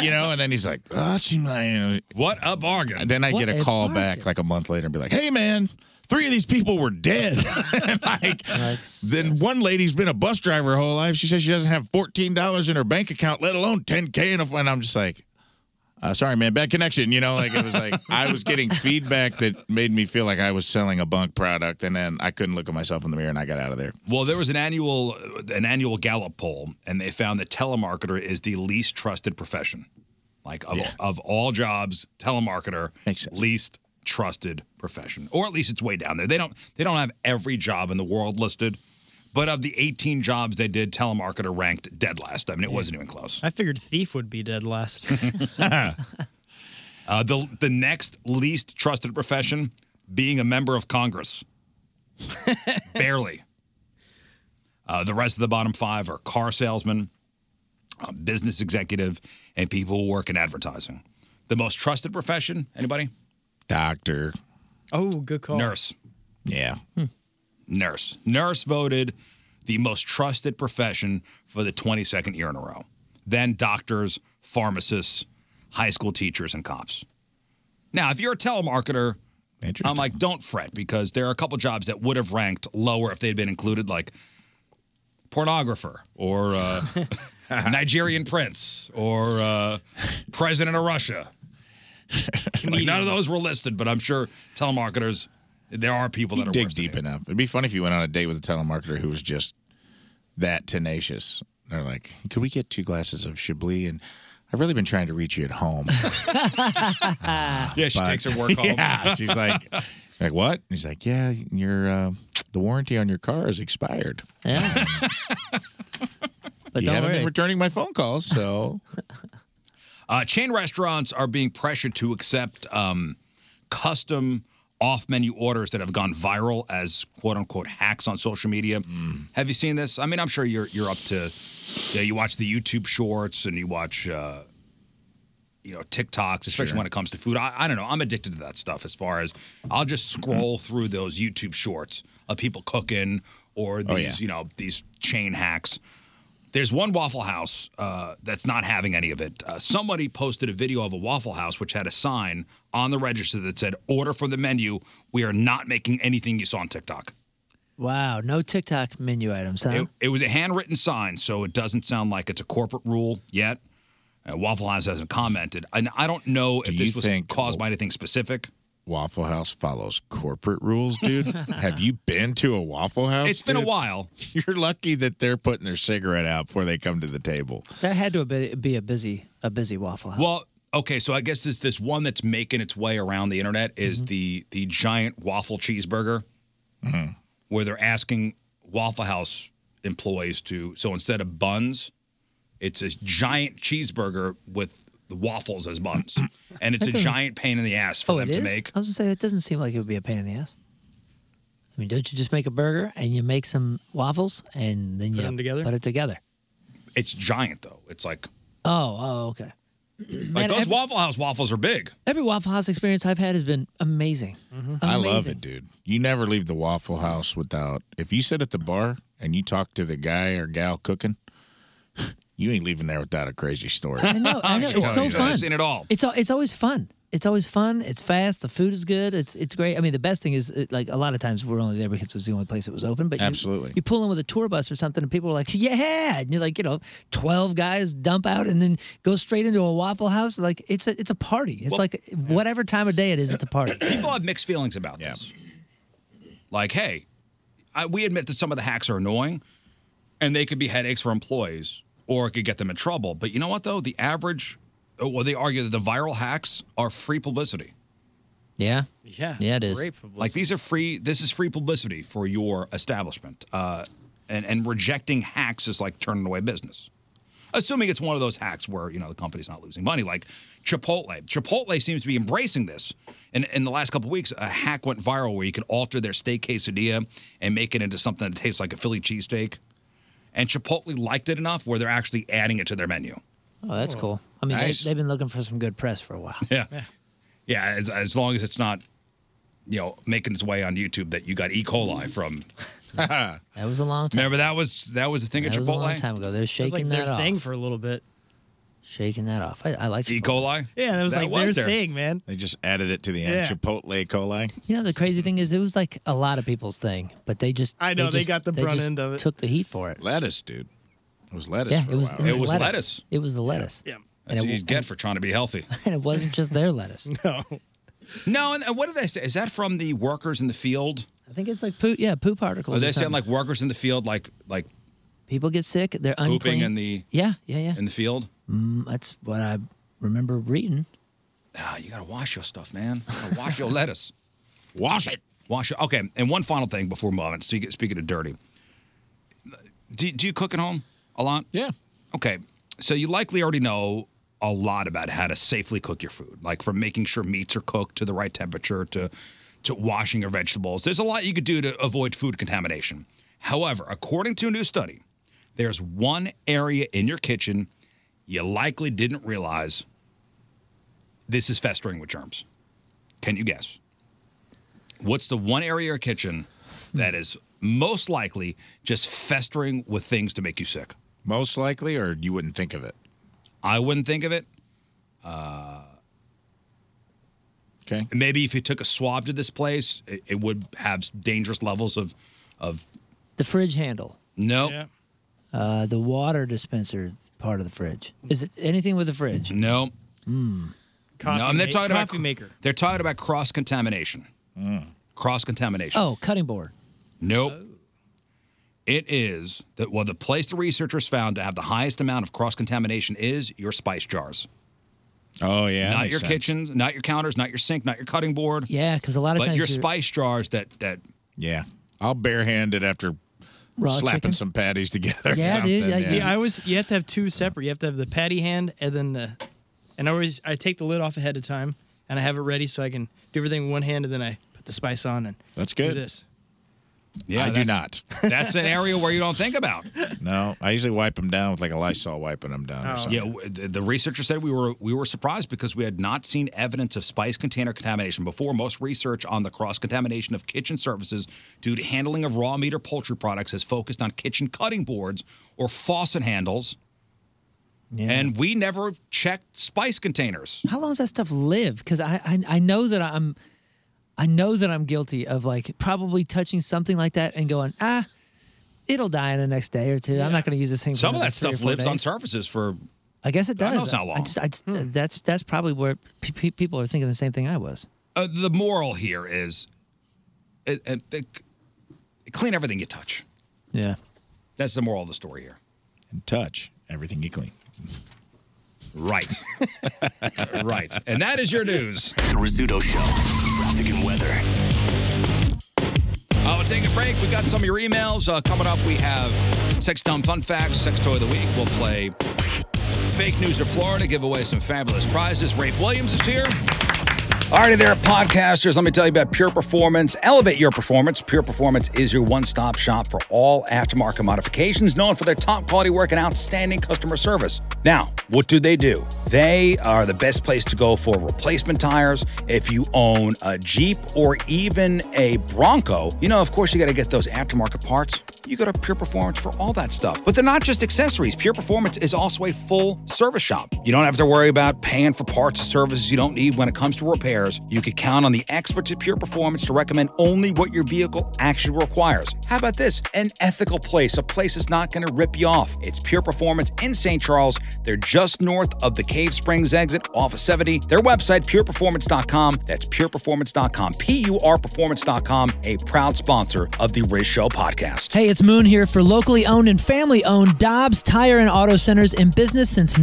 C: you know, and then he's like, oh, she might.
B: What a bargain.
C: And then I
B: What
C: get a,
B: a
C: call back like a month later and be like, hey, man, three of these people were dead. And, like, then one lady's been a bus driver her whole life. She says she doesn't have $14 in her bank account, let alone 10K. In a, and I'm just like, uh, sorry, man, bad connection. You know, like it was like I was getting feedback that made me feel like I was selling a bunk product. And then I couldn't look at myself in the mirror and I got out of there.
B: Well, there was an annual an annual Gallup poll, and they found that telemarketer is the least trusted profession. Like of, of all jobs, telemarketer least trusted profession, or at least it's way down there. They don't they don't have every job in the world listed, but of the 18 jobs they did, telemarketer ranked dead last. I mean, it wasn't even close.
D: I figured thief would be dead last.
B: Uh, the the next least trusted profession, being a member of Congress, barely. Uh, the rest of the bottom five are car salesman, uh, business executive, and people who work in advertising. The most trusted profession, anybody?
C: Doctor.
D: Oh, good call.
B: Nurse.
C: Yeah.
B: Nurse. Nurse voted the most trusted profession for the 22nd year in a row. Then doctors, pharmacists, high school teachers, and cops. Now, if you're a telemarketer, I'm like, don't fret because there are a couple jobs that would have ranked lower if they'd been included, like pornographer or uh, Nigerian prince or uh, president of Russia. like, none of those were listed, but I'm sure telemarketers, there are people that are
C: dig
B: worse
C: deep enough. It'd be funny if you went on a date with a telemarketer who was just that tenacious. They're like, "Could we get two glasses of Chablis?" And I've really been trying to reach you at home.
B: yeah, she
C: But-
B: takes her work home.
C: Yeah, she's like, like what? And he's like, yeah, your uh, the warranty on your car has expired.
A: Yeah.
C: but you
B: don't
C: haven't been
B: worry.
C: returning my phone calls, so
B: Uh, chain restaurants are being pressured to accept um, custom off menu orders that have gone viral as quote unquote hacks on social media.
C: Mm.
B: Have you seen this? I mean, I'm sure you're you're up to. Yeah, you watch the YouTube shorts and you watch. Uh, you know TikToks, especially
C: Sure.
B: when it comes to food. I, I don't know. I'm addicted to that stuff. As far as I'll just scroll through those YouTube shorts of people cooking or these,
C: Oh, yeah.
B: you know, these chain hacks. There's one Waffle House uh, that's not having any of it. Uh, somebody posted a video of a Waffle House which had a sign on the register that said "Order from the menu. We are not making anything you saw on TikTok."
A: Wow, no TikTok menu items, huh?
B: It, it was a handwritten sign, so it doesn't sound like it's a corporate rule yet. Uh, Waffle House hasn't commented, and I don't know if this was caused by anything specific.
C: Waffle House follows corporate rules, dude. Have you been to a Waffle House?
B: It's been a
C: dude?
B: while.
C: You're lucky that they're putting their cigarette out before they come to the table.
A: That had to be, be a busy a busy Waffle House.
B: Well, okay, so I guess it's this one that's making its way around the internet is
A: Mm-hmm.
B: the the giant waffle cheeseburger,
A: Mm-hmm.
B: where they're asking Waffle House employees to so instead of buns, it's a giant cheeseburger with the waffles as buns, and it's a
A: That doesn't-
B: giant pain in the ass for
A: oh,
B: them
A: it
B: to
A: is?
B: make.
A: I was gonna say that doesn't seem like it would be a pain in the ass. I mean, don't you just make a burger and you make some waffles and then
B: Put
A: you
B: 'em together?
A: Put it together.
B: It's giant though. It's like
A: Oh, oh, okay. Man,
B: like those
A: every,
B: Waffle House waffles are big.
A: every Waffle House experience I've had has been amazing.
B: Mm-hmm.
C: I love
A: Amazing.
C: it, dude. You never leave the Waffle House without. If you sit at the bar and you talk to the guy or gal cooking, you ain't leaving there without a crazy story.
A: I know, I know. It's so fun.
C: all.
A: It's al- it's always fun. It's always fun. It's fast. The food is good. It's it's great. I mean, the best thing is it, like a lot of times we're only there because it was the only place that was open. But you-
C: Absolutely.
A: you, pull in with a tour bus or something, and people are like, "Yeah!" And you're like, you know, twelve guys dump out and then go straight into a Waffle House. Like it's a it's a party. It's like whatever time of day it is, it's a party.
B: people have mixed feelings about this. Like, hey, I, we admit that some of the hacks are annoying, and they could be headaches for employees, or it could get them in trouble. But you know what, though, the average, well, they argue that the viral hacks are free publicity.
A: Yeah.
D: Yeah.
A: Yeah, it is.
B: Like these are free. This is free publicity for your establishment, uh, and and rejecting hacks is like turning away business. Assuming it's one of those hacks where you know the company's not losing money, like Chipotle. Chipotle seems to be embracing this. And in the last couple of weeks, a hack went viral where you could alter their steak quesadilla and make it into something that tastes like a Philly cheesesteak. And Chipotle liked it enough where they're actually adding it to their menu.
A: Oh, that's cool. I mean,
B: Nice.
A: they, they've been looking for some good press for a while.
B: Yeah. Yeah, as, as long as it's not, you know, making its way on YouTube that you got E. coli from.
A: that was a long time.
B: Remember that was that was the thing
A: That
B: at
A: was
B: Chipotle
A: a long time ago. They're
D: It was like
A: shaking
D: their
A: that off.
D: thing for a little bit.
A: Shaking that off. I, I like
B: E. coli.
D: Yeah, that was like their thing, man.
C: They just added it to the end.
A: Yeah.
C: Chipotle E. coli.
A: You know the crazy thing is it was like a lot of people's thing, but they just
D: I know, they
A: just-
D: got the brunt
A: just
D: end of it.
A: Took the heat for it.
C: Lettuce, dude. It was lettuce.
A: Yeah,
C: for
A: it was,
C: a
A: it
C: while.
A: was lettuce. It was the lettuce. Yeah,
B: That's what you get for trying to be healthy.
A: and it wasn't just their lettuce.
D: No,
B: No, and and what do they say? Is that from the workers in the field?
A: I think it's like poop. Yeah, poop particles.
B: Are
A: or
B: they
A: something.
B: saying like workers in the field, like like
A: people get sick? They're
B: pooping
A: unclean.
B: in the
A: yeah, yeah, yeah.
B: in the field?
A: Mm, that's what I remember reading.
B: Ah, you gotta wash your stuff, man. You gotta wash your lettuce. Wash it. Wash it. Okay, and one final thing before moving. So you get, speaking of dirty, do, do you cook at home a lot? Yeah. Okay, so you likely already know a lot about how to safely cook your food, like from making sure meats are cooked to the right temperature to to washing your vegetables. There's a lot you could do to avoid food contamination. However, according to a new study, there's one area in your kitchen you likely didn't realize this is festering with germs. Can you guess? What's the one area or kitchen that is most likely just festering with things to make you sick?
C: Most likely, or you wouldn't think of it.
B: I wouldn't think of it. Uh,
C: okay.
B: Maybe if you took a swab to this place, it, it would have dangerous levels of of
A: The fridge handle,
B: no,
A: uh, the water dispenser part of the fridge. Is it anything with the fridge?
B: no,
C: Hmm.
A: Mm.
B: no. And they're
A: ma-
B: talking
A: coffee
B: about maker. They're talking about cross
C: Hmm.
B: Mm-hmm. contamination. Cross contamination.
A: Oh, cutting board.
B: Nope. It is that well, the place the researchers found to have the highest amount of cross contamination is your spice jars.
C: Oh yeah, that
B: not
C: makes
B: your
C: sense.
B: kitchen, not your counters, not your sink, not your cutting board.
A: Yeah, because a lot of
B: but
A: times
B: your
A: you're-
B: spice jars that that
C: Yeah, I'll barehand it after
A: Raw
C: slapping
A: chicken?
C: some patties together. or
D: Yeah,
C: something,
D: dude. See, I always you have to have two separate. You have to have the patty hand and then the, and I always I take the lid off ahead of time and I have it ready so I can do everything in one hand and then I put the spice on and
C: That's
D: do
C: good.
D: this.
C: Yeah, I do not.
B: That's an area where you don't think about.
C: No, I usually wipe them down with like a Lysol wipe when I'm done. Or something.
B: Yeah, w- the the researcher said we were we were surprised because we had not seen evidence of spice container contamination before. Most research on the cross contamination of kitchen surfaces due to handling of raw meat or poultry products has focused on kitchen cutting boards or faucet handles, and we never checked spice containers.
A: How long does that stuff live? Because I, I I know that I'm, I know that I'm guilty of like probably touching something like that and going ah, it'll die in the next day or two. I'm not going to use this thing. For
B: Some of
A: another
B: that
A: three or
B: stuff
A: four
B: lives on
A: days."
B: surfaces for
A: I guess it
B: I
A: does.
B: know it's not
A: I
B: long.
A: just, I just-
D: Hmm.
A: that's that's probably where pe- pe- people are thinking the same thing I was.
B: uh, the moral here is uh, uh, uh, clean everything you touch.
A: Yeah.
B: That's the moral of the story here.
C: And touch everything you clean.
B: Right. right. And that is your news.
M: The Rizzuto Show. Traffic and weather.
B: Uh, we'll take a break. We got some of your emails uh, coming up. We have sex dumb fun facts, sex toy of the week. We'll play fake news of Florida, give away some fabulous prizes. Rafe Williams is here. Alrighty there, podcasters. Let me tell you about Pure Performance. Elevate your performance. Pure Performance is your one-stop shop for all aftermarket modifications, known for their top quality work and outstanding customer service. Now, what do they do? They are the best place to go for replacement tires. If you own a Jeep or even a Bronco, you know, of course, you got to get those aftermarket parts. You go to Pure Performance for all that stuff. But they're not just accessories. Pure Performance is also a full service shop. You don't have to worry about paying for parts or services you don't need when it comes to repairs. You can count on the experts at Pure Performance to recommend only what your vehicle actually requires. How about this? An ethical place, a place that's not going to rip you off. It's Pure Performance in St. Charles. They're just north of the Cave Springs exit off of 70. Their website, pureperformance.com. That's pureperformance.com. P U R performance.com, a proud sponsor of the Riz Show podcast.
A: Hey, it's Moon here for locally owned and family owned Dobbs Tire and Auto Centers in business since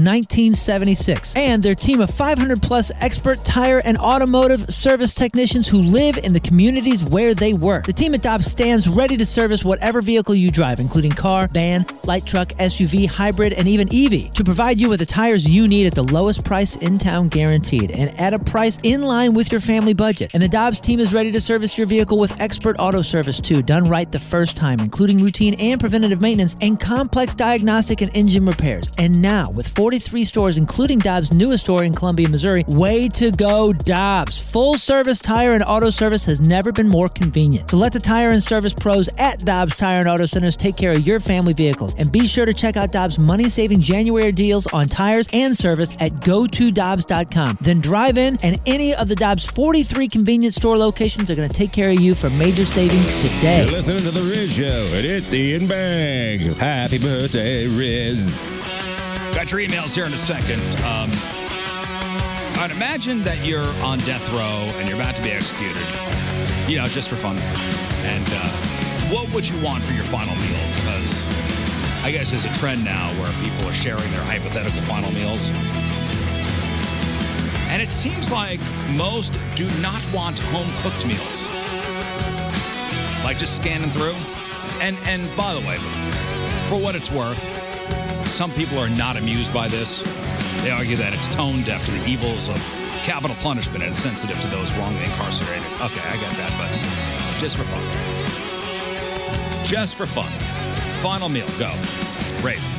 A: 1976. And their team of 500 plus expert tire and automotive service technicians who live in the communities where they work. The team at Dobbs stands ready to service whatever vehicle you drive, including car, van, light truck, SUV, hybrid, and even EV, to provide you with the tires you need at the lowest price in town guaranteed and at a price in line with your family budget. And the Dobbs team is ready to service your vehicle with expert auto service too, done right the first time, including routine and preventative maintenance and complex diagnostic and engine repairs. And now, with 43 stores, including Dobbs' newest store in Columbia, Missouri, way to go, Dobbs! Full service tire and auto service has never been more convenient. So let the tire and service pros at Dobbs Tire and Auto Centers take care of your family vehicles. And be sure to check out Dobbs' money saving January deals on tires and service at gotodobbs.com. Then drive in, and any of the Dobbs' 43 convenience store locations are going to take care of you for major savings today.
L: You're listening to The Riz Show, and it's Ian Bang. Happy birthday, Riz.
B: Got your emails here in a second. Um, I'd imagine that you're on death row and you're about to be executed, you know, just for fun. And uh, what would you want for your final meal? Because I guess there's a trend now where people are sharing their hypothetical final meals. And it seems like most do not want home cooked meals. Like just scanning through. And and by the way, for what it's worth, some people are not amused by this. They argue that it's tone deaf to the evils of capital punishment and sensitive to those wrongly incarcerated. Okay, I got that, but just for fun. Just for fun. Final meal, go. Rafe.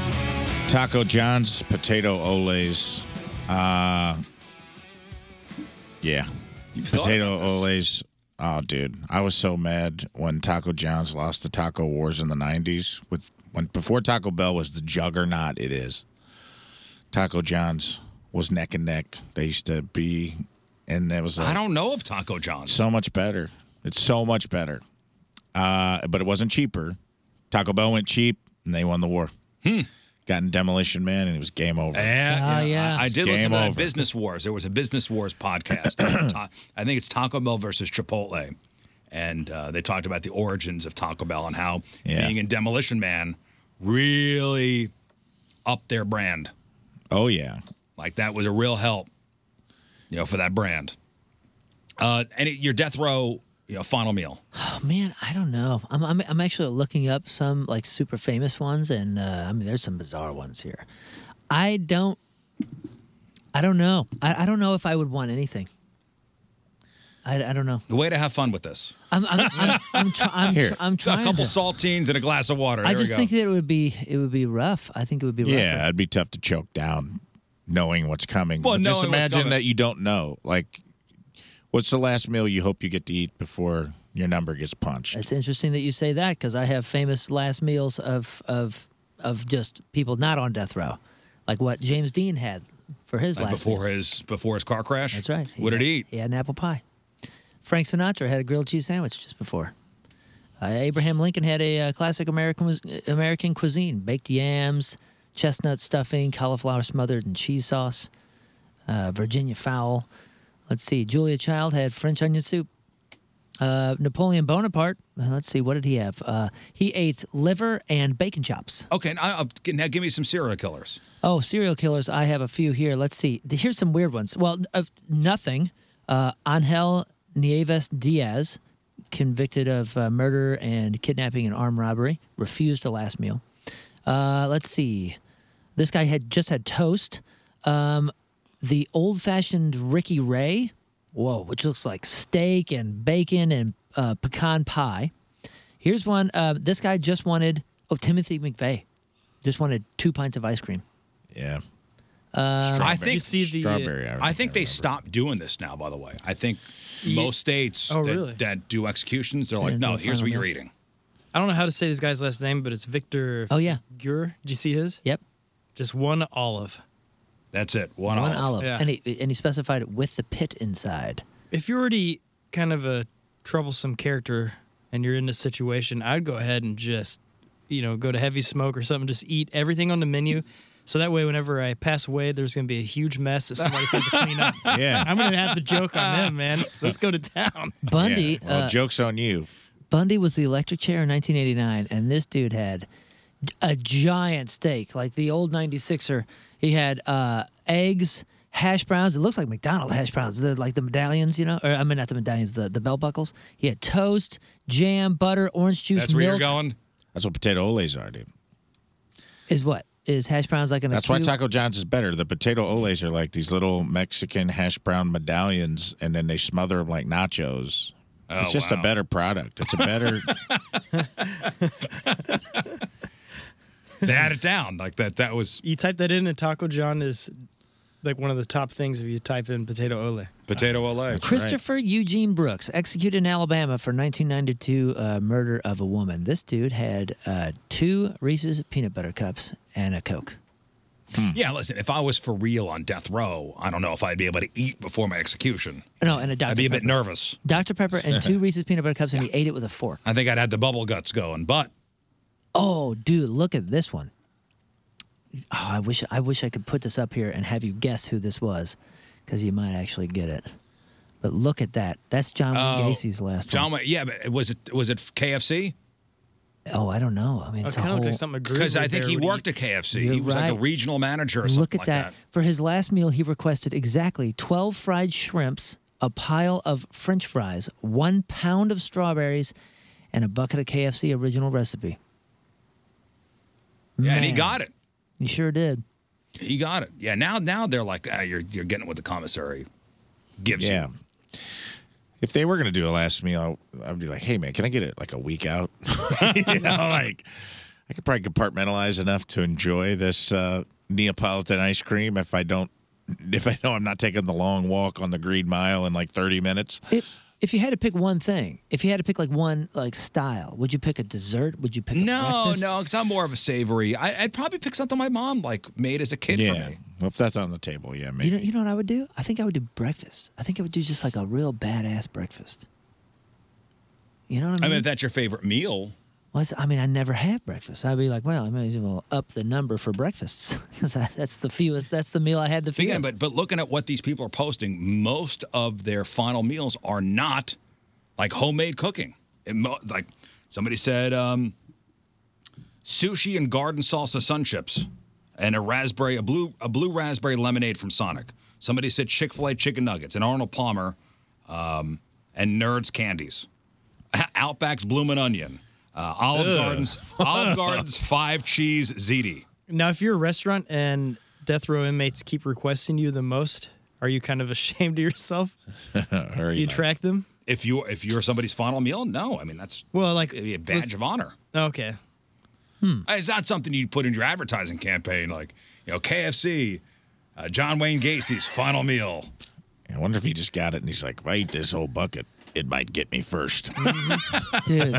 C: Taco John's, potato Olays. Uh, yeah.
B: thought
C: potato Olays. Oh, dude. I was so mad when Taco John's lost the Taco Wars in the 90s with when before Taco Bell was the juggernaut it is. Taco John's was neck and neck. They used to be and that was like,
B: I don't know of Taco John's.
C: so much better. It's so much better. Uh, but it wasn't cheaper. Taco Bell went cheap and they won the war. Hmm. Got in Demolition Man and it was game over.
B: Yeah, I, I did
C: Game
B: listen to that
C: over.
B: Business Wars. There was a Business Wars podcast. Ta- I think it's Taco Bell versus Chipotle. and uh, they talked about the origins of Taco Bell and how being in Demolition Man really upped their brand.
C: Oh yeah,
B: like that was a real help, you know, for that brand. Uh, and it- your death row, you know, final meal.
A: Oh man, I don't know. I'm I'm, I'm actually looking up some like super famous ones, and uh, I mean, there's some bizarre ones here. I don't, I don't know. I, I don't know if I would want anything. I, I don't know.
B: The way to have fun with this.
A: I'm I'm I'm, I'm, try, I'm,
B: Here,
A: tr- I'm trying.
B: a couple
A: to-
B: saltines and a glass of water.
A: I
B: There we
A: just
B: go.
A: think that it would be it would be rough. I think it would be rough.
C: Yeah, it'd be tough to choke down knowing what's coming.
A: Well,
C: But just
A: knowing what's
C: imagine
A: coming.
C: that you don't know. Like, what's the last meal you hope you get to eat before your number gets punched?
A: It's interesting that you say that because I have famous last meals of of of just people not on death row, like what James Dean had for his
B: like
A: last meal.
B: before his before his car crash. That's right. What did he eat?
A: He had an apple pie. Frank Sinatra had a grilled cheese sandwich just before. Uh, Abraham Lincoln had a uh, classic American American cuisine: baked yams, chestnut stuffing, cauliflower smothered in cheese sauce, uh, Virginia fowl. Let's see. Julia Child had French onion soup. Uh, Napoleon Bonaparte. uh, Let's see. What did he have? Uh, he ate liver and bacon chops.
B: Okay, now, uh, now give me some serial killers.
A: Oh, serial killers. I have a few here. Let's see. Th- Here's some weird ones. Well, n- uh, nothing. Uh, Angel Nieves Diaz, convicted of uh, murder and kidnapping and armed robbery, refused a last meal. Uh, let's see. This guy had just had toast. Um, the old fashioned Ricky Ray, whoa, which looks like steak and bacon and uh, pecan pie. Here's one. Uh, this guy just wanted, oh, Timothy McVeigh just wanted two pints of ice cream.
C: Yeah.
A: Um,
B: I think I, think they stopped doing this now. By the way, I think most states
D: Oh,
B: that,
D: really?
B: that do executions, they're
D: They don't
B: like,
D: do
B: no,
D: a
B: here's
D: final
B: what you're
D: meal."
B: eating.
D: I don't know how to say this guy's last name, but it's Victor.
A: Oh, yeah.
D: Gur. Did you see his?
A: Yep.
D: Just one olive.
B: That's it. One,
A: one olive,
D: Yeah.
A: and he and he specified it with the pit inside.
D: if you're already kind of a troublesome character and you're in this situation, I'd go ahead and just, you know, go to heavy smoke or something. Just eat everything on the menu. So that way, whenever I pass away, there's going to be a huge mess that somebody's going to clean up.
C: Yeah.
D: I'm going to have to joke on them, man. Let's go to town.
A: Bundy,
C: Yeah. Well,
A: uh,
C: joke's on you.
A: Bundy was the electric chair in 1989, and this dude had a giant steak, like the old 96er. He had uh, eggs, hash browns. It looks like McDonald hash browns. They're like the medallions, you know? Or, I mean, not the medallions, the, the belt buckles. He had toast, jam, butter, orange juice,
C: That's where
A: milk.
C: you're going. That's what potato oles are, dude.
A: Is what? Is hash browns like an
C: That's why Taco John's is better. The potato oles are like these little Mexican hash brown medallions, and then they smother them like nachos.
B: Oh,
C: it's just
B: wow.
C: a better product. It's a better.
B: They had it down like that. That was
D: You type that in, and Taco John is like one of the top things if you type in potato ole.
B: potato ole.
A: Christopher Eugene Brooks, executed in Alabama for 1992 uh, murder of a woman. This dude had uh, two Reese's peanut butter cups and a Coke.
C: Hmm.
B: Yeah, listen, if I was for real on death row, I don't know if I'd be able to eat before my execution.
A: No, and a Dr.
B: I'd be a bit
A: Pepper.
B: nervous.
A: Dr. Pepper and two Reese's peanut butter cups, and he ate it with a fork.
B: I think I'd had the bubble guts going, but
A: Oh, dude, look at this one. Oh, I wish I wish I could put this up here and have you guess who this was, because you might actually get it. But look at that. That's John Wayne
B: Oh,
A: Gacy's last
B: John,
A: one.
B: Wayne- yeah, but was it was it KFC?
A: Oh, I don't know. I mean, it's a whole-
B: Because I think he worked at KFC.
A: You're
B: he was like
A: right.
B: a regional manager or something
A: Look at
B: like
A: that.
B: that.
A: For his last meal, he requested exactly 12 fried shrimps, a pile of french fries, one pound of strawberries, and a bucket of KFC original recipe.
B: Yeah, and he
A: Man.
B: got it.
A: He sure did.
B: He got it. Yeah. Now, now they're like, ah, you're you're getting what the commissary gives
C: yeah.
B: you.
C: If they were gonna do a last meal, I- I'd be like, "Hey man, can I get it like a week out?" you know, like I could probably compartmentalize enough to enjoy this uh, Neapolitan ice cream if I don't, if I know I'm not taking the long walk on the Green Mile in like 30 minutes.
A: If, if you had to pick one thing, if you had to pick like one like style, would you pick a dessert? Would you pick a
B: No,
A: breakfast?
B: no, because I'm more of a savory. I, I'd probably pick something my mom like made as a kid for me.
C: Well, if that's on the table, yeah,
A: You know, you know what I would do? I think I would do breakfast. I think I would do just like a real badass breakfast. You know what I mean?
B: I mean, if that's your favorite meal,
A: Well, it's- I mean, I never have breakfast. I'd be like, well, I may as well up the number for breakfasts because that's the fewest. That's the meal I had the
B: Think
A: fewest.
B: about it, but looking at what these people are posting, most of their final meals are not like homemade cooking. It mo- like somebody said, um, sushi and garden salsa sun chips, and a raspberry, a blue, a blue raspberry lemonade from Sonic. Somebody said Chick Fil A chicken nuggets, and Arnold Palmer, um, and Nerds candies, Outback's bloomin' onion, uh, Olive
D: Ugh.
B: Gardens, Olive Gardens five cheese ziti.
D: Now, if you're a restaurant and death row inmates keep requesting you the most, are you kind of ashamed of yourself? Do you track them?
B: If you if you're somebody's final meal, no. I mean that's
D: well like
B: a badge
D: let's-
B: of honor.
D: Okay.
A: Hmm.
B: It's not something you'd put in your advertising campaign, like you know KFC, uh, John Wayne Gacy's final meal.
C: I wonder if he just got it and he's like, if I eat this whole bucket, it might get me first.
A: Dude,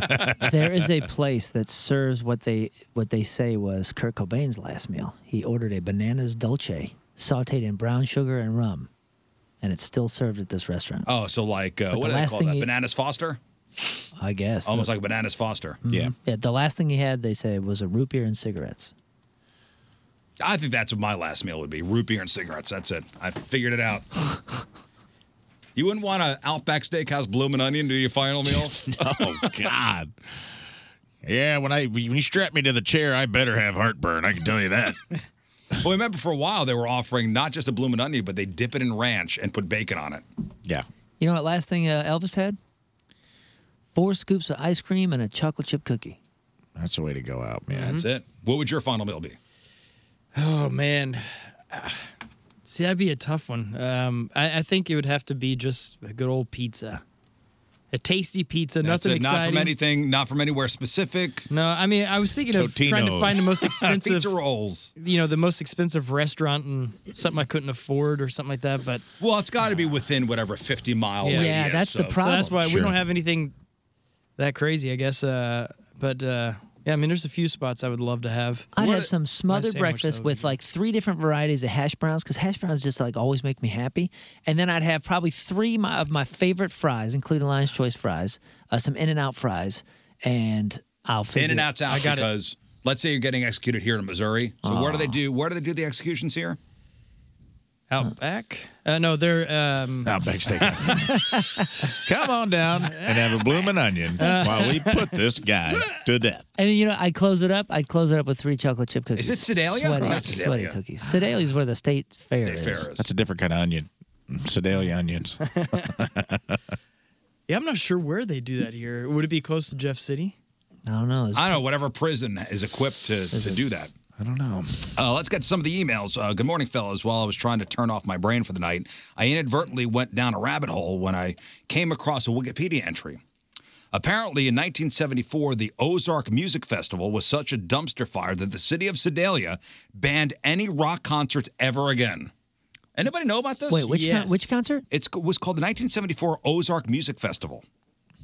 A: there is a place that serves what they what they say was Kurt Cobain's last meal. He ordered a bananas dulce sautéed in brown sugar and rum, and it's still served at this restaurant.
B: Oh, so like
A: But
B: uh,
A: the
B: what do they
A: last
B: call
A: thing
B: that?
A: you-
B: Bananas Foster.
A: I guess
B: Almost
A: The-
B: like Bananas Foster.
A: Mhm. yeah. The last thing he had, they say, was a root beer and cigarettes.
B: I think that's what my last meal would be: root beer and cigarettes. That's it. I figured it out. you wouldn't want an Outback Steakhouse bloomin' onion to your final meal.
C: oh God. Yeah, when I when you strap me to the chair, I better have heartburn. I can tell you that.
B: well, remember for a while they were offering not just a bloomin' onion, but they dip it in ranch and put bacon on it.
C: Yeah.
A: You know what last thing uh, Elvis had? Four scoops of ice cream and a chocolate chip cookie.
C: That's the way to go out, man.
B: That's it. What would your final meal be?
D: Mm-hmm. Oh man. See, that'd be a tough one. Um, I, I think it would have to be just a good old pizza, a tasty pizza,
B: That's
D: nothing
B: it. Not
D: exciting.
B: from anything. Not from anywhere specific.
D: No, I mean, I was thinking of trying to
B: Totino's.
D: find the most expensive
B: Pizza rolls.
D: You know, the most expensive restaurant and something I couldn't afford or something like that. But
B: Well, it's got to be within whatever fifty mile.
D: yeah,
B: radius, so-
D: So that's why we don't have anything that crazy, I guess. Uh, but uh, yeah, I mean, there's a few spots I would love to have.
A: I'd have some smothered
D: sandwich,
A: breakfast
D: though,
A: with like three different varieties of hash browns because hash browns just like always make me happy. And then I'd have probably three my, of my favorite fries, including Lion's Choice fries, uh, some In and Out fries, and I'll figure
B: In and out's out
A: I got it.
B: because let's say you're getting executed here in Missouri. So where do they do? Where do they do the executions here?
A: Uh-huh.
D: Out back? Uh, no, they're um,
C: out back Come on down and have a bloomin' onion while we put this guy to death.
A: And then, you know, I close it up. I close it up with three chocolate chip cookies.
C: it Sedalia?
A: Sweaty,
C: Not Sedalia.
A: sweaty cookies. Sedalia's where the state fair is.
C: That's a different kind of onion. Sedalia onions.
D: Yeah, I'm not sure where they do that here. Would it be close to Jeff City?
A: I don't know.
B: I don't know. Whatever prison is equipped to, to do that.
C: I don't know.
B: Uh, let's get some of the emails. Uh, good morning, fellas. While I was trying to turn off my brain for the night, I inadvertently went down a rabbit hole when I came across a Wikipedia entry. Apparently, in 1974, the Ozark Music Festival was such a dumpster fire that the city of Sedalia banned any rock concerts ever again. Anybody know about this?
A: Wait, which con- Yes. which concert?
B: It's it was called the 1974 Ozark Music Festival.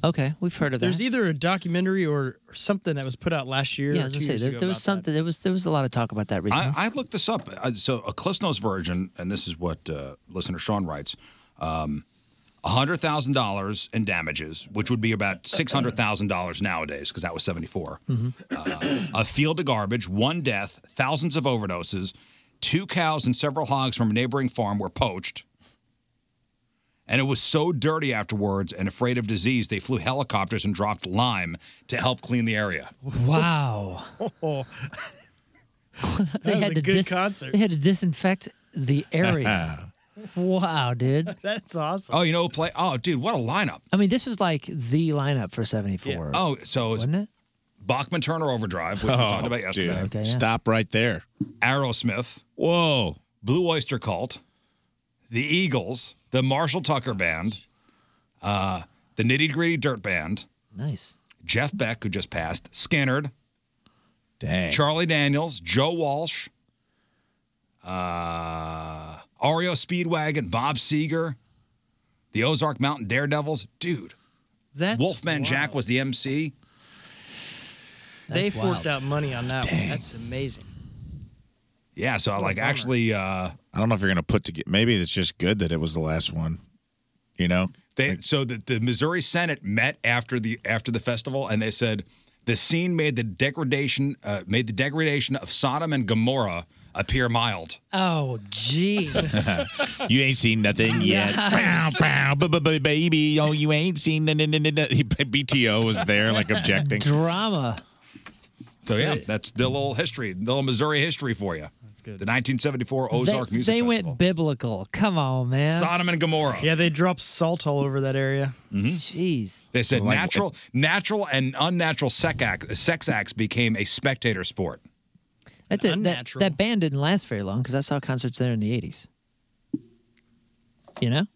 A: Okay, we've heard of that.
D: There's either a documentary or, or something that was put out last year.
A: yeah,
D: or
A: I was
D: two
A: gonna say
D: years
A: there,
D: ago
A: there was
D: about
A: something. There was there was a lot of talk about that recently.
B: I, I looked this up. Uh, So a Cliff's Notes version, and this is what uh, listener Sean writes: um, hundred thousand dollars in damages, which would be about six hundred thousand dollars nowadays, because that was seventy four. A field of garbage, one death, thousands of overdoses, two cows and several hogs from a neighboring farm were poached. And it was so dirty afterwards and afraid of disease, they flew helicopters and dropped lime to help clean the area.
A: Wow. they
D: Oh. was
A: had
D: a
A: to
D: good
A: dis-
D: concert.
A: They had to disinfect the area. wow, dude.
D: That's awesome.
B: Oh, you know, play. Oh, dude, what a lineup.
A: I mean, this was like the lineup for 74.
B: Oh, so it's Bachman Turner Overdrive, which we
C: Oh,
B: talked about yesterday.
C: dude. Okay, yeah. Stop right there.
B: Aerosmith. Whoa. Blue Oyster Cult. The Eagles. The Marshall Tucker Band. Uh, the Nitty Gritty Dirt Band.
A: Nice.
B: Jeff Beck, who just passed. Skinnerd.
C: Dang.
B: Charlie Daniels. Joe Walsh. Uh, Ario Speedwagon. Bob Seger. The Ozark Mountain Daredevils. Dude.
D: That's
B: Wolfman
D: wild.
B: Jack was the MC.
D: They
B: That's wild.
D: forked out money on that one. That's amazing.
B: Yeah, so I like actually uh
C: I don't know if you're gonna put together maybe it's just good that it was the last one. You know?
B: They so the, the Missouri Senate met after the after the festival, and they said the scene made the degradation uh, made the degradation of Sodom and Gomorrah appear mild.
A: Oh, jeez.
C: you ain't seen nothing yet. Pow, pow, bu- bu- bu- baby. Oh, you ain't seen. na- na- na- na- na. BTO was there, like objecting.
A: Drama.
B: So yeah, that's the little history, the little Missouri history for you. That's good. The 1974 Ozark
A: they,
B: Music
A: they
B: Festival.
A: went biblical. Come on, man.
B: Sodom and Gomorrah.
D: Yeah, they dropped salt all over that area.
A: Jeez.
B: They said
D: Like-
B: natural, natural and unnatural sex acts, sex acts became a spectator sport.
A: That, did, that, that band didn't last very long because I saw concerts there in the 80s. You know?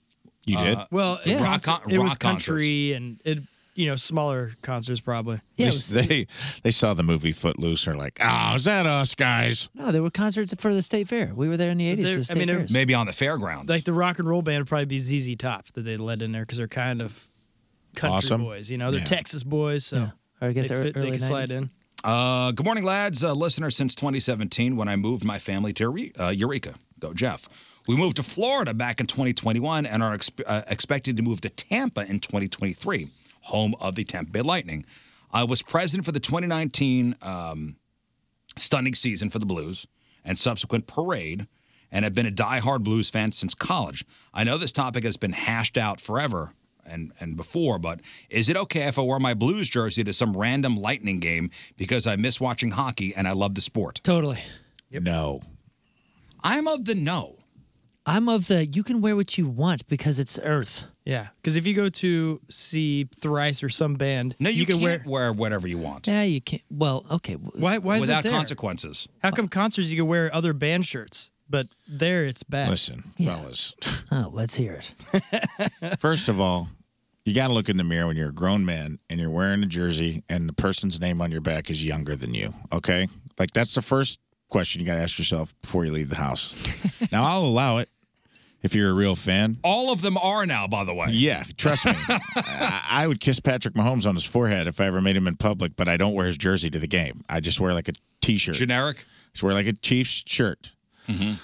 C: You
B: did?
D: Well,
A: Yeah.
D: it,
A: Rock con-
D: it was
A: rock
D: country and it, you know, smaller concerts probably.
C: they, they they saw the movie Footloose. Are like, oh, is that us guys?
A: No, there were concerts for the state fair. We were there in the 80s. For the state fairs.
B: maybe on the fairground.
D: Like the rock and roll band would probably be ZZ Top that they let in there because they're kind of country
B: Awesome.
D: boys. You know, they're
B: Yeah.
D: Texas boys, so
A: Or I guess
D: they,
A: ear-
D: fit, they
A: early
D: can slide
A: 90s.
D: in.
B: Uh, good morning, lads. Uh, listener since 2017 when I moved my family to Eure- uh, Eureka. Go, Jeff. We moved to Florida back in 2021 and are exp- uh, expected to move to Tampa in 2023, home of the Tampa Bay Lightning. I was president for the 2019 um, stunning season for the Blues and subsequent parade and have been a diehard Blues fan since college. I know this topic has been hashed out forever and, and before, but is it okay if I wear my Blues jersey to some random Lightning game because I miss watching hockey and I love the sport?
A: Totally.
C: No.
B: I'm of the no.
A: I'm of the you can wear what you want because it's Earth.
D: Yeah, because if you go to see Thrice or some band,
B: No, you,
D: can
B: can't
D: wear.
B: wear whatever you want.
A: Yeah, you can't. Well, okay.
D: Why? Why is
B: without
D: it there?
B: consequences.
D: How come concerts you can wear other band shirts, but there it's bad.
C: Listen, fellas.
A: Oh, let's hear it.
C: First of all, you got to look in the mirror when you're a grown man and you're wearing a jersey and the person's name on your back is younger than you. Okay, like that's the first question you got to ask yourself before you leave the house. now I'll allow it if you're a real fan.
B: All of them are now, by the way.
C: Yeah, trust me. I, I would kiss Patrick Mahomes on his forehead if I ever made him in public, but I don't wear his jersey to the game. I just wear like a t-shirt.
B: Generic?
C: Just wear like a Chiefs shirt. Mm-hmm.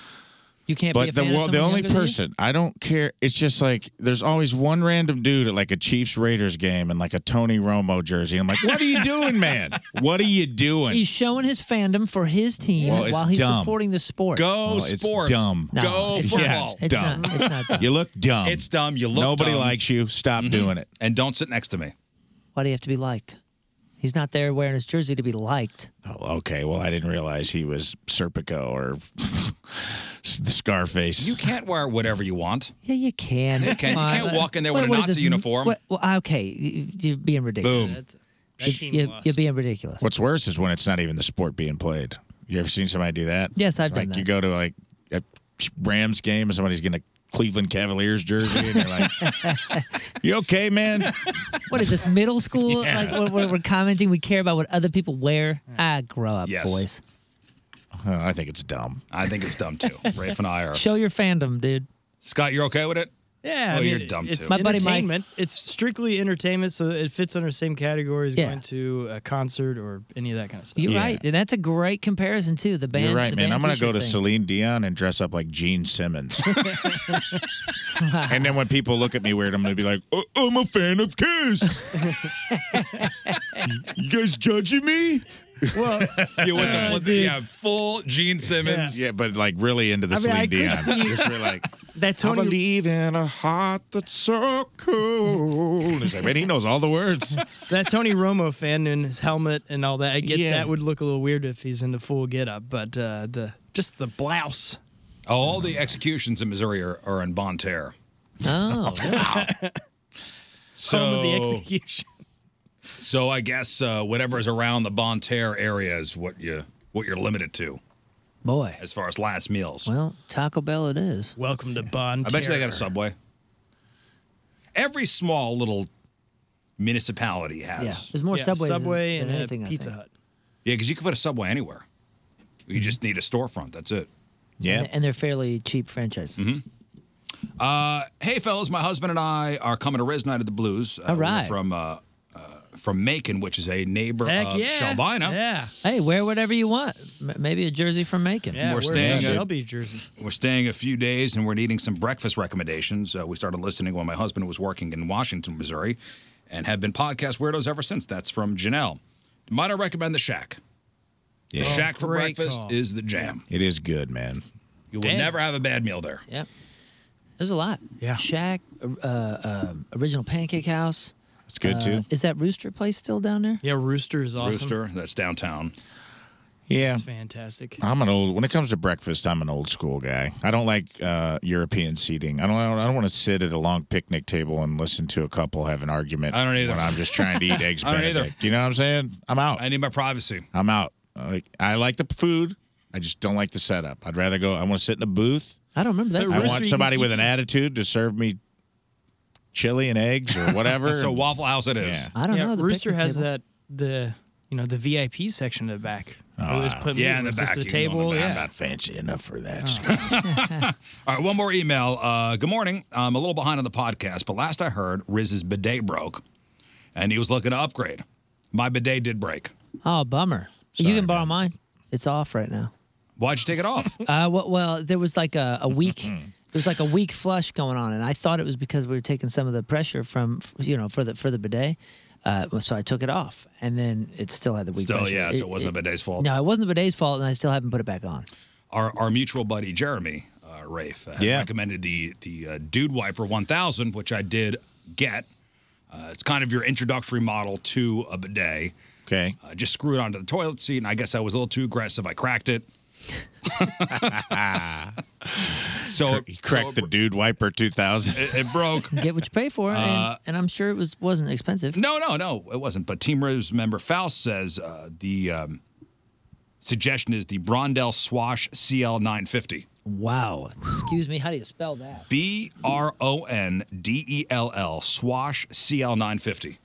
A: You can't.
C: But
A: be a
C: the
A: fan of
C: wo- the
A: someone
C: only
A: younger than you?
C: person I don't care. It's just like there's always one random dude at like a Chiefs Raiders game in like a Tony Romo jersey. I'm like, what are you doing, man? What are you doing?
A: He's showing his fandom for his team
C: Well, it's
A: while he's
C: dumb.
A: supporting the sport.
C: Go Well, Oh, it's sports. dumb.
A: No,
C: Go
A: it's not.
C: football.
A: It's
C: Dumb.
A: Not, it's not dumb.
C: You look dumb.
B: It's dumb. You look
C: Nobody
B: dumb. Mm-hmm.
C: likes you. Stop doing it.
B: And don't sit next to me.
A: Why do you have to be liked? He's not there wearing his jersey to be liked.
C: Oh, okay. Well, I didn't realize he was Serpico or the Scarface.
B: You can't wear whatever you want.
A: Yeah, you can.
B: You can- you
A: Come on.
B: can't walk in there with a
A: what is
B: Nazi
A: this?
B: uniform.
A: What, well, ah, okay, you- you're being ridiculous.
C: Boom.
A: It's- you're, you're being ridiculous.
C: What's worse is when it's not even the sport being played. You ever seen somebody do that?
A: Yes, I've
C: like
A: done
C: You go to like a Rams game and somebody's getting a Cleveland Cavaliers jersey and you're like, "You okay, man?"
A: What is this middle school?
C: Yeah.
A: Like we're, we're- we're commenting. We care about what other people wear. Ah, grow up, boys.
C: Uh, I think it's dumb.
B: I think it's dumb too. Rafe and I are.
A: Show your fandom, dude.
B: Scott, you're okay with it?
D: Yeah,
B: Oh,
D: I mean,
B: you're dumb
D: it's
B: too.
A: My buddy Mike-
D: entertainment. It's strictly entertainment, so it fits under the same category as
A: Yeah.
D: going to a concert or any of that kind of stuff.
A: You're right, and that's a great comparison too. The band.
C: You're right,
A: the
C: man.
A: band
C: I'm gonna go
A: t-shirt
C: to
A: thing.
C: Celine Dion and dress up like Gene Simmons. and then when people look at me weird, I'm gonna be like, "Oh, I'm a fan of Kiss." you guys judging me?
D: Well,
B: you went the- with the- yeah, full Gene Simmons.
C: Yeah, but like really into the
B: I mean, I
C: Celine
B: could
C: Dion.
B: see-
C: Just really like
D: that
C: I believe in a heart that's so cold. It's like, man, he knows all the words.
D: that Tony Romo fan in his helmet and all that. I get
C: Yeah.
D: that would look a little weird if he's in the full getup, but uh, the just the blouse.
B: All the executions in Missouri are, are in Bon Terre.
A: Oh,
B: So
D: the execution.
B: So I guess uh, whatever is around the Bon Terre area is what you what you're limited to
A: boy.
B: as far as last meals.
A: Well, Taco Bell it is.
D: Welcome to Bon.
B: I bet you they got a subway. Every small little municipality has.
A: Yeah, there's more
D: Yeah,
A: subways. than-
D: Subway
A: than
D: and a
A: anything, I
D: Pizza
A: think.
D: Hut.
B: Yeah, because you can put a subway anywhere. You just need a storefront. That's it.
A: and, and they're fairly cheap franchises.
B: Uh, hey, fellas, my husband and I are coming to Riz Night of the Blues. Uh,
A: All
B: we're
A: right.
B: From uh, uh, from Macon, which is a neighbor
A: Heck
B: of
A: yeah.
B: Shelbina.
D: Yeah.
A: Hey, wear whatever you want. M- maybe a jersey from Macon.
B: we're staying.
D: Shelby
B: at-
D: jersey.
B: We're staying a few days, and we're needing some breakfast recommendations. Uh, we started listening when my husband was working in Washington, Missouri, and have been podcast weirdos ever since. That's from Janelle. Might I recommend the Shack? Yeah. Shack for breakfast is the jam.
C: It is good, man.
B: You will never have a bad meal there.
A: Yep. There's a lot. Yeah. Shack, uh, uh, Original Pancake House. It's
B: good, too.
A: Is that Rooster place still down there?
D: Yeah, Rooster is awesome.
B: Rooster, that's downtown.
C: Yeah.
D: It's fantastic.
C: I'm an old. When it comes to breakfast, I'm an old school guy. I don't like uh, European seating. I don't. I don't, I don't want to sit at a long picnic table and listen to a couple have an argument.
B: I don't either.
C: When I'm just trying to eat eggs
B: I don't either.
C: Benedict. You know what I'm saying? I'm out.
B: I need my privacy.
C: I'm out. I Like I like the food. I just don't like the setup. I'd rather go. I want to sit in a booth.
A: I don't remember that.
C: I want somebody with an attitude to serve me chili and eggs or whatever.
B: So Waffle House it is.
A: I don't
D: yeah,
A: know, the
D: Rooster
A: picnic
D: has
A: table.
D: that the you know the VIP section in the back.
C: Oh,
D: They just
C: wow.
D: put
B: Yeah, in the
D: movers
B: back,
D: To the
B: you can go in
D: table.
B: the back.
D: yeah.
B: I'm not
C: fancy enough for that.
B: All right, one more email. Uh, good morning. I'm a little behind on the podcast, but last I heard, Riz's bidet broke, and he was looking to upgrade. My bidet did break.
A: Oh, bummer. you can borrow mine. It's off right now.
B: Why'd you take it off?
A: Uh, well, well, there was like a, a week. there was like a weak flush going on, and I thought it was because we were taking some of the pressure from you know for the for the bidet. Uh, so I took it off, and then it still had the weak.
B: Still,
A: pressure.
B: yeah, so it wasn't the bidet's fault.
A: No, it wasn't the bidet's fault, and I still haven't put it back on.
B: Our, our mutual buddy Jeremy uh, Rafe uh, had
A: Yeah.
B: recommended the the uh, Dude Wiper 1000, which I did get. Uh, it's kind of your introductory model to a bidet.
C: Okay.
B: Uh, just screw it onto the toilet seat, and I guess I was a little too aggressive. I cracked it. so
C: you cracked the dude wiper 2000.
B: It, it broke.
A: Get what you pay for,
B: Uh,
A: and, and I'm sure it was wasn't expensive.
B: No, no, no, it wasn't. But Team Rose member Faust says uh, the um, suggestion is the Brondell Swash CL950.
A: Wow. Excuse me. How do you spell that?
B: B R O N D E L L Swash CL950.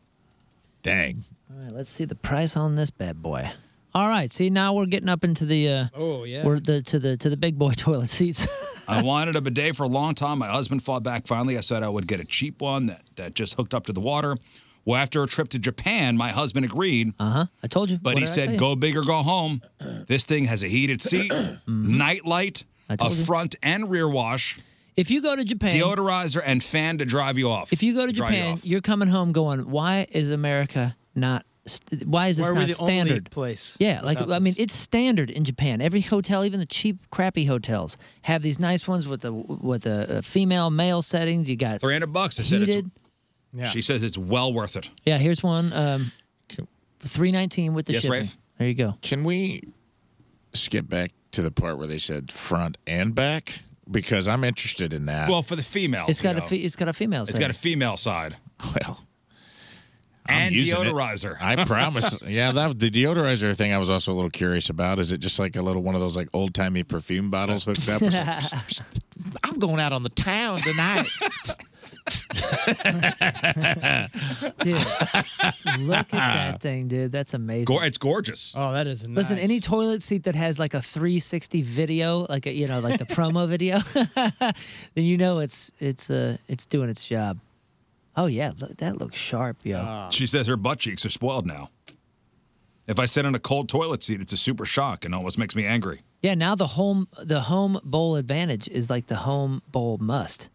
C: Dang.
A: All right, let's see the price on this bad boy. All right, see now we're getting up into the uh,
D: oh yeah,
A: we're the to the to the big boy toilet seats.
B: I wanted a bidet for a long time. My husband fought back. Finally, I said I would get a cheap one that, that just hooked up to the water. Well, after a trip to Japan, my husband agreed.
A: Uh huh. I told you.
B: But
A: What
B: he
A: did I tell
B: said,
A: you?
B: go big or go home. This thing has a heated seat, night light, a
A: Mm-hmm. told you.
B: front and rear wash.
A: If you go to Japan,
B: deodorizer and fan to drive you off.
A: if you go to
B: Dry you
A: Japan,
B: off.
A: you are coming home going, why is America not? St- why is this
D: Why are we
A: not
D: the only
A: standard
D: place
A: Yeah, like
D: without
A: I mean, it's standard in Japan. Every hotel, even the cheap, crappy hotels, have these nice ones with the with the uh, female male settings. You got
B: 300 bucks. I said it's,
A: Heated.
B: She says it's well worth it.
A: yeah. Here's one, um, three nineteen with the
C: Yes,
A: shipping.
C: Rafe?
A: There you
B: Oh,
A: go.
C: Can we skip back to the part where they said front and back? Because I'm interested in that.
B: Well, for the female.
A: It's got
B: you
A: a
B: know.
A: fe- it's got a female.
B: It's
A: setting.
B: got a female side.
C: Well.
B: and
C: using it.
B: deodorizer.
C: I promise. yeah, that the deodorizer thing I was also a little curious about. Is it just like a little one of those like old timey perfume bottles hooked up? I'm going out on the town tonight.
A: dude. Look at that thing, dude. That's amazing.
B: Go- it's gorgeous.
D: Oh, that is nice.
A: Listen, any toilet seat that has like a 360 video, like a, you know, like the promo video, then you know it's it's uh it's doing its job. Oh yeah, look, that looks sharp, yo.
B: She says her butt cheeks are spoiled now. If I sit on a cold toilet seat, it's a super shock and almost makes me angry.
A: Yeah, now the home the home bowl advantage is like the home bowl must.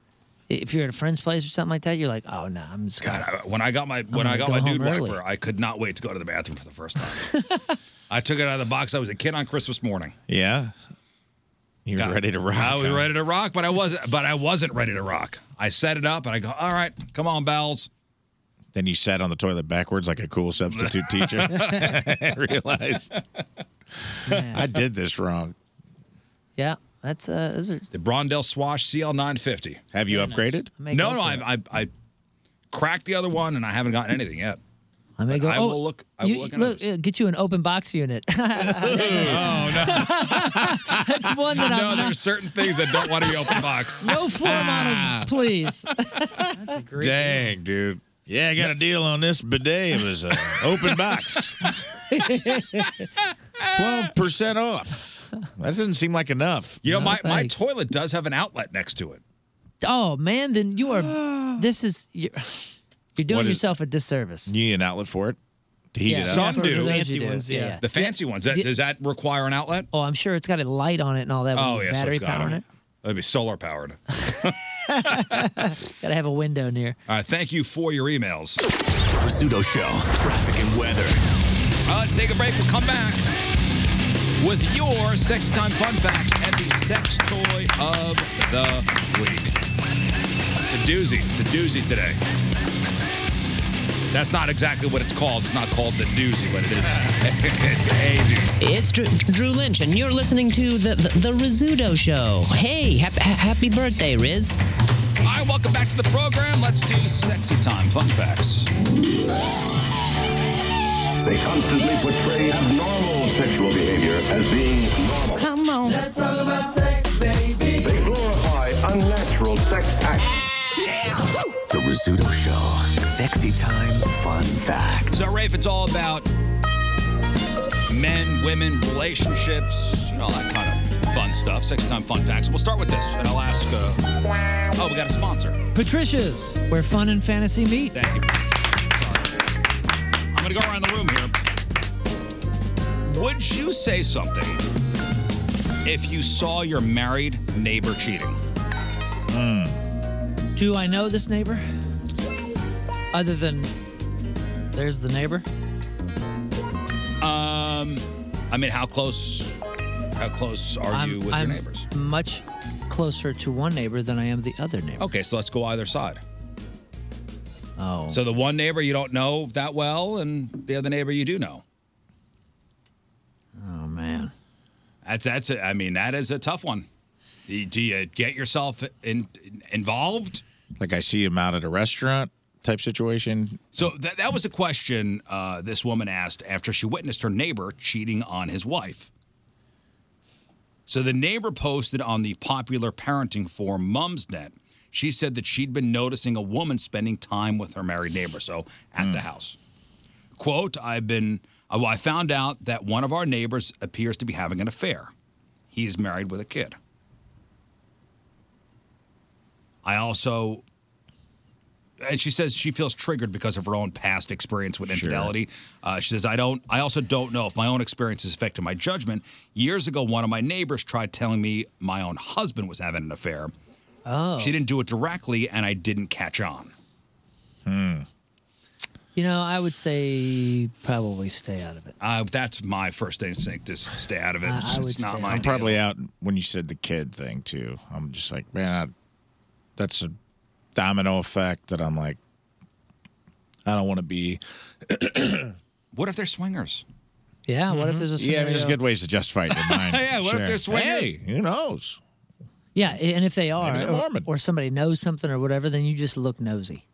A: If you're at a friend's place or something like that, you're like, oh no, I'm just
B: God, I, when I got my when
A: gonna
B: I got
A: go
B: my
A: home
B: dude
A: early.
B: wiper, I could not wait to go to the bathroom for the first time. I took it out of the box. I was a kid on Christmas morning.
C: yeah. You're ready to rock.
B: I was
C: huh?
B: ready to rock, but I wasn't. But I wasn't ready to rock. I set it up, and I go, "All right, come on, Bells."
C: Then you sat on the toilet backwards like a cool substitute teacher. I realized I did this wrong.
A: yeah, that's uh, those are
B: The Brondell Swash CL950.
C: Have you Very nice. upgraded? I
B: No,
A: may
B: no,
A: go for
B: I, I I cracked the other one, and I haven't gotten anything yet.
A: I may
B: But
A: go.
B: I
A: oh,
B: will look. I
A: you-
B: will look.
A: look, uh, get you an open box unit.
B: oh
A: no, that's one that
B: no,
A: I'm
B: there
A: not.
B: are certain things that don't want to be open box.
A: No form on it, please.
C: Dang, dude. Yeah, I got a deal on this bidet. It was an open box. 12% off. That doesn't seem like enough.
B: You know, my, my toilet does have an outlet next to it.
A: Oh man, then you are. this is you're, you're doing
C: What is-
A: yourself a disservice.
C: You need an outlet for it to heat
A: Yeah,
C: it
A: yeah,
C: up.
A: Some for do. those Fancy you do, ones, yeah. yeah.
B: The fancy ones. That,
A: The-
B: does that require an outlet?
A: Oh, I'm sure it's got a light on it and all that.
B: oh,
A: with
B: yeah, so
A: battery
B: it's got
A: power on it.
B: That'd be solar powered. All
A: Got to have a window near.
B: right, Uh, thank you for your emails.
M: Rizzuto Show, traffic and weather.
B: Uh, let's take a break. We'll come back. with your sex time fun facts and the sex toy of the week. It's a doozy. It's a doozy today. That's not exactly what it's called. It's not called the doozy, but it is a doozy.
N: It's Drew, Drew Lynch, and you're listening to the the, the Rizzuto Show. Hey, hap- ha- happy birthday, Riz!
B: All right, welcome back to the program. Let's do sexy time fun facts.
O: They constantly portray abnormal sexual behavior as being normal.
P: Come on. Let's talk about sex, baby.
O: They glorify unnatural sex acts.
Q: The Rizzuto Show. Sexy time fun fact.
B: So, Rafe, it's all about men, women, relationships, you know, all that kind of fun stuff. Sex time fun facts. We'll start with this, and I'll ask. Uh, oh, we got a sponsor.
A: Patricia's, where fun and fantasy meet.
B: Thank you. I'm going to go around the room here. Would you say something if you saw your married neighbor cheating?
A: Do I know this neighbor? Other than there's the neighbor.
B: Um, I mean, how close? How close are you with
A: I'm
B: your neighbors?
A: Much closer to one neighbor than I am the other neighbor.
B: Okay, so let's go either side. Oh. So the one neighbor you don't know that well, and the other neighbor you do know.
A: Oh man,
B: that's that's. A, I mean, that is a tough one. Do you, do you get yourself in, involved?
C: Like I see him out at a restaurant type situation.
B: So that that was a question uh, this woman asked after she witnessed her neighbor cheating on his wife. So the neighbor posted on the popular parenting forum Mumsnet. She said that she'd been noticing a woman spending time with her married neighbor, so at the house. Quote, I've been oh, I found out that one of our neighbors appears to be having an affair. He is married with a kid. I also and she says she feels triggered because of her own past experience with infidelity. Uh, she says, "I don't. I also don't know if my own experiences affected my judgment. Years ago, one of my neighbors tried telling me my own husband was having an affair.
A: Oh.
B: She didn't do it directly, and I didn't catch on.
C: Hmm.
A: You know, I would say probably stay out of it.
B: Uh, that's my first instinct is stay out of it.
A: I- I
B: It's-
A: would
B: it's not
A: stay
B: my.
C: I'm
B: deal.
C: probably out when you said the kid thing too. I'm just like, man, I, that's a domino effect that I'm like, I don't want to be.
B: what if they're swingers?
A: Yeah. What
N: Mm-hmm.
A: if there's a
C: Yeah, I mean, there's
A: scenario-
C: good ways to justify it in mind.
A: Yeah, what if they're swingers?
C: Hey, who knows?
A: Yeah, and if they are,
C: they're
A: or, or somebody knows something or whatever, then you just look nosy.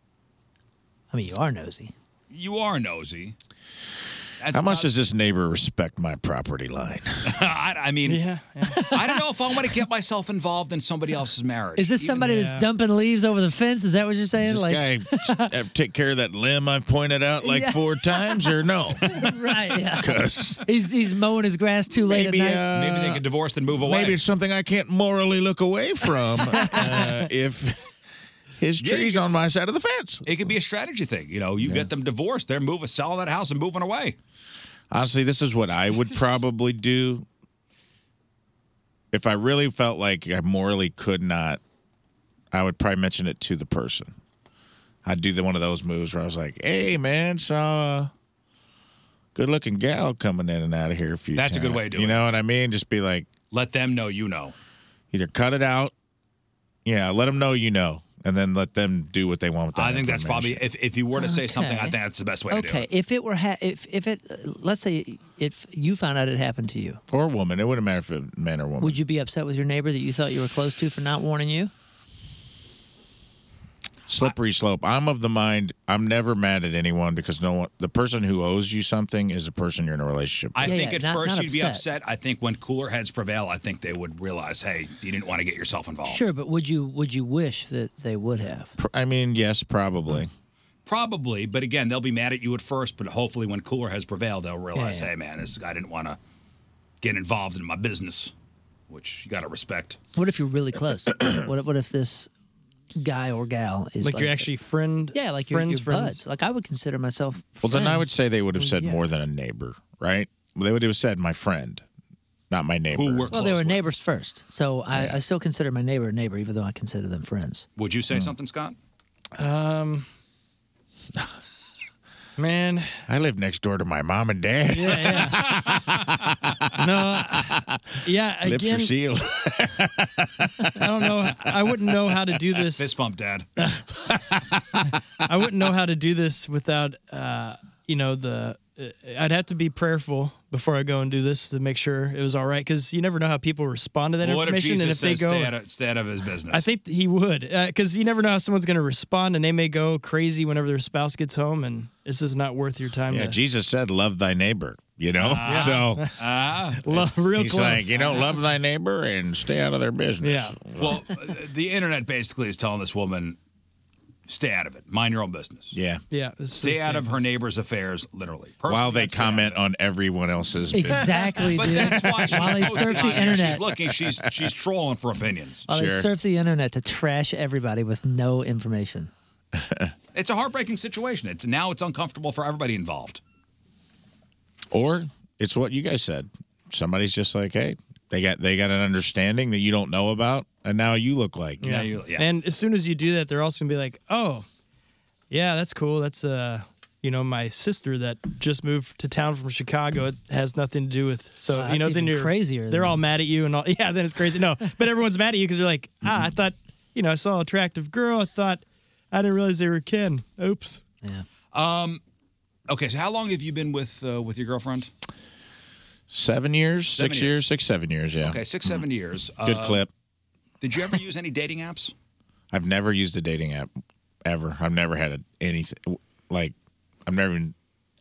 A: I mean, you are nosy.
B: You are nosy. That's
C: How much does this neighbor respect my property line?
B: I, I mean, I don't know if I want to get myself involved in somebody else's marriage.
A: Is this
B: Even-
A: somebody that's dumping leaves over the fence? Is that what you're saying?
C: Does this
A: like,
C: guy t- have- take care of that limb I've pointed out like
A: Yeah.
C: four times, or no?
A: right? Yeah.
C: Because
A: He's he's mowing his grass too late
C: maybe,
A: at night.
C: uh,
B: Maybe they get divorced and move away.
C: maybe it's something I can't morally look away from uh, if his
B: Yeah,
C: tree's on my side of the fence.
B: It could be a strategy thing. You know, you get them divorced, they're moving, selling that house and moving away.
C: Honestly, this is what I would probably do if I really felt like I morally could not. I would probably mention it to the person. I'd do the one of those moves where I was like, "Hey, man, saw a good-looking gal coming in and out of here a few
B: That's a
C: times."
B: good way to do
C: You
B: it.
C: know what I mean? Just be like,
B: let them know you know.
C: Either cut it out, yeah, let them know you know, and then let them do what they want with that.
B: I think that's probably if, if you were to say something, I
A: Okay.
B: think that's the best way to do
A: Okay,
B: it.
A: if it were ha- if if it uh, let's say if you found out it happened to you,
C: or woman. It wouldn't matter if it man or woman.
A: would you be upset with your neighbor that you thought you were close to for not warning you?
C: slippery slope. I'm of the mind I'm never mad at anyone because no one the person who owes you something is the person you're in a relationship
B: I
C: with.
B: think at first you'd be upset. I think when cooler heads prevail, I think they would realize, hey, you didn't want to get yourself involved.
A: Sure, but would you would you wish that they would have?
C: Pr- I mean, yes, probably.
B: Probably, but again, they'll be mad at you at first, but hopefully when cooler heads prevail, they'll realize,
A: yeah.
B: hey, man, this guy didn't want to get involved in my business, which you got to respect.
A: What if you're really close? what if- what if this guy or gal is
D: Like
A: like,
D: you're actually friend.
A: yeah, like your
D: friends,
A: your
D: friends.
A: buds. Like I would consider myself.
C: Well, then I would
A: friends.
C: say they would have said
A: Yeah.
C: more than a neighbor, right? They would have said my friend, not my neighbor.
A: well, they were neighbors first, so I, I still consider my neighbor a neighbor, even though I consider them friends.
B: Would you say
C: Hmm.
B: something, Scott?
D: Um, man,
C: I live next door to my mom and dad.
D: Yeah, yeah. no, yeah.
C: Lips
D: Again,
C: are sealed.
D: I don't know. I wouldn't know how to do this.
B: Fist bump, Dad.
D: I wouldn't know how to do this without, uh, you know, the. uh, I'd have to be prayerful before I go and do this to make sure it was all right because you never know how people respond to that
B: Well, what if
D: information
B: Jesus
D: and if
B: says
D: they go.
B: stay, out of, stay out of his business?
D: I think that he would, because you never know how someone's going to respond, and they may go crazy whenever their spouse gets home, and this is not worth your time.
C: Yeah,
D: to,
C: Jesus said, "Love thy neighbor." You know,
D: Ah.
C: so
D: Lo- real
C: he's
D: close.
C: like, you know, love thy neighbor and stay out of their business.
B: Well, uh, the internet basically is telling this woman, stay out of it. Mind your own business.
C: Yeah.
D: Yeah.
B: Stay out of her neighbor's affairs, literally.
C: While they comment on everyone else's business.
A: Exactly,
B: but
A: dude.
B: that's why she's
A: While they
B: posting
A: surf the
B: on there.
A: internet.
B: She's looking. She's she's trolling for opinions.
A: While they surf the internet to trash everybody with no information.
B: It's a heartbreaking situation. It's now it's uncomfortable for everybody involved.
C: Or it's what you guys said. Somebody's just like, hey, they got they got an understanding that you don't know about, and now you look like.
D: Yeah. And as soon as you do that, they're also gonna be like, "Oh, yeah, that's cool. That's uh, you know, my sister that just moved to town from Chicago. It has nothing to do with. So
A: Wow,
D: you know,
A: Ah, that's
D: then
A: even
D: you're
A: crazier
D: They're
A: then.
D: all mad at you and all. Yeah, then it's crazy. No, but everyone's mad at you because you're like, ah, I
B: Mm-hmm.
D: thought, you know, I saw an attractive girl. I thought, I didn't realize they were kin. Oops.
B: Um, okay, so how long have you been with uh, with your girlfriend?
C: Seven years,
B: Seven
C: six
B: years.
C: years. six, seven years, yeah.
B: Okay, six seven years.
C: Mm-hmm. Good
B: Uh,
C: clip.
B: Did you ever use any dating apps?
C: I've never used a dating app ever. I've never had a, any like I've never even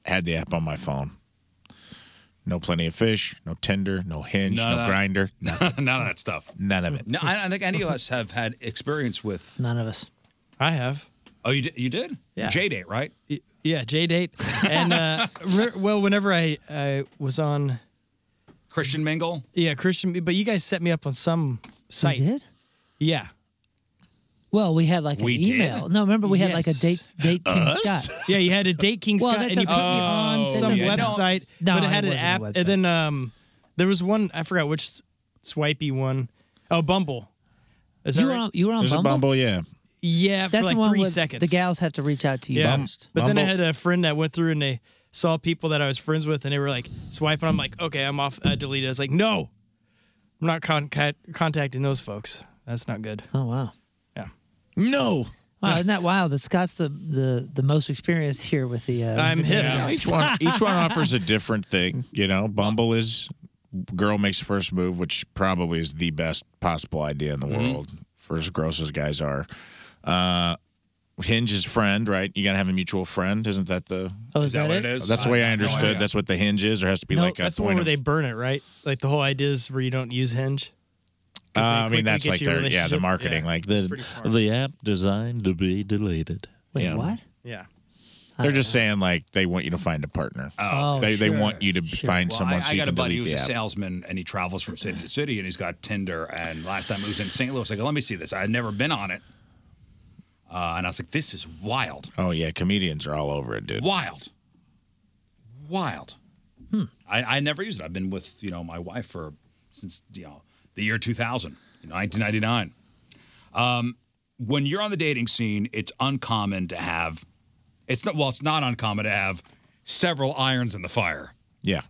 C: had the app on my phone. No plenty of fish, no Tinder, no Hinge,
B: None
C: no
B: of that.
C: grinder,
B: none of that stuff.
C: None of it.
B: No, I I don't think any of us have had experience with.
A: None of us.
D: I have.
B: Oh, you did? You did?
D: Yeah.
B: J date, right?
D: Yeah, J date. And uh, re- well, whenever I I was on
B: Christian Mingle.
D: yeah Christian, but you guys set me up on some site. did. Yeah.
A: Well, we had like
D: We
A: an
D: did?
A: email. No, remember we had like a
D: Yes.
A: date date King
D: Us?
A: Scott.
D: Yeah, you had to date King
A: Well,
D: Scott, and
A: that
D: you put
A: doesn't-
D: me
A: Oh,
D: on some
A: yeah, no.
D: website,
A: No,
D: but it
A: it
D: had an
A: wasn't a
D: app.
A: website.
D: And then um, there was one I forgot which s- swipey one. Oh, Bumble. Is that
A: You were
D: right?
A: on- you were on There's a Bumble? Bumble,
C: yeah.
D: Yeah, for
A: That's
D: like
A: the one
D: three
A: where
D: seconds.
A: The gals have to reach out to you.
D: yeah,
A: first.
D: but then I had a friend that went through and they saw people that I was friends with, and they were like swiping. I'm like, okay, I'm off. I deleted. I was like, no, I'm not con- ca- contacting those folks. That's not good.
A: Oh wow.
D: Yeah.
C: No.
A: Wow, isn't that wild? That Scott's the the, the most experienced here with the. Uh,
D: I'm
A: with the
D: hip.
A: dating
D: Yeah,
A: apps.
C: each one each one offers a different thing. You know, Bumble is girl makes first move, which probably is the best possible idea in the
B: Mm-hmm.
R: Mhm.
C: world for as gross as guys are. Uh, Hinge is friend, right? You gotta have a mutual friend, isn't that the?
A: Oh, is Is that that what it? it is?
C: That's the way
A: I
C: I
A: have no
C: understood.
A: idea.
C: that's what the Hinge is. There has to be
D: no,
C: like a
D: that's the
C: point
D: one where
C: of.
D: they burn it, right. Like the whole idea is where you don't use Hinge.
C: Uh,
D: 'cause they
C: I
D: quickly
C: mean, that's
D: get
C: like
D: you a
C: their yeah, the
D: relationship.
C: marketing,
D: Yeah,
C: like
D: it's
C: the
D: pretty smart.
C: the app designed to be deleted.
A: Wait,
C: Yeah.
A: what?
D: Yeah.
C: They're just saying like they want you to find a partner.
B: Oh,
C: they they
B: sure.
C: want you to find
B: Well,
C: someone.
B: I,
C: so
B: I
C: you
B: got a
C: can
B: buddy
C: delete
B: who's
C: the
B: a
C: app.
B: salesman, and he travels from city to city, and he's got Tinder. And last time he was in St. Louis, I go, "Let me see this. I'd never been on it." Uh, and I was like, "This is wild,
C: Oh yeah, comedians are all over it, dude. Hmm.
B: wild, wild." I, I never used it. I've been with you know my wife for since you know the year 2000, 1999. Um, when you're on the dating scene, it's uncommon to have. It's not well. It's not uncommon to have several irons in the fire.
C: Yeah.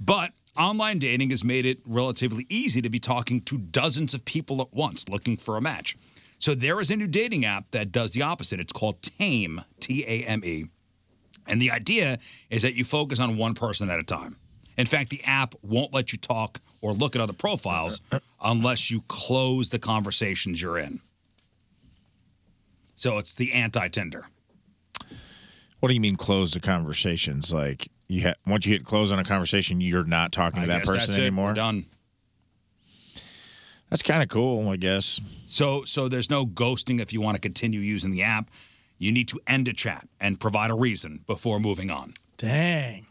B: But online dating has made it relatively easy to be talking to dozens of people at once looking for a match. So there is a new dating app that does the opposite. It's called Tame, T A M E. And the idea is that you focus on one person at a time. In fact, the app won't let you talk or look at other profiles unless you close the conversations you're in. So it's the anti Tinder.
C: What do you mean close the conversations? Like you ha- once you hit close on a conversation, you're not talking to
B: I
C: that
B: guess
C: person
B: that's it. We're
C: anymore.
B: done.
C: That's kind of cool, I guess.
B: So so there's no ghosting if you want to continue using the app. You need to end a chat and provide a reason before moving on.
D: Dang.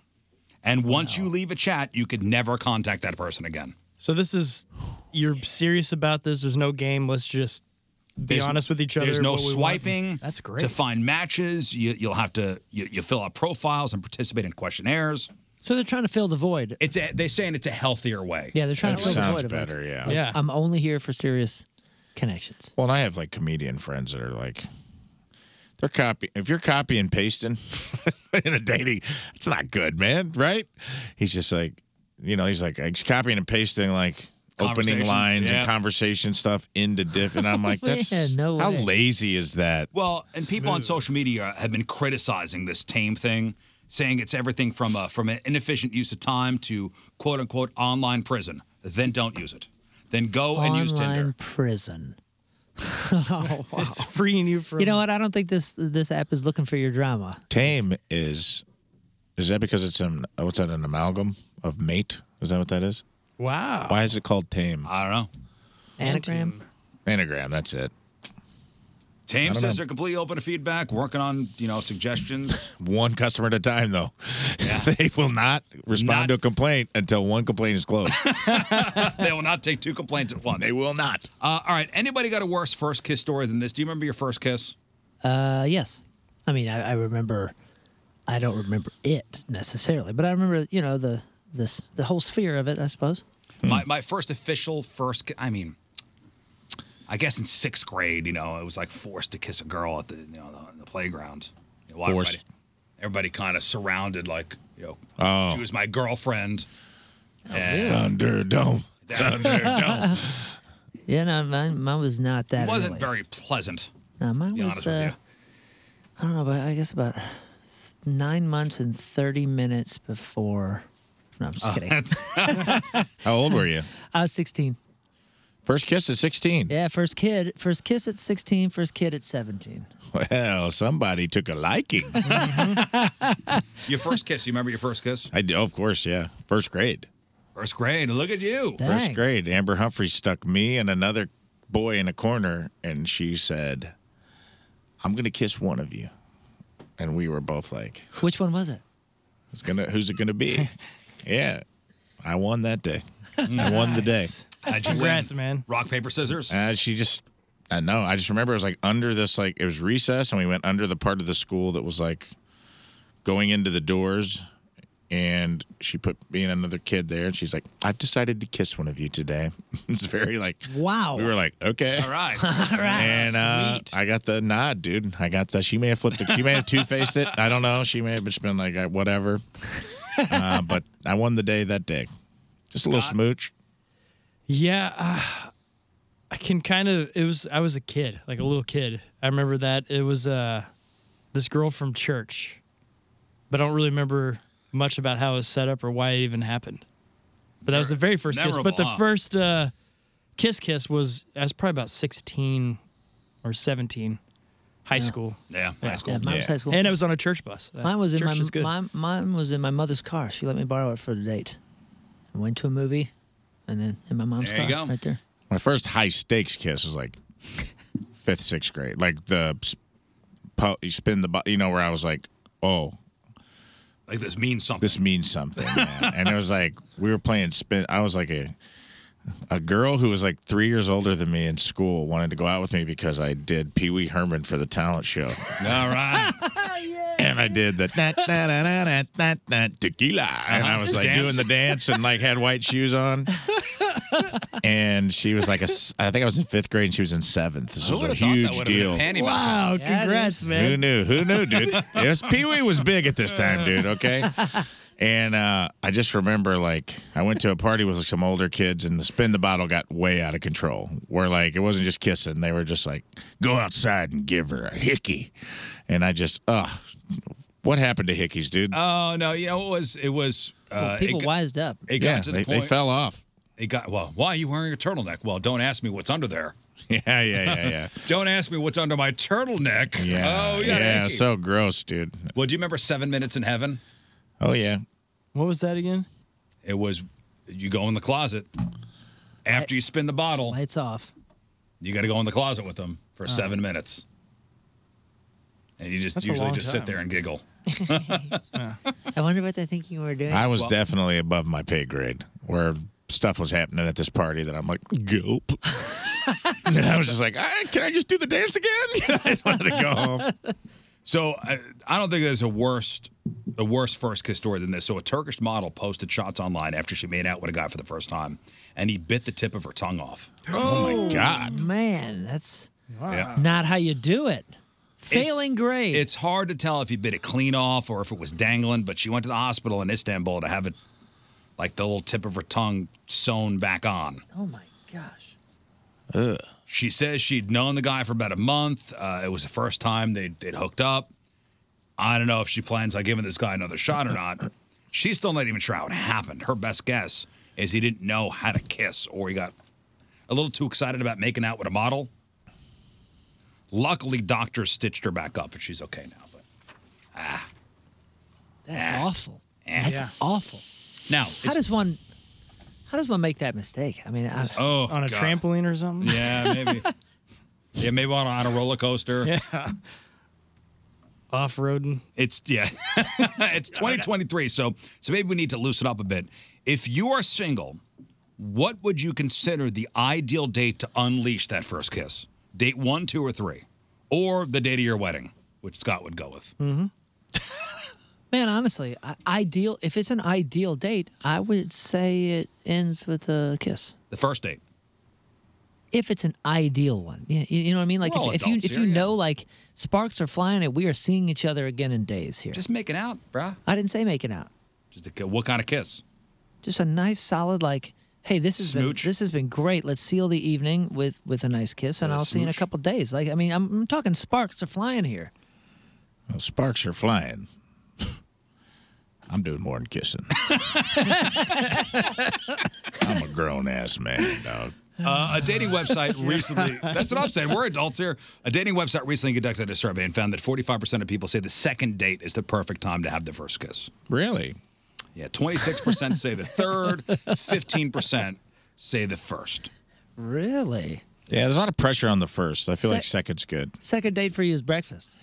B: And once you leave a chat, you could never contact that person again.
D: So this is you're serious about this. There's no game. Let's just be
B: There's-
D: honest with each other.
B: There's no
D: what we want.
B: swiping.
D: That's great.
B: To find matches, you, you'll have to you, you fill out profiles and participate in questionnaires.
A: So they're trying to fill the void.
B: It's a, they're saying it's a healthier way.
A: Yeah, they're trying
B: That
A: to fill
B: sounds
A: the void.
B: better,
A: of it.
B: yeah.
A: Like,
B: Yeah.
A: I'm only here for serious connections.
C: Well, and I have like comedian friends that are like They're copy. If you're copy and pasting in a dating, it's not good, man. Right? He's just like, you know, he's like he's copying and pasting like opening
B: Conversations,
C: lines
B: yeah.
C: and conversation stuff into diff, and I'm like, that's
B: no
C: how
B: way.
C: lazy is that?
B: Well, and people on social media have been criticizing this tame thing, saying it's everything from uh, from an inefficient use of time to quote unquote online prison. Then don't use it. Then go and use Tinder.
A: Online prison. oh, wow. It's
D: freeing you from.
A: You know what? I don't think this this app is looking for your drama.
C: Tame is is that because it's an what's that an amalgam of mate? Is that what that is?
D: Wow.
C: Why is it called tame?
B: I don't know.
A: Anagram.
C: Anagram. That's it. I
B: Tame
C: don't
B: says
C: know.
B: they're completely open to feedback, working on you know suggestions.
C: One customer at a time, though. they will not respond to a complaint until one complaint is closed.
B: they will not take two complaints at once. They
C: will not.
B: Uh, all right. Anybody got a worse first kiss story than this? Do you remember your first kiss?
A: Uh, yes. I mean, I, I remember. I don't remember it necessarily, but I remember you know the this the whole sphere of it. I suppose.
C: Hmm.
B: My my first official first. ki- I mean, I guess in sixth grade, you know, I was like forced to kiss a girl at the you know the, the playground. You know, while
C: Forced.
B: Everybody, everybody kind of surrounded, like you know,
C: Oh.
B: she was my girlfriend.
A: Oh,
B: And-
C: Thunderdome.
A: yeah, no, mine, mine was not that.
B: It wasn't
A: early.
B: very pleasant.
A: No, mine
B: to be
A: was.
B: honest with
A: Uh, I don't know, but I guess about nine months and thirty minutes before. No, I'm just
C: Oh,
B: Uh,
A: uh, kidding.
C: How old were you?
A: I was 16.
C: First kiss at 16.
A: Yeah, first kid, first kiss at 16, first kid at 17.
C: Well, somebody took a liking.
B: your first kiss. You remember your first kiss?
C: I do, of course, yeah. First grade.
B: First grade. Look at you.
C: First grade. Amber Humphrey stuck me and another boy in a corner, and she said, "I'm gonna kiss one of you," and we were both like,
A: Which one was it?
C: "It's gonna. Who's it gonna be?" yeah, I won that day. I won the day.
B: How'd you win?
D: Congrats, man.
B: Rock paper scissors.
C: Uh, she just, I know. I just remember it was like under this, like it was recess, and we went under the part of the school that was like going into the doors. And she put me and another kid there, and she's like, "I've decided to kiss one of you today." it's very like,
A: wow.
C: We were like, okay,
B: all right,
C: all right. And uh, I got the nod, dude. I got that. She may have flipped it. She may have two faced it. I don't know. She may have just been like, uh, whatever. Uh, but I won the day that day. Just a little smooch.
D: Yeah, uh, I can kind of. It was I was a kid, like a little kid. I remember that it was uh, this girl from church, but I don't really remember much about how it was set up or why it even happened. But that was the very first kiss. But
B: Memorable,
D: the
B: huh?
D: first uh, kiss kiss was I was probably about sixteen or seventeen, high
A: Yeah.
D: school.
B: Yeah,
A: high school. Yeah, mine was high school.
D: And I was on a church bus. Uh,
A: Mine was in
D: church
A: my,
D: is good.
A: mine, mine was in my mother's car. She let me borrow it for the date. I went to a movie and then in my mom's
C: There you
A: car
C: go.
A: right there.
C: My first high stakes kiss was like fifth, sixth grade. Like the s- po- you spin the bo- you know where I was like, oh,
B: like this means something.
C: This means something, man. and it was like we were playing spin. I was like a a girl who was like three years older than me in school wanted to go out with me because I did Pee Wee Herman for the talent show.
B: All right.
C: And I did the da, da, da, da, da, da, da, tequila. And I was like
B: Uh-huh. Dance.
C: doing the dance and like had white shoes on. and she was like, a, s- I think I was in fifth grade and she was in seventh. This
B: Who
C: was a
B: would've thought that
C: huge
B: would've been a
C: deal.
B: panty melter?
D: Wow,
B: Yeah, dude.
D: congrats, man.
C: Who knew? Who knew, dude? yes, Pee Wee was big at this time, dude. Okay. And uh, I just remember, like, I went to a party with like, some older kids, and the spin the bottle got way out of control. Where like it wasn't just kissing; they were just like, "Go outside and give her a hickey," and I just, ugh, what happened to hickeys, dude?
B: Oh no, you know it was it was
A: Well,
B: uh,
A: people
B: it, got-
A: wised up.
B: It got
C: Yeah,
B: to the
C: they- they
B: point
C: fell off.
B: It got well. Why are you wearing a turtleneck? Well, don't ask me what's under there.
C: Yeah, yeah, yeah, yeah.
B: don't ask me what's under my turtleneck.
C: Yeah,
B: Oh, yeah.
C: yeah, so gross, dude.
B: Well, do you remember Seven Minutes in Heaven?
C: Oh yeah,
D: What was that again?
B: It was you go in the closet after you spin the bottle.
A: Lights off.
B: You got to go in the closet with them for
A: Oh.
B: seven minutes, and you just
A: That's a
B: usually
A: long
B: just
A: time.
B: sit there and giggle.
A: I wonder what they're thinking we're doing.
C: I was definitely above my pay grade where stuff was happening at this party that I'm like, gulp. and I was just like, I, can I just do the dance again? I just wanted to go home.
B: So I, I don't think there's a worst a worse first kiss story than this. So a Turkish model posted shots online after she made out with a guy for the first time, and he bit the tip of her tongue off. Oh
A: man, that's
B: Yeah.
A: not how you do it. Failing grade.
B: It's hard to tell if you bit it clean off or if it was dangling, but she went to the hospital in Istanbul to have it, like the little tip of her tongue sewn back on.
A: Oh my gosh.
B: Ugh. She says she'd known the guy for about a month. Uh, it was the first time they'd, they'd hooked up. I don't know if she plans on giving this guy another shot or not. She's still not even sure how it happened. Her best guess is he didn't know how to kiss or he got a little too excited about making out with a model. Luckily, doctors stitched her back up and she's okay now. But ah,
A: That's awful.
B: eh.
A: That's awful.
B: Now,
A: How
B: it's-
A: does one how does one make that mistake? I mean, I,
B: Oh,
D: on a
B: God.
D: trampoline or something.
B: Yeah, maybe. yeah, maybe on a, on a roller coaster.
D: Yeah. Off roading.
B: It's yeah. it's 2023, so so maybe we need to loosen up a bit. If you are single, what would you consider the ideal date to unleash that first kiss? Date one, two, or three, or the date of your wedding, which Scott would go with.
D: Hmm.
A: Mm-hmm. Man, honestly, I, ideal. If it's an ideal date, I would say it ends with a kiss.
B: The first date.
A: If it's an ideal one, yeah, you, you know what I mean. Like
B: We're all
A: if, if you
B: adults
A: if
B: here,
A: you
B: yeah.
A: know like sparks are flying and we are seeing each other again in days here.
B: Just making out, bruh.
A: I didn't say making out.
B: Just a, ki- what kind of kiss?
A: Just a nice solid like. Hey, this has
B: Smooch.
A: been this has been great. Let's seal the evening with with a nice kiss, and
C: Uh,
A: I'll see you in a
C: smooch.
A: couple days. Like I mean, I'm, I'm talking sparks are flying here.
C: Well, sparks are flying. I'm doing more than kissing. I'm a grown ass man, dog.
B: Uh, a dating website recently. That's what I'm saying. We're adults here. A dating website recently conducted a survey and found that 45% of people say the second date is the perfect time to have the first kiss.
C: Really?
B: Yeah, 26% say the third, 15% say the first.
A: Really?
C: Yeah, there's a lot of pressure on the first. I feel
A: Se-
C: like second's good.
A: Second date for you is breakfast.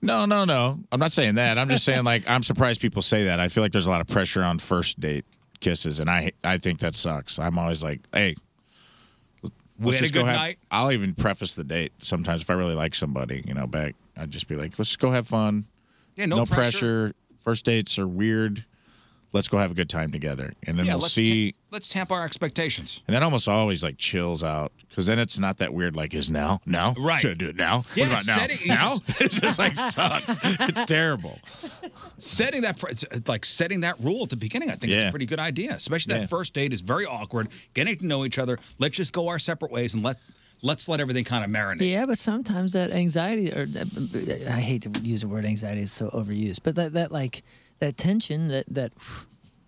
C: No, no, no. I'm not saying that. I'm just saying like I'm surprised people say that. I feel like there's a lot of pressure on first date kisses, and I I think that sucks. I'm always like, hey,
B: We had a good night.
C: I'll even preface the date sometimes if I really like somebody, you know. Back, I'd just be like, let's just go have fun.
B: Yeah, no pressure.
C: First dates are weird. Let's go have a good time together, and then
B: yeah,
C: we'll
B: let's
C: see.
B: ta- let's tamp our expectations.
C: and that almost always like chills out because then it's not that weird. Like, is now now
B: Right.
C: Should I do it now?
B: Yeah,
C: what about now?
B: setting-
C: now it's just like sucks. It's terrible.
B: Setting that pre- like setting that rule at the beginning, I think it's
C: Yeah.
B: a pretty good idea. Especially that
C: Yeah.
B: first date is very awkward. Getting to know each other. Let's just go our separate ways and let let's let everything kind of marinate.
A: Yeah, but sometimes that anxiety, or that, I hate to use the word anxiety, it's so overused, but that, that like, that tension, that, that,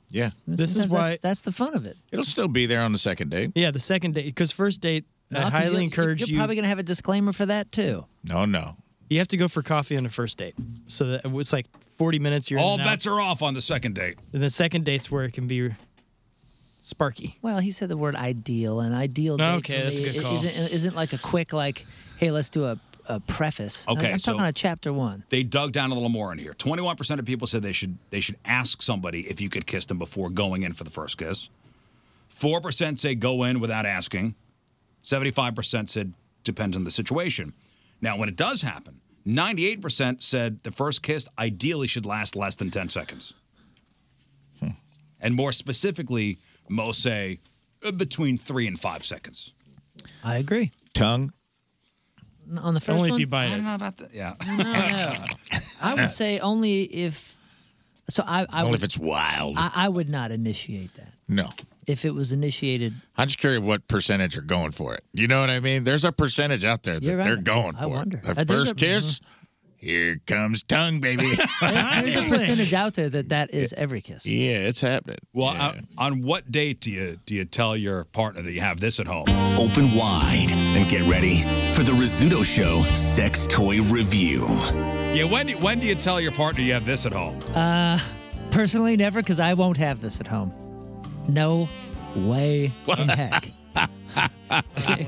C: Yeah.
D: This is
A: sometimes
D: why.
A: that's, that's the fun of it.
C: It'll still be there on the second date.
D: Yeah, the second date. Because first date, I
A: No, 'cause
D: highly
A: you'll-
D: encourage
A: You're
D: you.
A: probably going to have a disclaimer for that too.
C: No, no.
D: You have to go for coffee on the first date. So that it's like 40 minutes. You're
B: All
D: in and
B: bets are off on the second date.
D: Out. And the second date's where it can be sparky.
A: Well, he said the word ideal, and ideal date
D: Okay,
A: for
D: that's a
A: me
D: good call.
A: Isn't, isn't like a quick, like, hey, let's do a, a preface.
B: Okay,
A: I'm
B: so-
A: talking about chapter one.
B: They dug down a little more in here. 21% of people said they should they should ask somebody if you could kiss them before going in for the first kiss. 4% say go in without asking. 75% said depends on the situation. Now, when it does happen, 98% said the first kiss ideally should last less than 10 seconds. And more specifically, most say uh, between 3 and 5 seconds.
A: I agree.
C: Tongue?
A: On the first one?
B: I don't know about that. Yeah.
A: I would say only if, so I, I
C: Only
A: would,
C: if it's wild.
A: I, I would not initiate that.
C: no.
A: If it was initiated
C: I'm just curious what percentage are going for it. You know what I mean? There's a percentage out there that
A: You're right.
C: they're going
A: I
C: for.
A: wonder.
C: It. The
A: Uh, there's
C: first
A: a-
C: kiss, here comes tongue, baby.
A: There's a percentage out there that that is every kiss.
C: yeah, it's happening.
B: Well, on, on what date do you do you tell your partner that you have this at home?
Q: Open wide and get ready for the Rizzuto Show Sex Toy Review.
B: Yeah, when do, when do you tell your partner you have this at home?
A: Uh, personally, never, because I won't have this at home. No way in heck.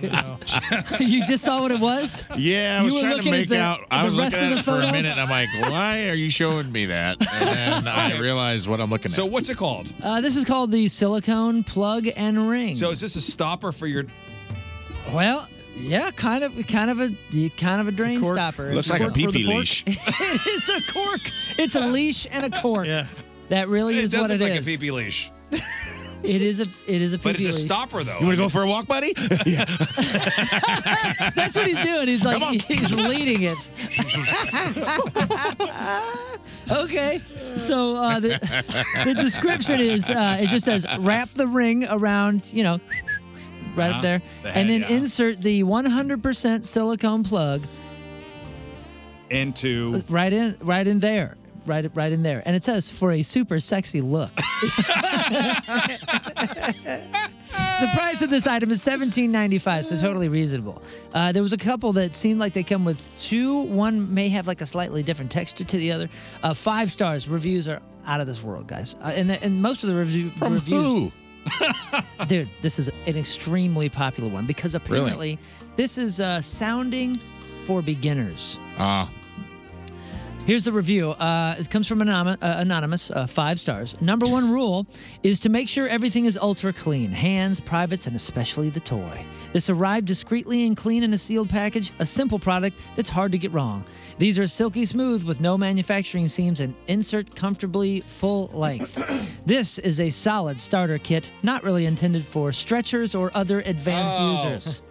A: you just saw what it was?
C: Yeah, I
A: You
C: was
A: were
C: trying to
A: looking at
C: make
A: the-
C: out. I
A: the
C: was
A: rest
C: looking at
A: of
C: it
A: the
C: for a
A: photo?
C: minute. I'm like, why are you showing me that? And then I realized what I'm looking at.
B: So what's it called?
A: Uh, this is called the silicone plug and ring.
B: So is this a stopper for your?
A: well, yeah, kind of, kind of a, kind of a drain stopper.
C: Looks
A: It's
C: like a
A: cork for the
C: pee-pee
A: cork.
C: leash.
A: it is a cork. It's a leash and a cork. Yeah, that really
B: It
A: is
B: does
A: what
B: look
A: it is.
B: like a pee leash.
A: It is a it is a.
B: But it's
A: PPE.
B: a stopper, though.
A: You wanna
C: go for a walk, buddy? yeah.
A: That's what he's doing. He's like he's leading it. okay, so uh, the, the description is uh, it just says wrap the ring around you know right
N: Uh-huh.
A: up there,
N: The
A: and
N: head,
A: then
N: yeah.
A: insert the 100% silicone plug
B: Into
A: right in right in there. Right, right in there, and it says for a super sexy look. the price of this item is seventeen ninety five, so totally reasonable. Uh, there was a couple that seemed like they come with two. One may have like a slightly different texture to the other. Uh, five stars reviews are out of this world, guys, uh, and the, and most of the review
C: From
A: reviews.
C: who?
A: Dude, this is an extremely popular one because apparently this is uh, sounding for beginners.
C: Ah.
A: Here's the review. Uh, it comes from anom- uh, anonymous, uh, five stars. Number one rule is to make sure everything is ultra clean: hands, privates, and especially the toy. This arrived discreetly and clean in a sealed package. A simple product that's hard to get wrong. These are silky smooth with no manufacturing seams and insert comfortably full length. this is a solid starter kit, not really intended for stretchers or other advanced
B: Oh.
A: users.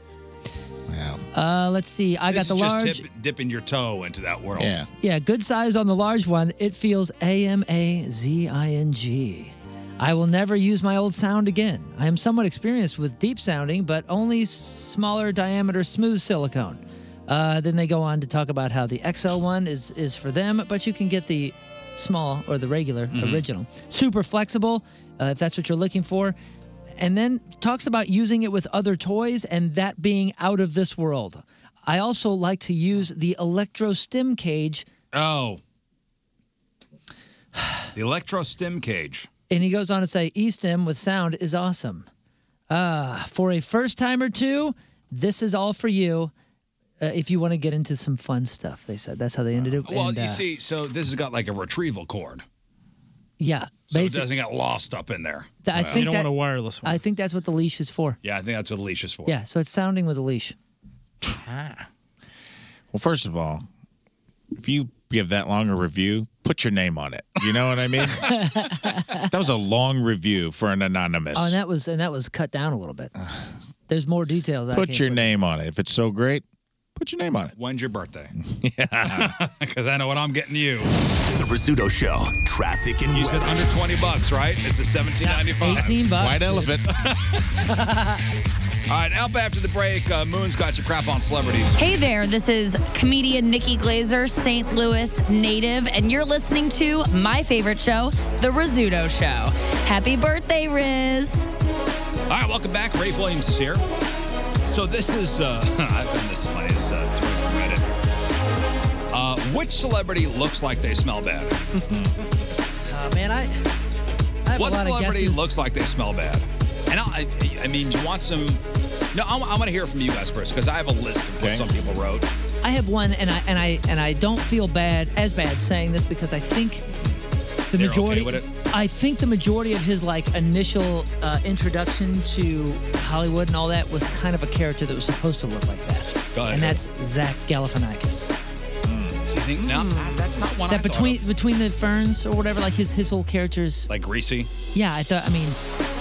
A: Wow. Uh, let's see. I
B: This
A: got the
B: is
A: large.
B: just tip, dipping your toe into that world. Yeah.
A: Yeah, good size on the large one. It feels A M A Z I N G. I will never use my old sound again. I am somewhat experienced with deep sounding, but only s- smaller diameter smooth silicone. Uh, then they go on to talk about how the XL one is is for them, but you can get the small or the regular
N: Mhm.
A: original. Super flexible uh, if that's what you're looking for. And then talks about using it with other toys and that being out of this world. I also like to use the electro stem cage
B: Oh. The electro stem cage.
A: And he goes on to say, E-stem with sound is awesome. Uh, for a first time or two, this is all for you. Uh, if you want to get into some fun stuff, they said. That's how they ended it.
B: Well,
A: And, uh,
B: you see, so this has got like a retrieval cord,
A: yeah.
B: so
A: basi-
B: it doesn't get lost up in there.
A: th- I think that-
B: wireless
A: I think that's what the leash is for.
B: Yeah, I think that's what the leash is for.
A: Yeah, so it's sounding with a leash.
C: Well, first of all, if you give that long a review, put your name on it. You know what I mean? that was a long review for an anonymous.
A: Oh, and that was and that was cut down a little bit. There's more details. I
C: put
A: can't-
C: your name on it. If it's so great, put your name on it.
B: When's your birthday? yeah. Because I know what I'm getting you.
Q: The Rizzuto Show. Traffic and
B: You said under 20 bucks, right? It's a 1795.
A: 18 bucks,
B: White
A: dude.
B: elephant. All right, up after the break, uh, Moon's got your crap on celebrities.
R: Hey there, this is comedian Nikki Glazer, St. Louis native, and you're listening to my favorite show, The Rizzuto Show. Happy birthday, Riz.
B: All right, welcome back. Ray Williams is here. So this is, uh, I found this funny, this uh, tweet from Reddit. Uh, which celebrity looks like they smell bad?
A: Oh, man, I, I have a
B: What
A: lot of
B: celebrity
A: guesses.
B: looks like they smell bad? And I, I, I mean, you want some? No, I'm, I'm going to hear from you guys first because I have a list of what some people wrote.
A: I have one, and I and I and I don't feel bad as bad saying this because I think the
B: They're okay
A: majority.
B: with it?
A: I think the majority of his like initial uh, introduction to Hollywood and all that was kind of a character that was supposed to look like that,
B: Go ahead.
A: and that's Zach Galifianakis.
B: So you think no, I- that's not one. I
A: Hmm. that
B: thought
A: between
B: of.
A: between the ferns or whatever, like his his whole character is.
B: like greasy.
A: Yeah, I thought. I mean,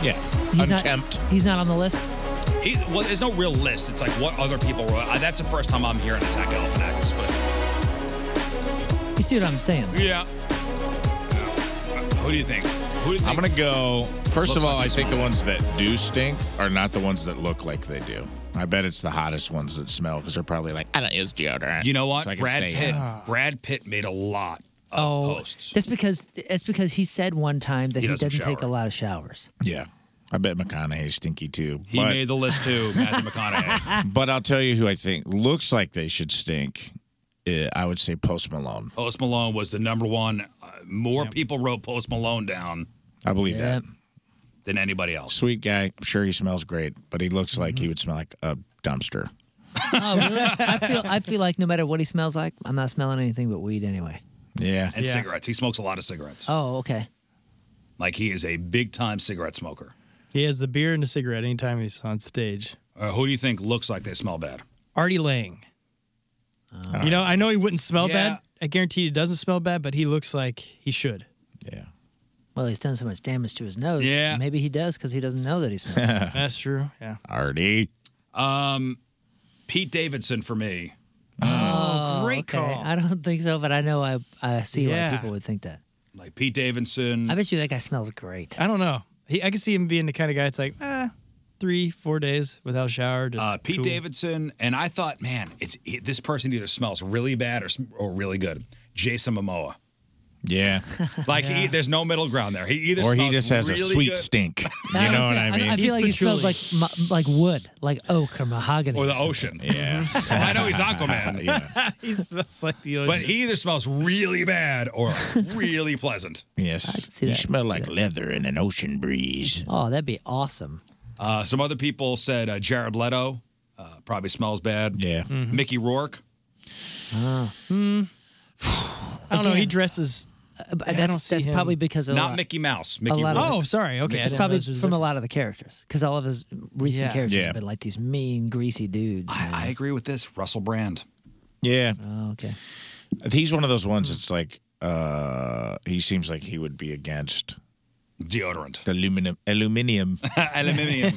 C: Yeah.
A: he's not he's not on the list.
B: He, well, there's no real list. It's like what other people wrote. I, that's the first time I'm hearing Zach Galifianakis. But
A: You see what I'm saying?
B: yeah. Who do you think? Who do you think?
C: I'm gonna go. First of
B: Looks
C: all,
B: like
C: I
B: they
C: think the
B: smell.
C: ones that do stink are not the ones that look like they do. I bet it's the hottest ones that smell because they're probably like, I don't use deodorant.
B: You know what?
C: So I can
B: Brad
C: stay
B: Pitt.
C: in.
B: Brad Pitt made a lot of
A: Oh,
B: posts.
A: that's because that's because he said one time that
C: He
A: he,
C: doesn't
A: doesn't take
C: shower.
A: a lot of showers.
C: Yeah. I bet McConaughey's stinky too.
B: He
C: but,
B: made the list too, Matthew McConaughey.
C: but uh, I'll tell you who I think looks like they should stink. Uh, I would say Post Malone.
B: Post Malone was the number one. Uh, more people wrote Post Malone down
C: I believe that.
B: than anybody else.
C: Sweet guy. I'm sure he smells great, but he looks like he would smell like a dumpster.
A: Oh, really? I feel I feel like no matter what he smells like, I'm not smelling anything but weed anyway.
C: Yeah.
B: And
A: Yeah.
B: cigarettes. He smokes a lot of cigarettes.
A: Oh, okay.
B: Like he is a big time cigarette smoker.
D: He has the beer and the cigarette anytime he's on stage.
B: Uh, who do you think looks like they smell bad?
D: Artie Lang.
C: Uh,
D: you know, I know he wouldn't smell
B: Yeah.
D: bad. I guarantee he doesn't smell bad, but he looks like he should.
C: Yeah.
A: well, he's done so much damage to his nose.
B: Yeah.
A: Maybe he does because he doesn't know that he smells.
B: That's true. Yeah.
C: Artie.
B: Um, Pete Davidson for me.
A: oh,
B: great call.
A: I don't think so, but I know I, I see
B: Yeah.
A: why people would think that.
B: Like Pete Davidson.
A: I bet you that guy smells great.
D: I don't know. He, I can see him being the kind of guy. It's like ah, three, four days without a shower. Just
B: uh, Pete
D: cool.
B: Davidson, and I thought, man, it's it, this person either smells really bad or sm- or really good. Jason Momoa.
C: Yeah.
B: Like he, there's no middle ground there. He either
C: Or he
B: smells
C: just has a
B: really
C: sweet
B: good-
C: stink. You know what I mean?
A: I feel like he smells like ma- like wood, like oak or mahogany,
B: or the
A: something.
B: ocean. Yeah, I know he's Aquaman.
D: he smells like the
B: But he either smells really bad or really pleasant.
C: Yes. You smell like leather in an ocean breeze.
A: Oh, that'd be awesome.
B: Uh, some other people said uh, Jared Leto uh, probably smells bad. Yeah.
A: Mm-hmm.
B: Mickey Rourke.
D: Hmm. I don't know. He
A: Again,
D: dresses. I don't
A: that's-
D: see
A: that's
D: him.
A: probably because of a
B: Not
A: lot-
B: Mickey Mouse.
A: a
B: Mickey
A: lot
B: Rourke.
A: of-
D: Oh, sorry. Okay, I
A: It's
D: didn't
A: probably
D: realize there
A: from
D: was a
A: a lot of the characters because all of his recent
B: Yeah.
A: characters
B: Yeah.
A: have been like these mean, greasy dudes.
B: I agree with this. Russell Brand.
C: Yeah.
A: Oh, okay.
C: He's one of those ones that's like, uh, he seems like he would be against
B: deodorant.
C: Aluminum. Aluminium.
B: Aluminium.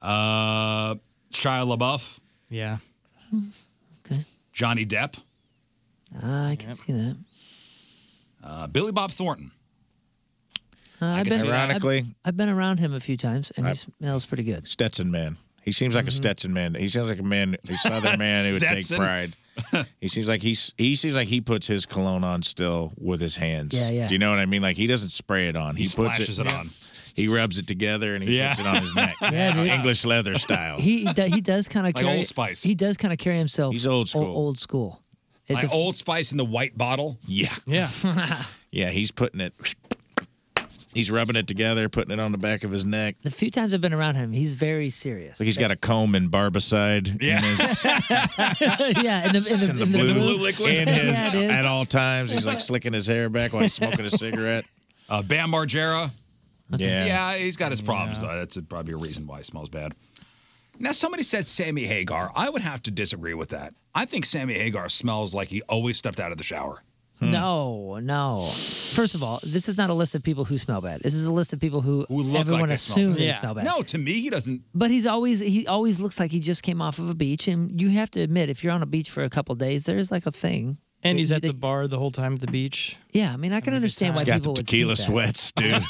B: uh, Shia LaBeouf.
D: Yeah.
B: Johnny Depp.
A: Ah, I can see that.
B: Uh, Billy Bob Thornton.
A: Uh, I've
C: can
A: been,
C: see that. Ironically-
A: I've, I've been around him a few times, and he smells pretty good.
C: Stetson man. He seems like a Stetson man. He sounds like a man, a Southern man who would take
A: Stetson.
C: pride. he seems like he's he seems like he puts his cologne on still with his hands.
A: Yeah, yeah.
C: Do you know what I mean? Like he doesn't spray it on.
B: He
C: puts
B: splashes it on.
C: He rubs it together and he
B: Yeah.
C: puts it on his neck.
A: Yeah, dude.
C: English leather style.
A: He he do- he does kind of
C: Like
A: carry,
C: Old Spice.
A: He does kind of carry himself. He's
C: old school.
A: old school. It
B: Like
A: def-
B: Old Spice in the white bottle.
C: Yeah.
D: Yeah.
C: Yeah, he's putting it he's rubbing it together, putting it on the back of his neck.
A: the few times I've been around him, he's very serious.
C: Like he's got a comb and barbicide in his
A: yeah, in the, in the,
C: in the
A: in
C: blue,
A: liquid.
C: in his
A: yeah, dude.
C: at all times. He's like slicking his hair back while he's smoking a cigarette.
B: Uh, Bam Margera.
C: Yeah.
B: Yeah, he's got his problems. though. That's probably a reason why he smells bad. Now, somebody said Sammy Hagar. I would have to disagree with that. I think Sammy Hagar smells like he always stepped out of the shower.
A: No, no. First of all, this is not a list of people who smell bad. This is a list of people who,
B: Look
A: everyone
B: like they
A: assumes
B: smell bad.
A: they smell bad.
B: No, to me, he doesn't.
A: But he's always he always looks like he just came off of a beach, and you have to admit, if you're on a beach for a couple days, there is like a thing.
D: And he's at the bar the whole time at the beach,
A: Yeah, I mean, I can understand why
C: He's got the
A: people would
C: tequila
A: think that.
C: sweats, dude.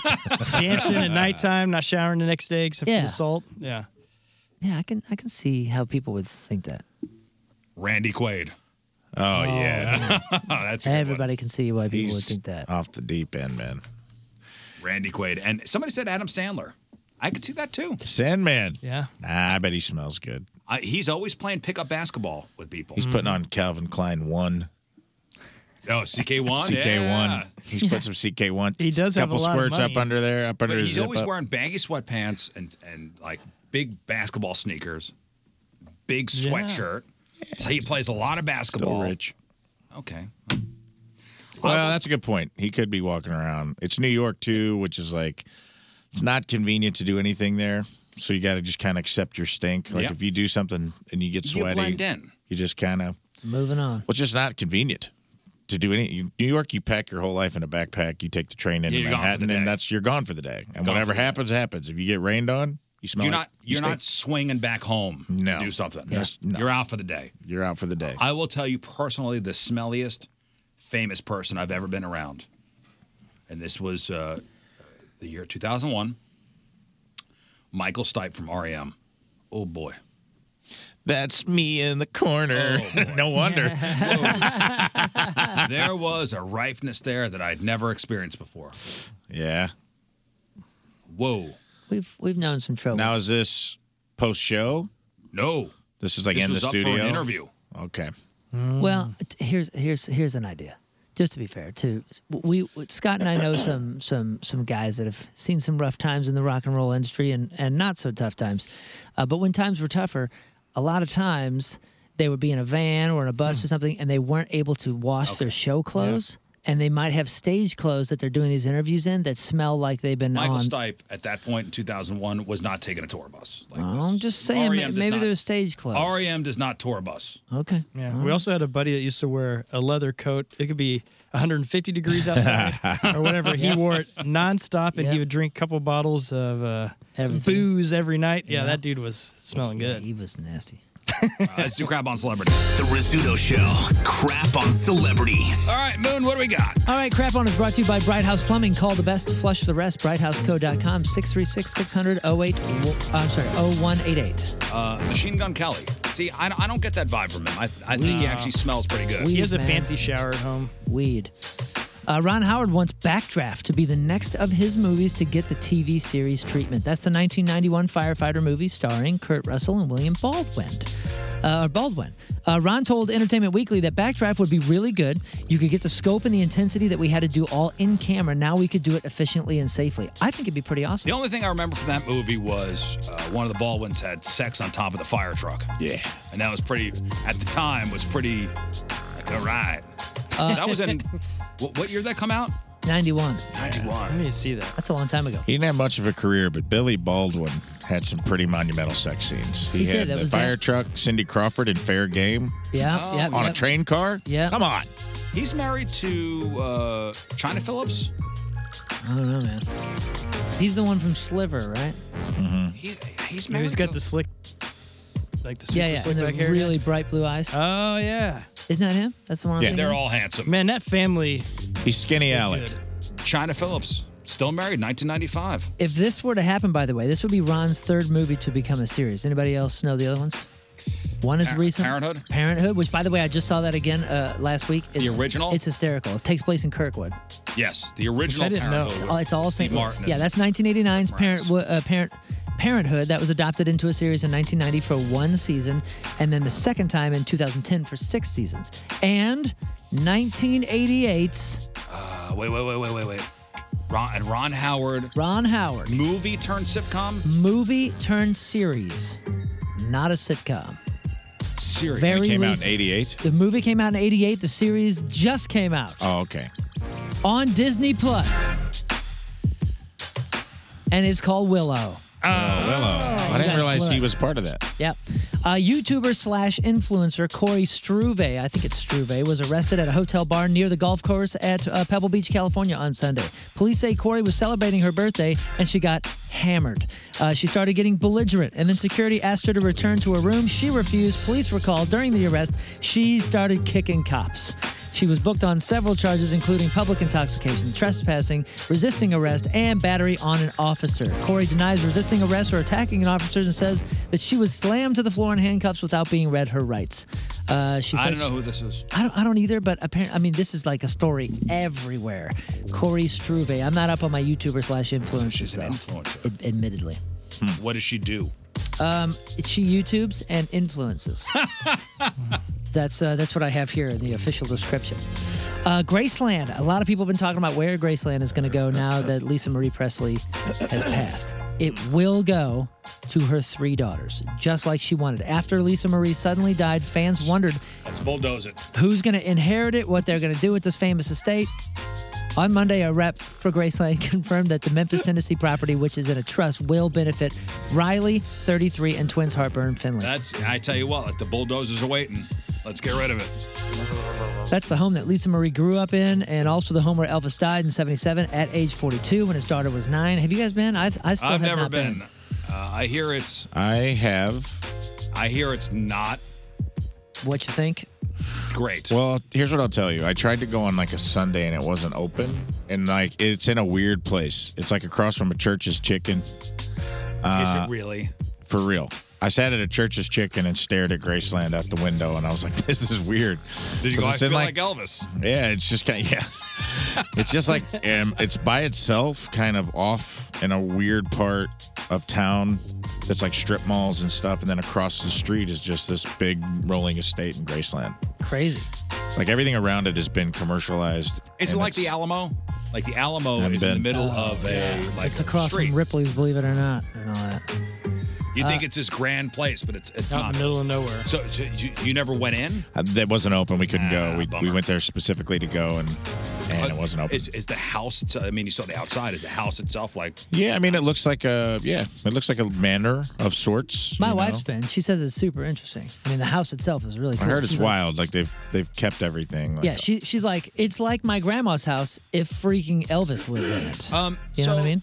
D: dancing at nighttime, not showering the next day except for
A: Yeah.
D: the salt. Yeah.
A: Yeah, I can I can see how people would think that.
B: Randy Quaid.
C: Oh, yeah. um,
B: That's a good one.
A: Everybody can see why people would think that.
C: Off the deep end, man.
B: Randy Quaid. And somebody said Adam Sandler. I could see that too.
C: Sandman.
D: Yeah.
C: Nah, I bet he smells good.
B: I, he's always playing pickup basketball with people.
C: He's putting on Calvin Klein one.
B: Oh, CK1.
C: CK1.
B: Yeah.
C: He's put some CK1.
B: He does have
C: couple
B: a lot of
C: squirts
B: money.
C: up under there, up
B: But
C: under his
B: he's
C: zip
B: always
C: up.
B: wearing baggy sweatpants and, and like big basketball sneakers, big sweatshirt. He plays a lot of basketball.
C: rich.
B: Okay.
C: Well, that's a good point. He could be walking around. It's New York too, which is like it's not convenient to do anything there. So you got to just kind of accept your stink. Like
B: Yeah.
C: if you do something and you get
B: You
C: sweaty,
B: blend in.
C: you just kind of
A: Moving on.
C: Well, it's just not convenient to do any. you- New York, you pack your whole life in a backpack. You take the train into
B: Yeah, you're gone for
C: Manhattan,
B: the day.
C: and that's you're gone for the day. And
B: Gone
C: whatever
B: for the day.
C: happens, happens. If you get rained on, you smell.
B: you're
C: like
B: not you're
C: stink.
B: not swinging back home
C: No.
B: to do something.
C: Yes, no.
B: You're out for the day.
C: You're out for the day.
B: I will tell you personally the smelliest famous person I've ever been around. And this was uh, the year 2001. Michael Stipe from REM. Oh boy.
C: That's me in the corner. no wonder.
B: there was a ripeness there that I'd never experienced before.
C: Yeah.
B: Whoa.
A: We've we've known some trouble.
C: Now is this post show?
B: No.
C: This is like
B: This
C: in
B: was
C: the
B: up for an
C: studio
B: interview.
C: Okay.
A: Well, t- here's here's here's an idea. Just to be fair, to we Scott and I know some some some guys that have seen some rough times in the rock and roll industry and and not so tough times, uh, but when times were tougher, a lot of times they would be in a van or in a bus or something, and they weren't able to wash their show clothes. and they might have stage clothes that they're doing these interviews in that smell like they've been
B: Michael
A: on.
B: Stipe at that point in 2001 was not taking a tour bus. Like,
A: I'm just saying,
B: REM
A: ma-
B: does
A: maybe
B: not-
A: there's stage clothes.
B: REM does not tour bus.
A: Okay.
D: Yeah. We also had a buddy that used to wear a leather coat. It could be 150 degrees outside or whatever. He
A: Yeah.
D: wore it nonstop, and he would drink a couple bottles of uh, some
A: Everything.
D: booze every night. Yeah,
A: Yeah.
D: that dude was smelling good.
A: he was nasty.
B: Uh, Let's do crap on celebrity.
Q: The Rizzuto Show. Crap on celebrities.
B: All right, Moon, what do we got?
A: All right, Crap On is brought to you by Bright House Plumbing. Call the best, flush the rest. BrightHouseCo.com, 636 600 08. I'm sorry, 0188.
B: Uh, Machine Gun Kelly. See, I, I don't get that vibe from him. I, I think he
A: Wow.
B: actually smells pretty good.
A: Weed, man. Weed. Uh, Ron Howard wants Backdraft to be the next of his movies to get the TV series treatment. That's the 1991 firefighter movie starring Kurt Russell and William Baldwin. Uh, or Baldwin. Uh, Ron told Entertainment Weekly that Backdraft would be really good. You could get the scope and the intensity that we had to do all in camera. Now we could do it efficiently and safely. I think it'd be pretty awesome.
B: The only thing I remember from that movie was uh, one of the Baldwins had sex on top of the fire truck. Yeah. And that was pretty, at the time, was pretty, like, all right.
A: Uh,
B: that was in, what, what year did that come out?
A: 91.
B: 91. I
D: need to see that.
A: That's a long time ago.
C: He didn't have much of a career, but Billy Baldwin had some pretty monumental sex scenes. He,
A: He did,
C: had
A: that
C: the
A: was
C: fire
A: that-
C: truck, Cindy Crawford, in Fair Game.
A: Yeah, yeah,
C: On
A: yeah.
C: a train car.
A: Yeah.
C: Come on.
B: Oh, He's married to uh, China Phillips.
A: I don't know, man. He's the one from Sliver, right?
B: Mm-hmm. He, he's married.
D: He's got the slick, like the super
A: yeah, yeah.
D: slick
A: and the
D: back hair.
A: really bright blue eyes.
D: Oh yeah,
A: isn't that him? That's the one. I'm
B: Yeah,
A: thinking
B: they're
A: of?
B: all handsome.
D: Man, that family.
C: He's skinny Alec.
B: China Phillips, still married, 1995.
A: If this were to happen, by the way, this would be Ron's third movie to become a series. Anybody else know the other ones? One is recent.
B: Parenthood?
A: Parenthood, which by the way, I just saw that again uh, last week.
B: The original?
A: It's hysterical. It takes place in Kirkwood.
B: Yes, the original Parenthood.
A: It's all, Oh, it's all
B: Steve
A: St. Louis.
B: Martin
A: Yeah,
B: and-
A: that's 1989's parent, uh, parent, Parenthood that was adopted into a series in 1990 for one season, and then the second time in 2010 for six seasons. And 1988's
B: Uh, wait, wait, wait, wait, wait, wait. Ron, and Ron Howard.
A: Ron Howard.
B: Movie turned sitcom.
A: movie turned series, not a sitcom.
B: Series.
A: Very
C: It came out in
A: recent.
C: 88.
A: The movie came out in 88. The series just came out
C: Oh, okay.
A: on Disney Plus and is called Willow.
C: oh, Willow. I
A: You guys
C: didn't realize he
A: look.
C: was part of that.
A: Yep. Uh, YouTuber slash influencer Corey Struve, I think it's Struve, was arrested at a hotel bar near the golf course at uh, Pebble Beach, California on Sunday. Police say Corey was celebrating her birthday and she got hammered. Uh, she started getting belligerent, and then security asked her to return to her room. She refused. Police were called during the arrest. She started kicking cops. She was booked on several charges, including public intoxication, trespassing, resisting arrest, and battery on an officer. Corey denies resisting arrest or attacking an officer and says that she was slammed to the floor in handcuffs without being read her rights. Uh, she
B: I
A: said
B: don't know who this is.
A: I don't, I don't either, but apparently, I mean, this is like a story everywhere. Corey Struve. I'm not up on my YouTuber slash influencer.
B: She's an
A: stuff,
B: influencer.
A: Admittedly.
B: What does she do?
A: Um, she YouTubes and influences. that's uh, that's what I have here in the official description. Uh, Graceland. A lot of people have been talking about where Graceland is going to go now that Lisa Marie Presley has passed. It will go to her three daughters, just like she wanted. After Lisa Marie suddenly died, fans wondered
B: Let's bulldoze it.
A: who's going to inherit it, what they're going to do with this famous estate. On Monday, a rep for Graceland confirmed that the Memphis, Tennessee property, which is in a trust, will benefit Riley, 33, and twins Harper and Finley.
B: That's. I tell you what. The bulldozers are waiting. Let's get rid of it.
A: That's the home that Lisa Marie grew up in, and also the home where Elvis died in 77 at age 42 when his daughter was nine. Have you guys been? I've, I still have
B: I've never
A: not
B: been. Uh, I hear it's.
C: I have.
B: I hear it's not
A: What you think?
B: great.
C: Well, here's what I'll tell you. I tried to go on like a Sunday and it wasn't open. And like it's in a weird place. It's like across from a church's chicken.
B: is
C: Uh,
B: it really?
C: For real. I sat at a church's chicken and stared at Graceland out the window and I was like, this is weird.
B: Did you
C: 'Cause
B: go? I
C: it's in,
B: feel like, Elvis.
C: Yeah, it's just kind of, yeah. it's just like, um, it's by itself, kind of off in a weird part of town that's like strip malls and stuff. And then across the street is just this big rolling estate in Graceland.
A: Crazy.
C: Like everything around it has been commercialized.
B: Is it
C: and
B: like the
C: it's-
B: Alamo? Like the Alamo
C: Haven't
B: is in the
C: been.
B: middle of a like
A: It's across
B: street.
A: from Ripley's, believe it or not, and all that.
B: You think
A: uh,
B: it's this grand place, but it's it's
D: Out
B: not.
D: in the middle of nowhere.
B: So, so you, you never went in?
C: Uh, That wasn't open. We couldn't go. We, we went there specifically to go, and And it wasn't open.
B: Is, is the house? itse- I mean, you saw the outside. Is the house itself like?
C: Yeah, I mean, it looks like a yeah, it looks like a manor of sorts.
A: My
C: you
A: wife's
C: know?
A: been. She says it's super interesting. I mean, the house itself is really.
C: I
A: Cool.
C: heard it's
A: She's like-
C: wild. Like they've they've kept everything. Like,
A: yeah, she, she's like, it's like my grandma's house if freaking Elvis lived in it.
B: Um,
A: You know what I mean?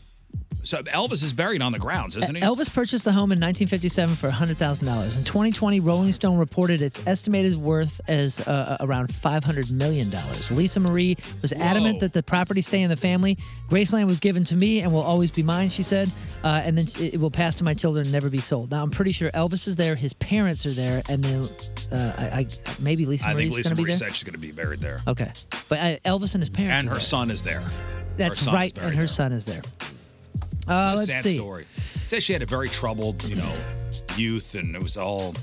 B: So Elvis is buried on the grounds, isn't he?
A: E- Elvis purchased the home in 1957 for $100,000. In 2020, Rolling Stone reported its estimated worth as uh, around $500 million. Lisa Marie was adamant that the property stay in the family. Graceland was given to me and will always be mine, she said. Uh, and then it will pass to my children and never be sold. Now, I'm pretty sure Elvis is there, his parents are there, and then uh, I, I, maybe Lisa
B: I
A: Marie's
B: think
A: going to
B: Lisa
A: be
B: Marie
A: there.
B: said she's going to be buried there.
A: Okay. But uh, Elvis and his parents.
B: And
A: are
B: her
A: there.
B: son is there.
A: That's
B: son is
A: right,
B: buried
A: and her son is there. Uh,
B: What a
A: let's
B: sad
A: see.
B: story. Says she had a very troubled, you know, youth, and it was all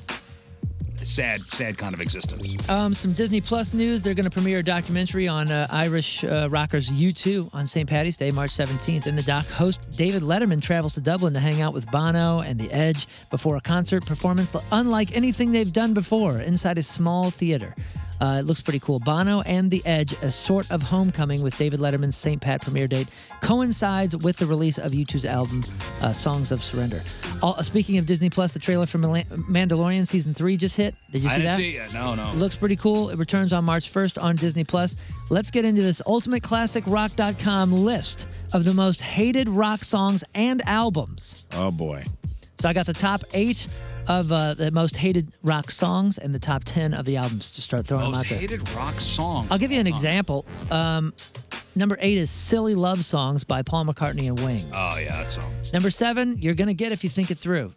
B: sad, sad kind of existence.
A: Um, some Disney Plus news. They're going to premiere a documentary on uh, Irish uh, rockers U2 on St. Patty's Day, March 17th. And the doc host David Letterman travels to Dublin to hang out with Bono and The Edge before a concert performance unlike anything they've done before inside a small theater. Uh, it looks pretty cool. Bono and The Edge, a sort of homecoming with David Letterman's St. Pat premiere date, coincides with the release of U2's album, uh, Songs of Surrender. All, uh, speaking of Disney Plus, the trailer for Mala- Mandalorian Season 3 just hit. Did you
B: I
A: see
B: didn't
A: that?
B: see it. No, no.
A: Looks pretty cool. It returns on March 1st on Disney Plus. Let's get into this ultimate classic rock.com list of the most hated rock songs and albums.
C: Oh boy.
A: So I got the top eight of uh, the most hated rock songs and the top 10 of the albums. Just start throwing
B: Most
A: them out there.
B: hated rock song.
A: I'll give you an example. Um, number eight is Silly Love Songs by Paul McCartney and Wings.
B: Oh yeah, that song.
A: Number seven, you're going to get if you think it through.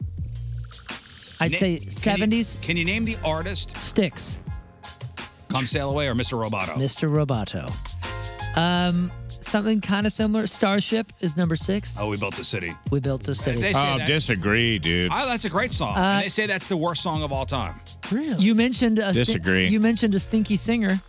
A: I'd
B: Na-
A: say
B: can you-
A: 70s.
B: Can you name the artist?
A: Sticks.
B: Come Sail Away or Mr. Roboto?
A: Mr. Roboto. Um, something kind of similar. Starship is number six.
B: Oh, we built the city.
A: We built the city.
B: They say that-
C: disagree, dude.
B: Oh, that's a great song.
A: Uh,
B: and they say that's the worst song of all time.
A: You mentioned a sti-
B: Disagree.
A: you mentioned a stinky singer.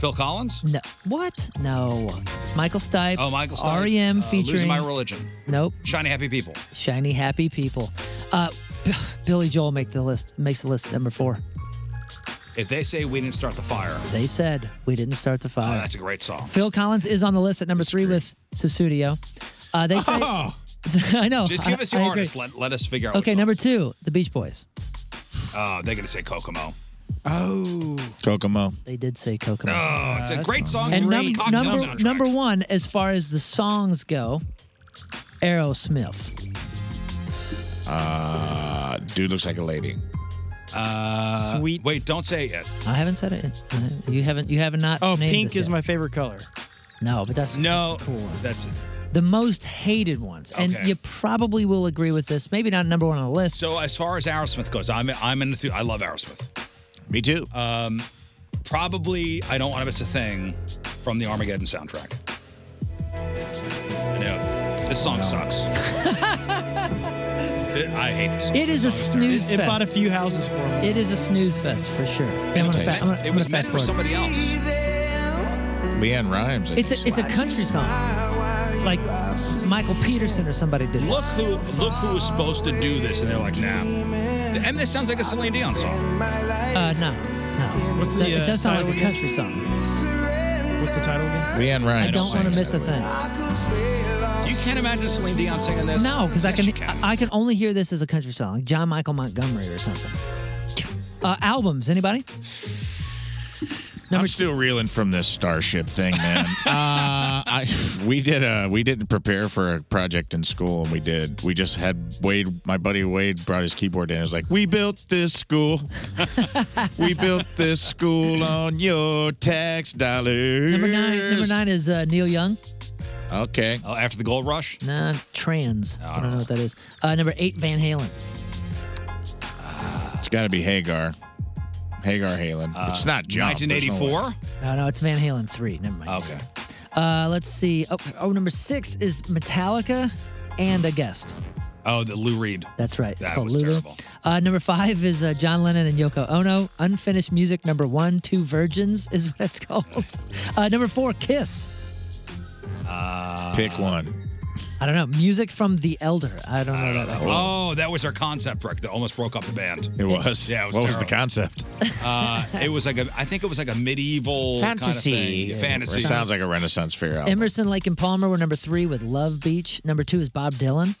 B: Phil Collins?
A: No. What? No. Michael Stipe.
B: Oh, Michael Stipe.
A: REM
B: Uh,
A: E featuring
B: Losing My Religion.
A: Nope.
B: Shiny Happy People.
A: Shiny Happy People. Uh, B- Billy Joel make the list. Makes the list at number four.
B: If they say we didn't start the fire,
A: They said we didn't start the
B: oh,
A: fire.
B: that's a great song.
A: Phil Collins is on the list at number three with Susudio. Uh, they say.
B: Oh.
A: I know.
B: Just give
A: I-
B: us your
A: I agree.
B: artist. Let, let us figure out.
A: Okay, number two, the Beach Boys.
B: What, uh, they're gonna say Kokomo.
A: Oh.
C: Kokomo.
A: They did say Kokomo.
B: No, Oh, it's a great song.
A: And
B: great
A: num-
B: cocktail
A: number,
B: soundtrack.
A: number one, as far as the songs go, Aerosmith.
C: Uh, dude looks like a lady.
B: Uh, Sweet. Wait, don't say it. yet.
A: I haven't said it. yet. Uh, You haven't. You haven't not.
D: Oh,
A: named
D: pink
A: this
D: is
A: yet.
D: my favorite color.
A: No, but that's
D: no.
A: That's a cool one.
B: That's it.
A: The most hated ones, and
B: Okay.
A: you probably will agree with this. Maybe not number one on the list.
B: So as far as Aerosmith goes, I'm I'm in the I love Aerosmith.
C: Me too.
B: Um, probably I don't want to miss a thing from the Armageddon soundtrack. I know this song sucks. It- I hate this. Song.
A: It is a
B: This song
A: snooze
B: terrible.
A: fest. houses for me. It is a snooze fest for sure. I'm gonna fa- I'm gonna-
B: It
A: I'm
B: was
A: gonna
B: meant
A: fast
B: for
A: forward.
B: somebody else.
C: Leanne Rhymes. I
A: It's
C: think.
A: a it's a country song, like Michael Peterson or somebody did.
B: Look who look who was supposed to do this, and they're like, nah. And this sounds like a Celine Dion song.
A: Uh, no, no.
D: What's
A: That-
D: the,
A: it
D: uh,
A: does sound like a
D: title
A: country song.
D: What's the title again?
C: Leanne Rhymes.
A: I don't want to miss a thing.
B: You can't imagine Celine Dion singing this.
A: No, because I
B: Yes,
A: can,
B: you
A: I I can only hear this as a country song, like John Michael Montgomery or something. Uh, albums, anybody?
C: I'm still reeling from this starship thing, man. uh, I we did a we didn't prepare for a project in school, and we did. We just had Wade, my buddy Wade, brought his keyboard in. and was like, "We built this school. we built this school on your tax dollars."
A: Number nine. Number nine is uh, Neil Young.
C: Okay.
B: Oh, after the gold rush.
A: Nah, trans. I don't know what that is. Uh, number eight, Van Halen.
C: It's got to be Hagar. Hagar Halen.
B: Uh,
C: it's not Jump. There's no way.
A: No, no, it's Van Halen three. Never mind. Okay. Uh, let's see. Oh, oh, number six is Metallica and a guest.
B: Oh, the Lou Reed.
A: That's right. It's
B: That
A: called
B: was
A: Lulu.
B: terrible.
A: Uh, number five is uh, John Lennon and Yoko Ono. Unfinished music. Number one, Two Virgins is what it's called. Uh, number four, Kiss.
B: Uh,
C: Pick one.
A: I don't know. Music from The Elder. I don't know. what that was.
B: Oh, that was our concept record that almost broke up the band.
C: It was?
B: Yeah, it was
C: What was the
B: terrible.
C: concept?
B: Uh, it was like a, I think it was like a medieval kind of thing. Yeah, fantasy.
C: It sounds like a Renaissance fair album.
A: Emerson, Lake, and Palmer were number three with Love Beach. Number two is Bob Dylan.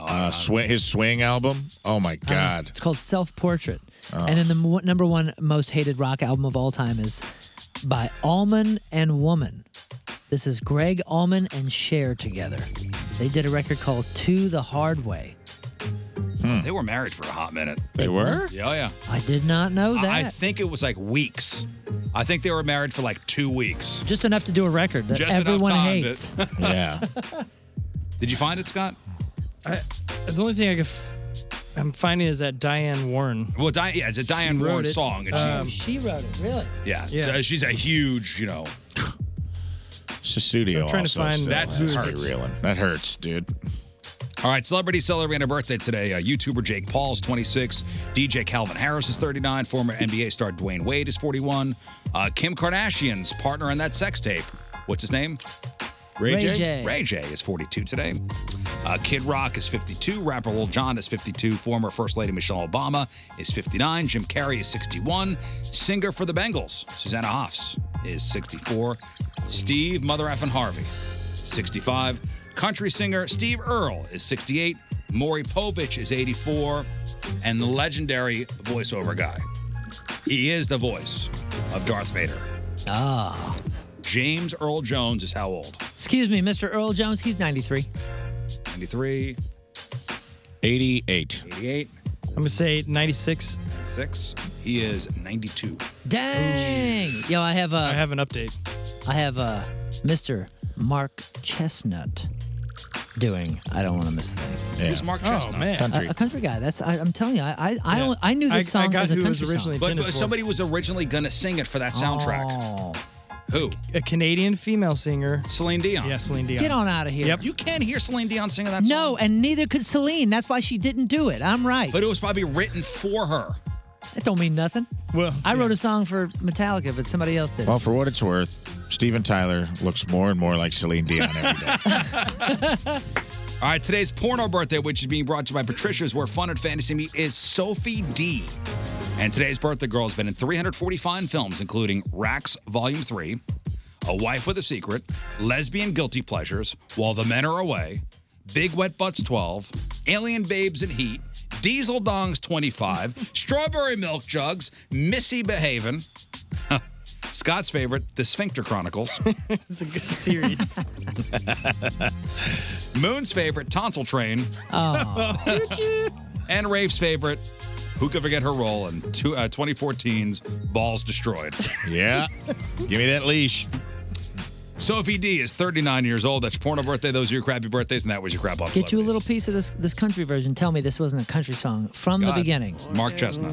C: Uh, swi- his swing album. Oh my God.
A: Uh-huh.
C: Uh.
A: It's called Self Portrait. And then the mo- number one most hated rock album of all time is by Allman and Woman. This is Greg Allman and Cher together. They did a record called To the Hard Way.
B: They were married for a hot minute.
A: They were?
B: Yeah, oh, yeah.
A: I did not know that.
B: I, I think it was like weeks. I think they were married for like two weeks.
A: Just enough to do a record that
B: Just enough
A: everyone
B: time
A: hates.
B: that- Yeah. Did you find it, Scott?
D: I, the only thing I could f- I'm finding is that Diane Warren.
B: Well, Di- yeah, it's a Diane
D: wrote
B: Warren
D: it.
B: song. And she,
D: Um,
A: she wrote it, really?
B: yeah,
D: yeah.
B: So she's a huge, you know.
C: Oh, It's a studio.
B: I'm trying
C: also
B: to find
C: still. that's
B: that's- who is
C: hard
B: it?
C: reeling. That hurts, dude.
B: All right, celebrity celebrating a birthday today. Uh, YouTuber Jake Paul is 26. DJ Calvin Harris is 39. Former NBA star Dwayne Wade is 41. Uh, Kim Kardashian's partner on that sex tape. What's his name?
C: Ray Ray J? J.
B: Ray J is 42 today. Uh, Kid Rock is 52. Rapper Lil Jon is 52. Former First Lady Michelle Obama is 59. Jim Carrey is 61. Singer for the Bengals, Susanna Hoffs, is 64. Steve Mother effing Harvey, 65. Country singer Steve Earle is 68. Maury Povich is 84. And the legendary voiceover guy. He is the voice of Darth Vader.
A: Ah.
B: James Earl Jones is how old?
A: Excuse me, Mr. Earl Jones. He's 93.
B: 93,
C: 88.
B: 88,
D: I'm gonna say 96.
B: 96. He is 92.
A: Dang. Yo, I have a. I
D: have an update.
A: I have a Mr. Mark Chestnut doing. I don't want to miss the thing.
B: Who's
D: Oh,
B: Mark Chestnut?
D: Uh,
A: A, a country guy. That's I, I'm telling you. I I, I, only- I knew this song as a country song.
B: But, but somebody was originally going to sing it for that soundtrack. Who?
D: Oh. A Canadian female singer.
B: Celine Dion.
D: Yeah, Celine Dion.
A: Get on out of here.
D: Yep.
B: You can't hear Celine Dion singing that
A: song. No, and neither could Celine. That's why she didn't do it. I'm right.
B: But it was probably written for her.
A: That don't mean nothing.
D: Well,
A: I wrote a song for Metallica, but somebody else did.
B: Oh,
C: Well, Oh, for what it's worth, Steven Tyler looks more and more like Celine Dion every day.
B: All right, today's porno birthday, which is being brought to you by Patricia's, where fun and fantasy meet, is Sophie D. And today's birthday girl has been in 345 films, including Racks Volume 3, A Wife with a Secret, Lesbian Guilty Pleasures, While the Men Are Away, Big Wet Butts 12, Alien Babes in Heat, Diesel Dongs 25, Strawberry Milk Jugs, Missy Behavin', Scott's favorite, The Sphincter Chronicles.
D: it's a good series.
B: Moon's favorite, Tonsil Train.
D: Oh.
B: and Rafe's favorite, who could forget her role in two, uh, 2014's Balls Destroyed?
C: Yeah. Give me that leash.
B: Sophie D is 39 years old. That's your porno birthday. Those are your crappy birthdays, and that was your crap off.
A: Get you a little piece of this this country version. Tell me this wasn't a country song from the
B: God.
A: beginning.
B: Mark Chestnut.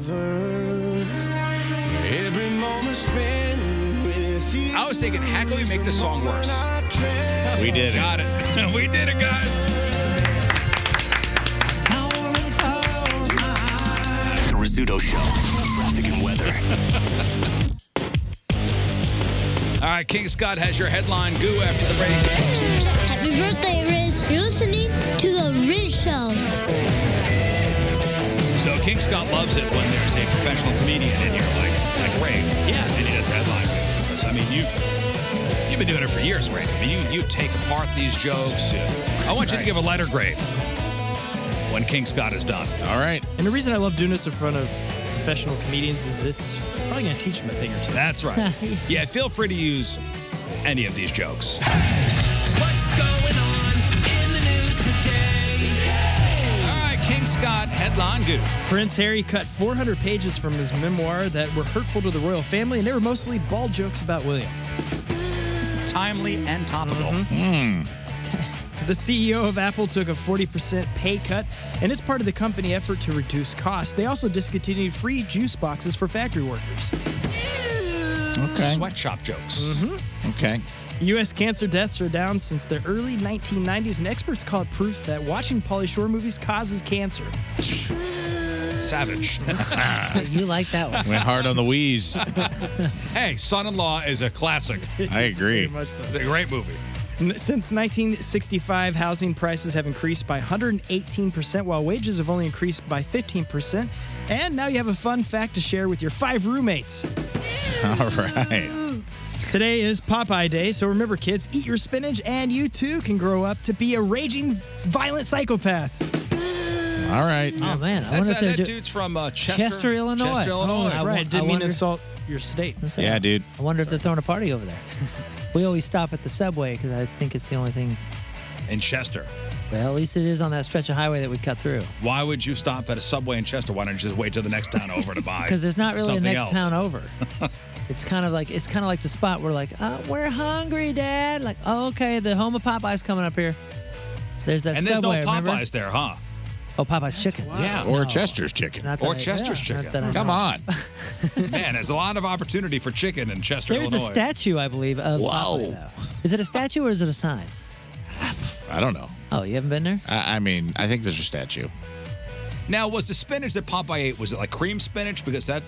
P: Every moment spent with you.
B: I was thinking, how can we make this song worse?
C: We did it.
B: Got it. we did it, guys.
Q: The Rizzuto Show. Traffic and weather.
B: All right, King Scott has your headline goo after the break.
S: Happy birthday, Riz. You're listening to The Riz Show.
B: So King Scott loves it when there's a professional comedian in here, like like Rafe. Yeah. And he does headline. Because, I mean, you you've been doing it for years, Rafe. I mean, you you take apart these jokes. Yeah. I want you to give a letter grade when King Scott is done.
C: All right.
D: And the reason I love doing this in front of professional comedians is it's probably gonna teach them a thing or two.
B: That's right. yeah. Feel free to use any of these jokes.
P: What's going on in the news today?
B: All right, King Scott, headline goo.
D: Prince Harry cut 400 pages from his memoir that were hurtful to the royal family, and they were mostly bald jokes about William. Mm-hmm.
B: Timely and topical.
D: The CEO of Apple took a 40% pay cut, and it's part of the company effort to reduce costs. They also discontinued free juice boxes for factory workers.
C: Okay.
B: Sweatshop jokes.
A: Mm-hmm.
C: Okay.
D: U.S. cancer deaths are down since the early 1990s, and experts call it proof that watching Polly Shore movies causes cancer.
B: Savage.
A: you like that one.
C: Went hard on the wheeze.
B: hey, Son-in-Law is a classic.
C: I agree.
D: much so.
B: It's a great movie.
D: N- Since 1965, housing prices have increased by 118%, while wages have only increased by 15%. And now you have a fun fact to share with your five roommates.
C: All right.
D: Today is Popeye Day, so remember, kids, eat your spinach, and you too can grow up to be a raging, violent psychopath.
C: All right.
A: Oh man, I
B: That's,
A: wonder
B: uh,
A: if they're
B: that
A: do-
B: dude's from uh, Chester,
A: Chester, Illinois.
B: Chester,
A: Oh,
B: Illinois.
A: that's right. I Didn't mean to wonder-
D: insult your state.
A: Listen,
C: Yeah, dude.
A: I wonder if they're throwing a party over there. we always stop at the subway because I think it's the only thing.
B: in Chester.
A: Well, at least it is on that stretch of highway that we cut through.
B: Why would you stop at a subway in Chester? Why don't you just wait till the next town over to buy?
A: Because there's not really a
B: something
A: next
B: else?
A: town over. it's kind of like it's kind of like the spot where like uh, we're hungry, Dad. Like oh, okay, the home of Popeyes coming up here. There's that
B: and there's no
A: subway.
B: Popeyes
A: remember?
B: there, huh?
A: Oh, Popeyes chicken.
B: Yeah,
C: Or Chester's chicken.
A: Not that
B: or
A: I-
B: Chester's
A: yeah, not that I
B: chicken. Come
A: know.
B: on, man. There's a lot of opportunity for chicken in Chester,
A: There's a
B: Illinois.
A: statue, I believe. Of
B: Wow.
A: Popeye, though. Is it a statue or is it a sign?
C: I don't know.
A: Oh, you haven't been there?
C: I, I mean, I think there's a statue.
B: now, was the spinach that Popeye ate was it like cream spinach? Because that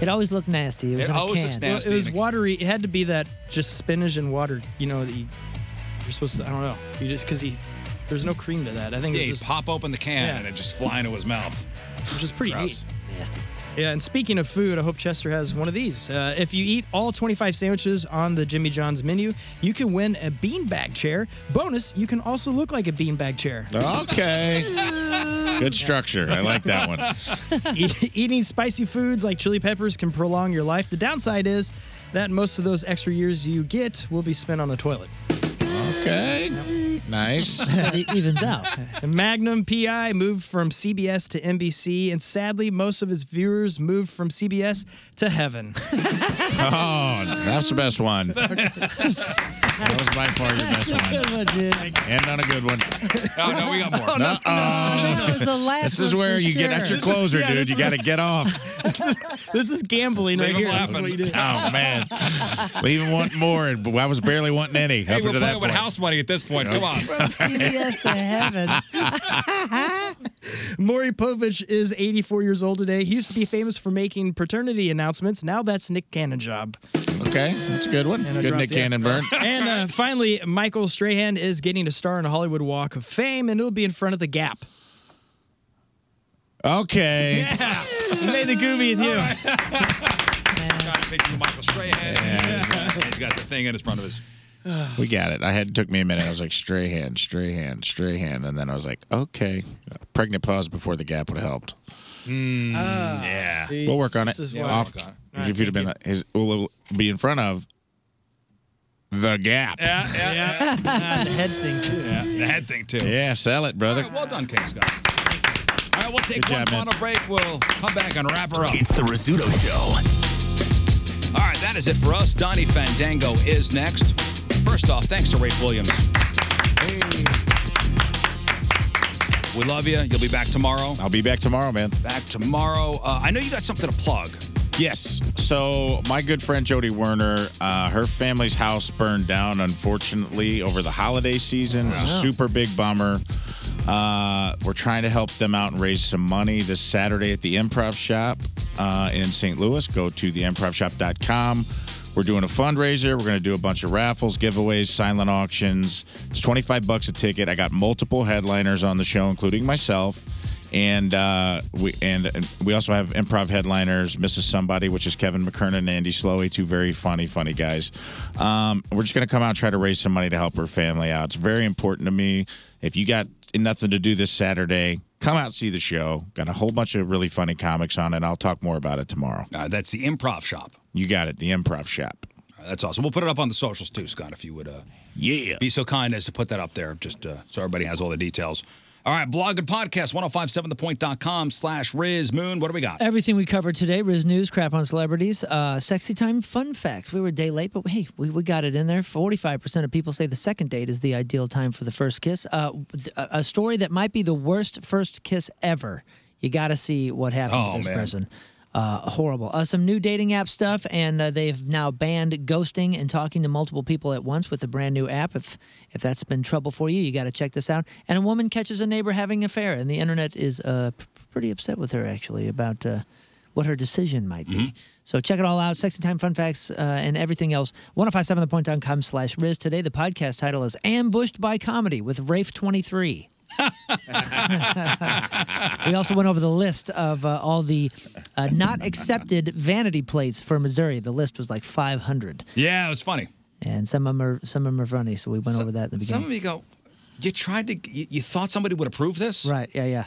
A: It always looked nasty. It was
B: It
A: in a
B: always
A: can.
B: looks
D: Well, it was watery. It had to be that just spinach and water, you know, that you, you're supposed to, I don't know. You just, because he, there's no cream to that. I think
B: yeah,
D: it
B: he
D: was just,
B: pop open the can
D: Yeah.
B: and it just fly into his mouth.
D: which is pretty
B: Gross.
D: neat.
A: Nasty.
D: Yeah, and speaking of food, I hope Chester has one of these. Uh, if you eat all 25 sandwiches on the Jimmy John's menu, you can win a beanbag chair. Bonus, you can also look like a beanbag chair.
C: Okay. Good structure. I like that one.
D: E- eating spicy foods like chili peppers can prolong your life. The downside is that most of those extra years you get will be spent on the toilet.
C: Okay. Nice.
A: it evens out.
D: Magnum PI moved from CBS to NBC, and sadly, most of his viewers moved from CBS to heaven.
C: Oh, that's the best one. That was by far your best one. And on a good one.
B: Oh, no, we got more.
C: No,
B: Oh,
C: this is where you get out your closer,
D: yeah,
C: dude.
D: this
C: You
D: is-
C: got to get off.
D: this, is, this is gambling right here. This is what you do.
C: Oh man, we even want more, and I was barely wanting any.
B: Hey,
C: up
B: we're
C: until that
B: playing with
C: point.
B: house money at this point. Come on.
C: From
A: CBS to heaven.
D: Maury Povich is 84 years old today. He used to be famous for making paternity announcements. Now that's Nick Cannon job.
C: Okay, that's a good one.
D: I
C: Good
D: dropped
C: Nick
D: the S.
C: Cannonburn.
D: And uh, finally, Michael Strahan is getting a star in the Hollywood Walk of Fame, and it'll be in front of the Gap.
C: Okay.
D: Yeah, made the goovy with you.
B: Got a picture of Michael Strahan. Yeah. He's got the thing in front of his.
C: We got it. I had it took me a minute. I was like stray hand, stray hand, stray hand, and then I was like, okay, pregnant pause before the gap would have helped.
B: yeah.
C: We'll work on it.
B: This is why-
C: Off,
B: We'll work
C: if you'd have been, his, we'll be in front of the gap.
B: Yeah, yeah, yeah.
D: the head thing, too.
B: Yeah, the head thing, too.
C: Yeah, sell it, brother.
B: All right, well done, Case guys. All right, we'll take
C: Good
B: one
C: job, man.
B: final break. We'll come back and wrap her up.
Q: It's the Rizzuto Show.
B: All right, that is it for us. Donnie Fandango is next. First off, thanks to Rafe Williams. We love you. You'll be back tomorrow.
C: I'll be back tomorrow, man.
B: Back tomorrow. Uh, I know you got something to plug.
C: Yes. So my good friend Jody Werner, uh, her family's house burned down, unfortunately, over the holiday season. It's a
B: Oh.
T: Wow.
C: super big bummer. Uh, we're trying to help them out and raise some money this Saturday at the Improv Shop uh, in St. Louis. Go to theimprovshop.com. We're doing a fundraiser. We're going to do a bunch of raffles, giveaways, silent auctions. It's 25 bucks a ticket. I got multiple headliners on the show, including myself and uh, we and, and we also have improv headliners Mrs. Somebody, which is Kevin McKernan and Andy Slowey, two very funny, funny guys. Um, we're just gonna come out and try to raise some money to help her family out. It's very important to me. If you got nothing to do this Saturday, come out and see the show. Got a whole bunch of really funny comics on it. I'll talk more about it tomorrow.
B: Uh, that's the Improv Shop.
C: You got it. The Improv Shop.
B: All right, that's awesome. We'll put it up on the socials too, Scott, if you would uh,
C: yeah.
B: be so kind as to put that up there, just uh, so everybody has all the details. All right, blog and podcast, 1057thepoint.com slash Riz Moon. What do we got?
A: Everything we covered today, Riz News, crap on celebrities, uh, sexy time, fun facts. We were a day late, but hey, we, we got it in there. 45% of people say the second date is the ideal time for the first kiss. Uh, th- a, a story that might be the worst first kiss ever. You got to see what happens
N: Oh,
A: to this
N: man.
A: person. Uh, horrible. Uh, some new dating app stuff, and uh, they've now banned ghosting and talking to multiple people at once with a brand new app. If if that's been trouble for you, you got to check this out. And a woman catches a neighbor having an affair, and the internet is uh, p- pretty upset with her actually about uh, what her decision might be.
N: Mm-hmm.
A: So check it all out. Sexy Time Fun Facts uh, and everything else. 1057thepoint.com slash Riz. Today, the podcast title is Ambushed by Comedy with Rafe23. we also went over the list of uh, all the uh, not accepted vanity plates for Missouri. The list was like 500,
B: Yeah, it was funny.
A: and some of them are some of them are funny. So we went over that at the beginning.
B: Some of you go, you tried to, you, you thought somebody would approve this?
A: Right. Yeah. Yeah.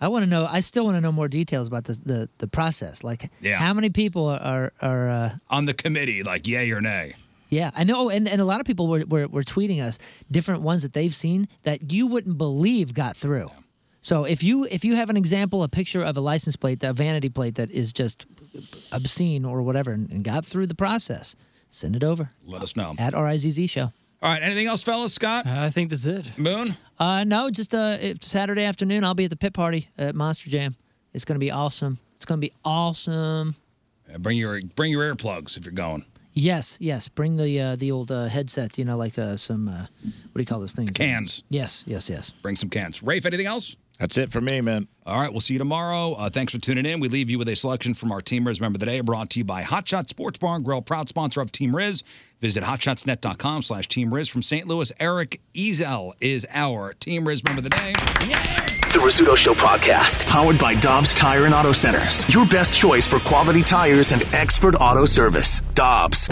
A: I want to know. I still want to know more details about the the, the process. Like,
B: Yeah.
A: how many people are are uh,
B: On the committee, like yay or nay.
A: yeah, I know, and, and a lot of people were, were, were tweeting us different ones that they've seen that you wouldn't believe got through. So if you if you have an example, a picture of a license plate, that vanity plate that is just obscene or whatever, and, and got through the process, send it over
B: Let us know.
A: at RIZZ show.
B: All right. Anything else, fellas? Scott?
A: Uh, I think that's it.
B: Moon?
A: Uh, no, just uh, if- Saturday afternoon. I'll be at the pit party at Monster Jam. It's gonna be awesome. It's gonna be awesome.
B: Uh, Bring your bring your earplugs if you're going.
A: Yes, yes. Bring the uh, the old uh, headset. You know, like uh, some uh, what do you call those things?
B: Cans.
A: Yes, yes, yes.
B: Bring some cans. Rafe, anything else? That's it for me, man. All right, we'll see you tomorrow. Uh, thanks for tuning in. We leave you with a selection from our Team Riz member of the day, brought to you by Hot Shot Sports Bar and Grill, proud sponsor of Team Riz. Visit hotshotsnet.com slash Team Riz. From St. Louis, Eric Ezel is our Team Riz member of the day.
M: The Rizzuto Show podcast, powered by Dobbs Tire and Auto Centers. Your best choice for quality tires and expert auto service. Dobbs.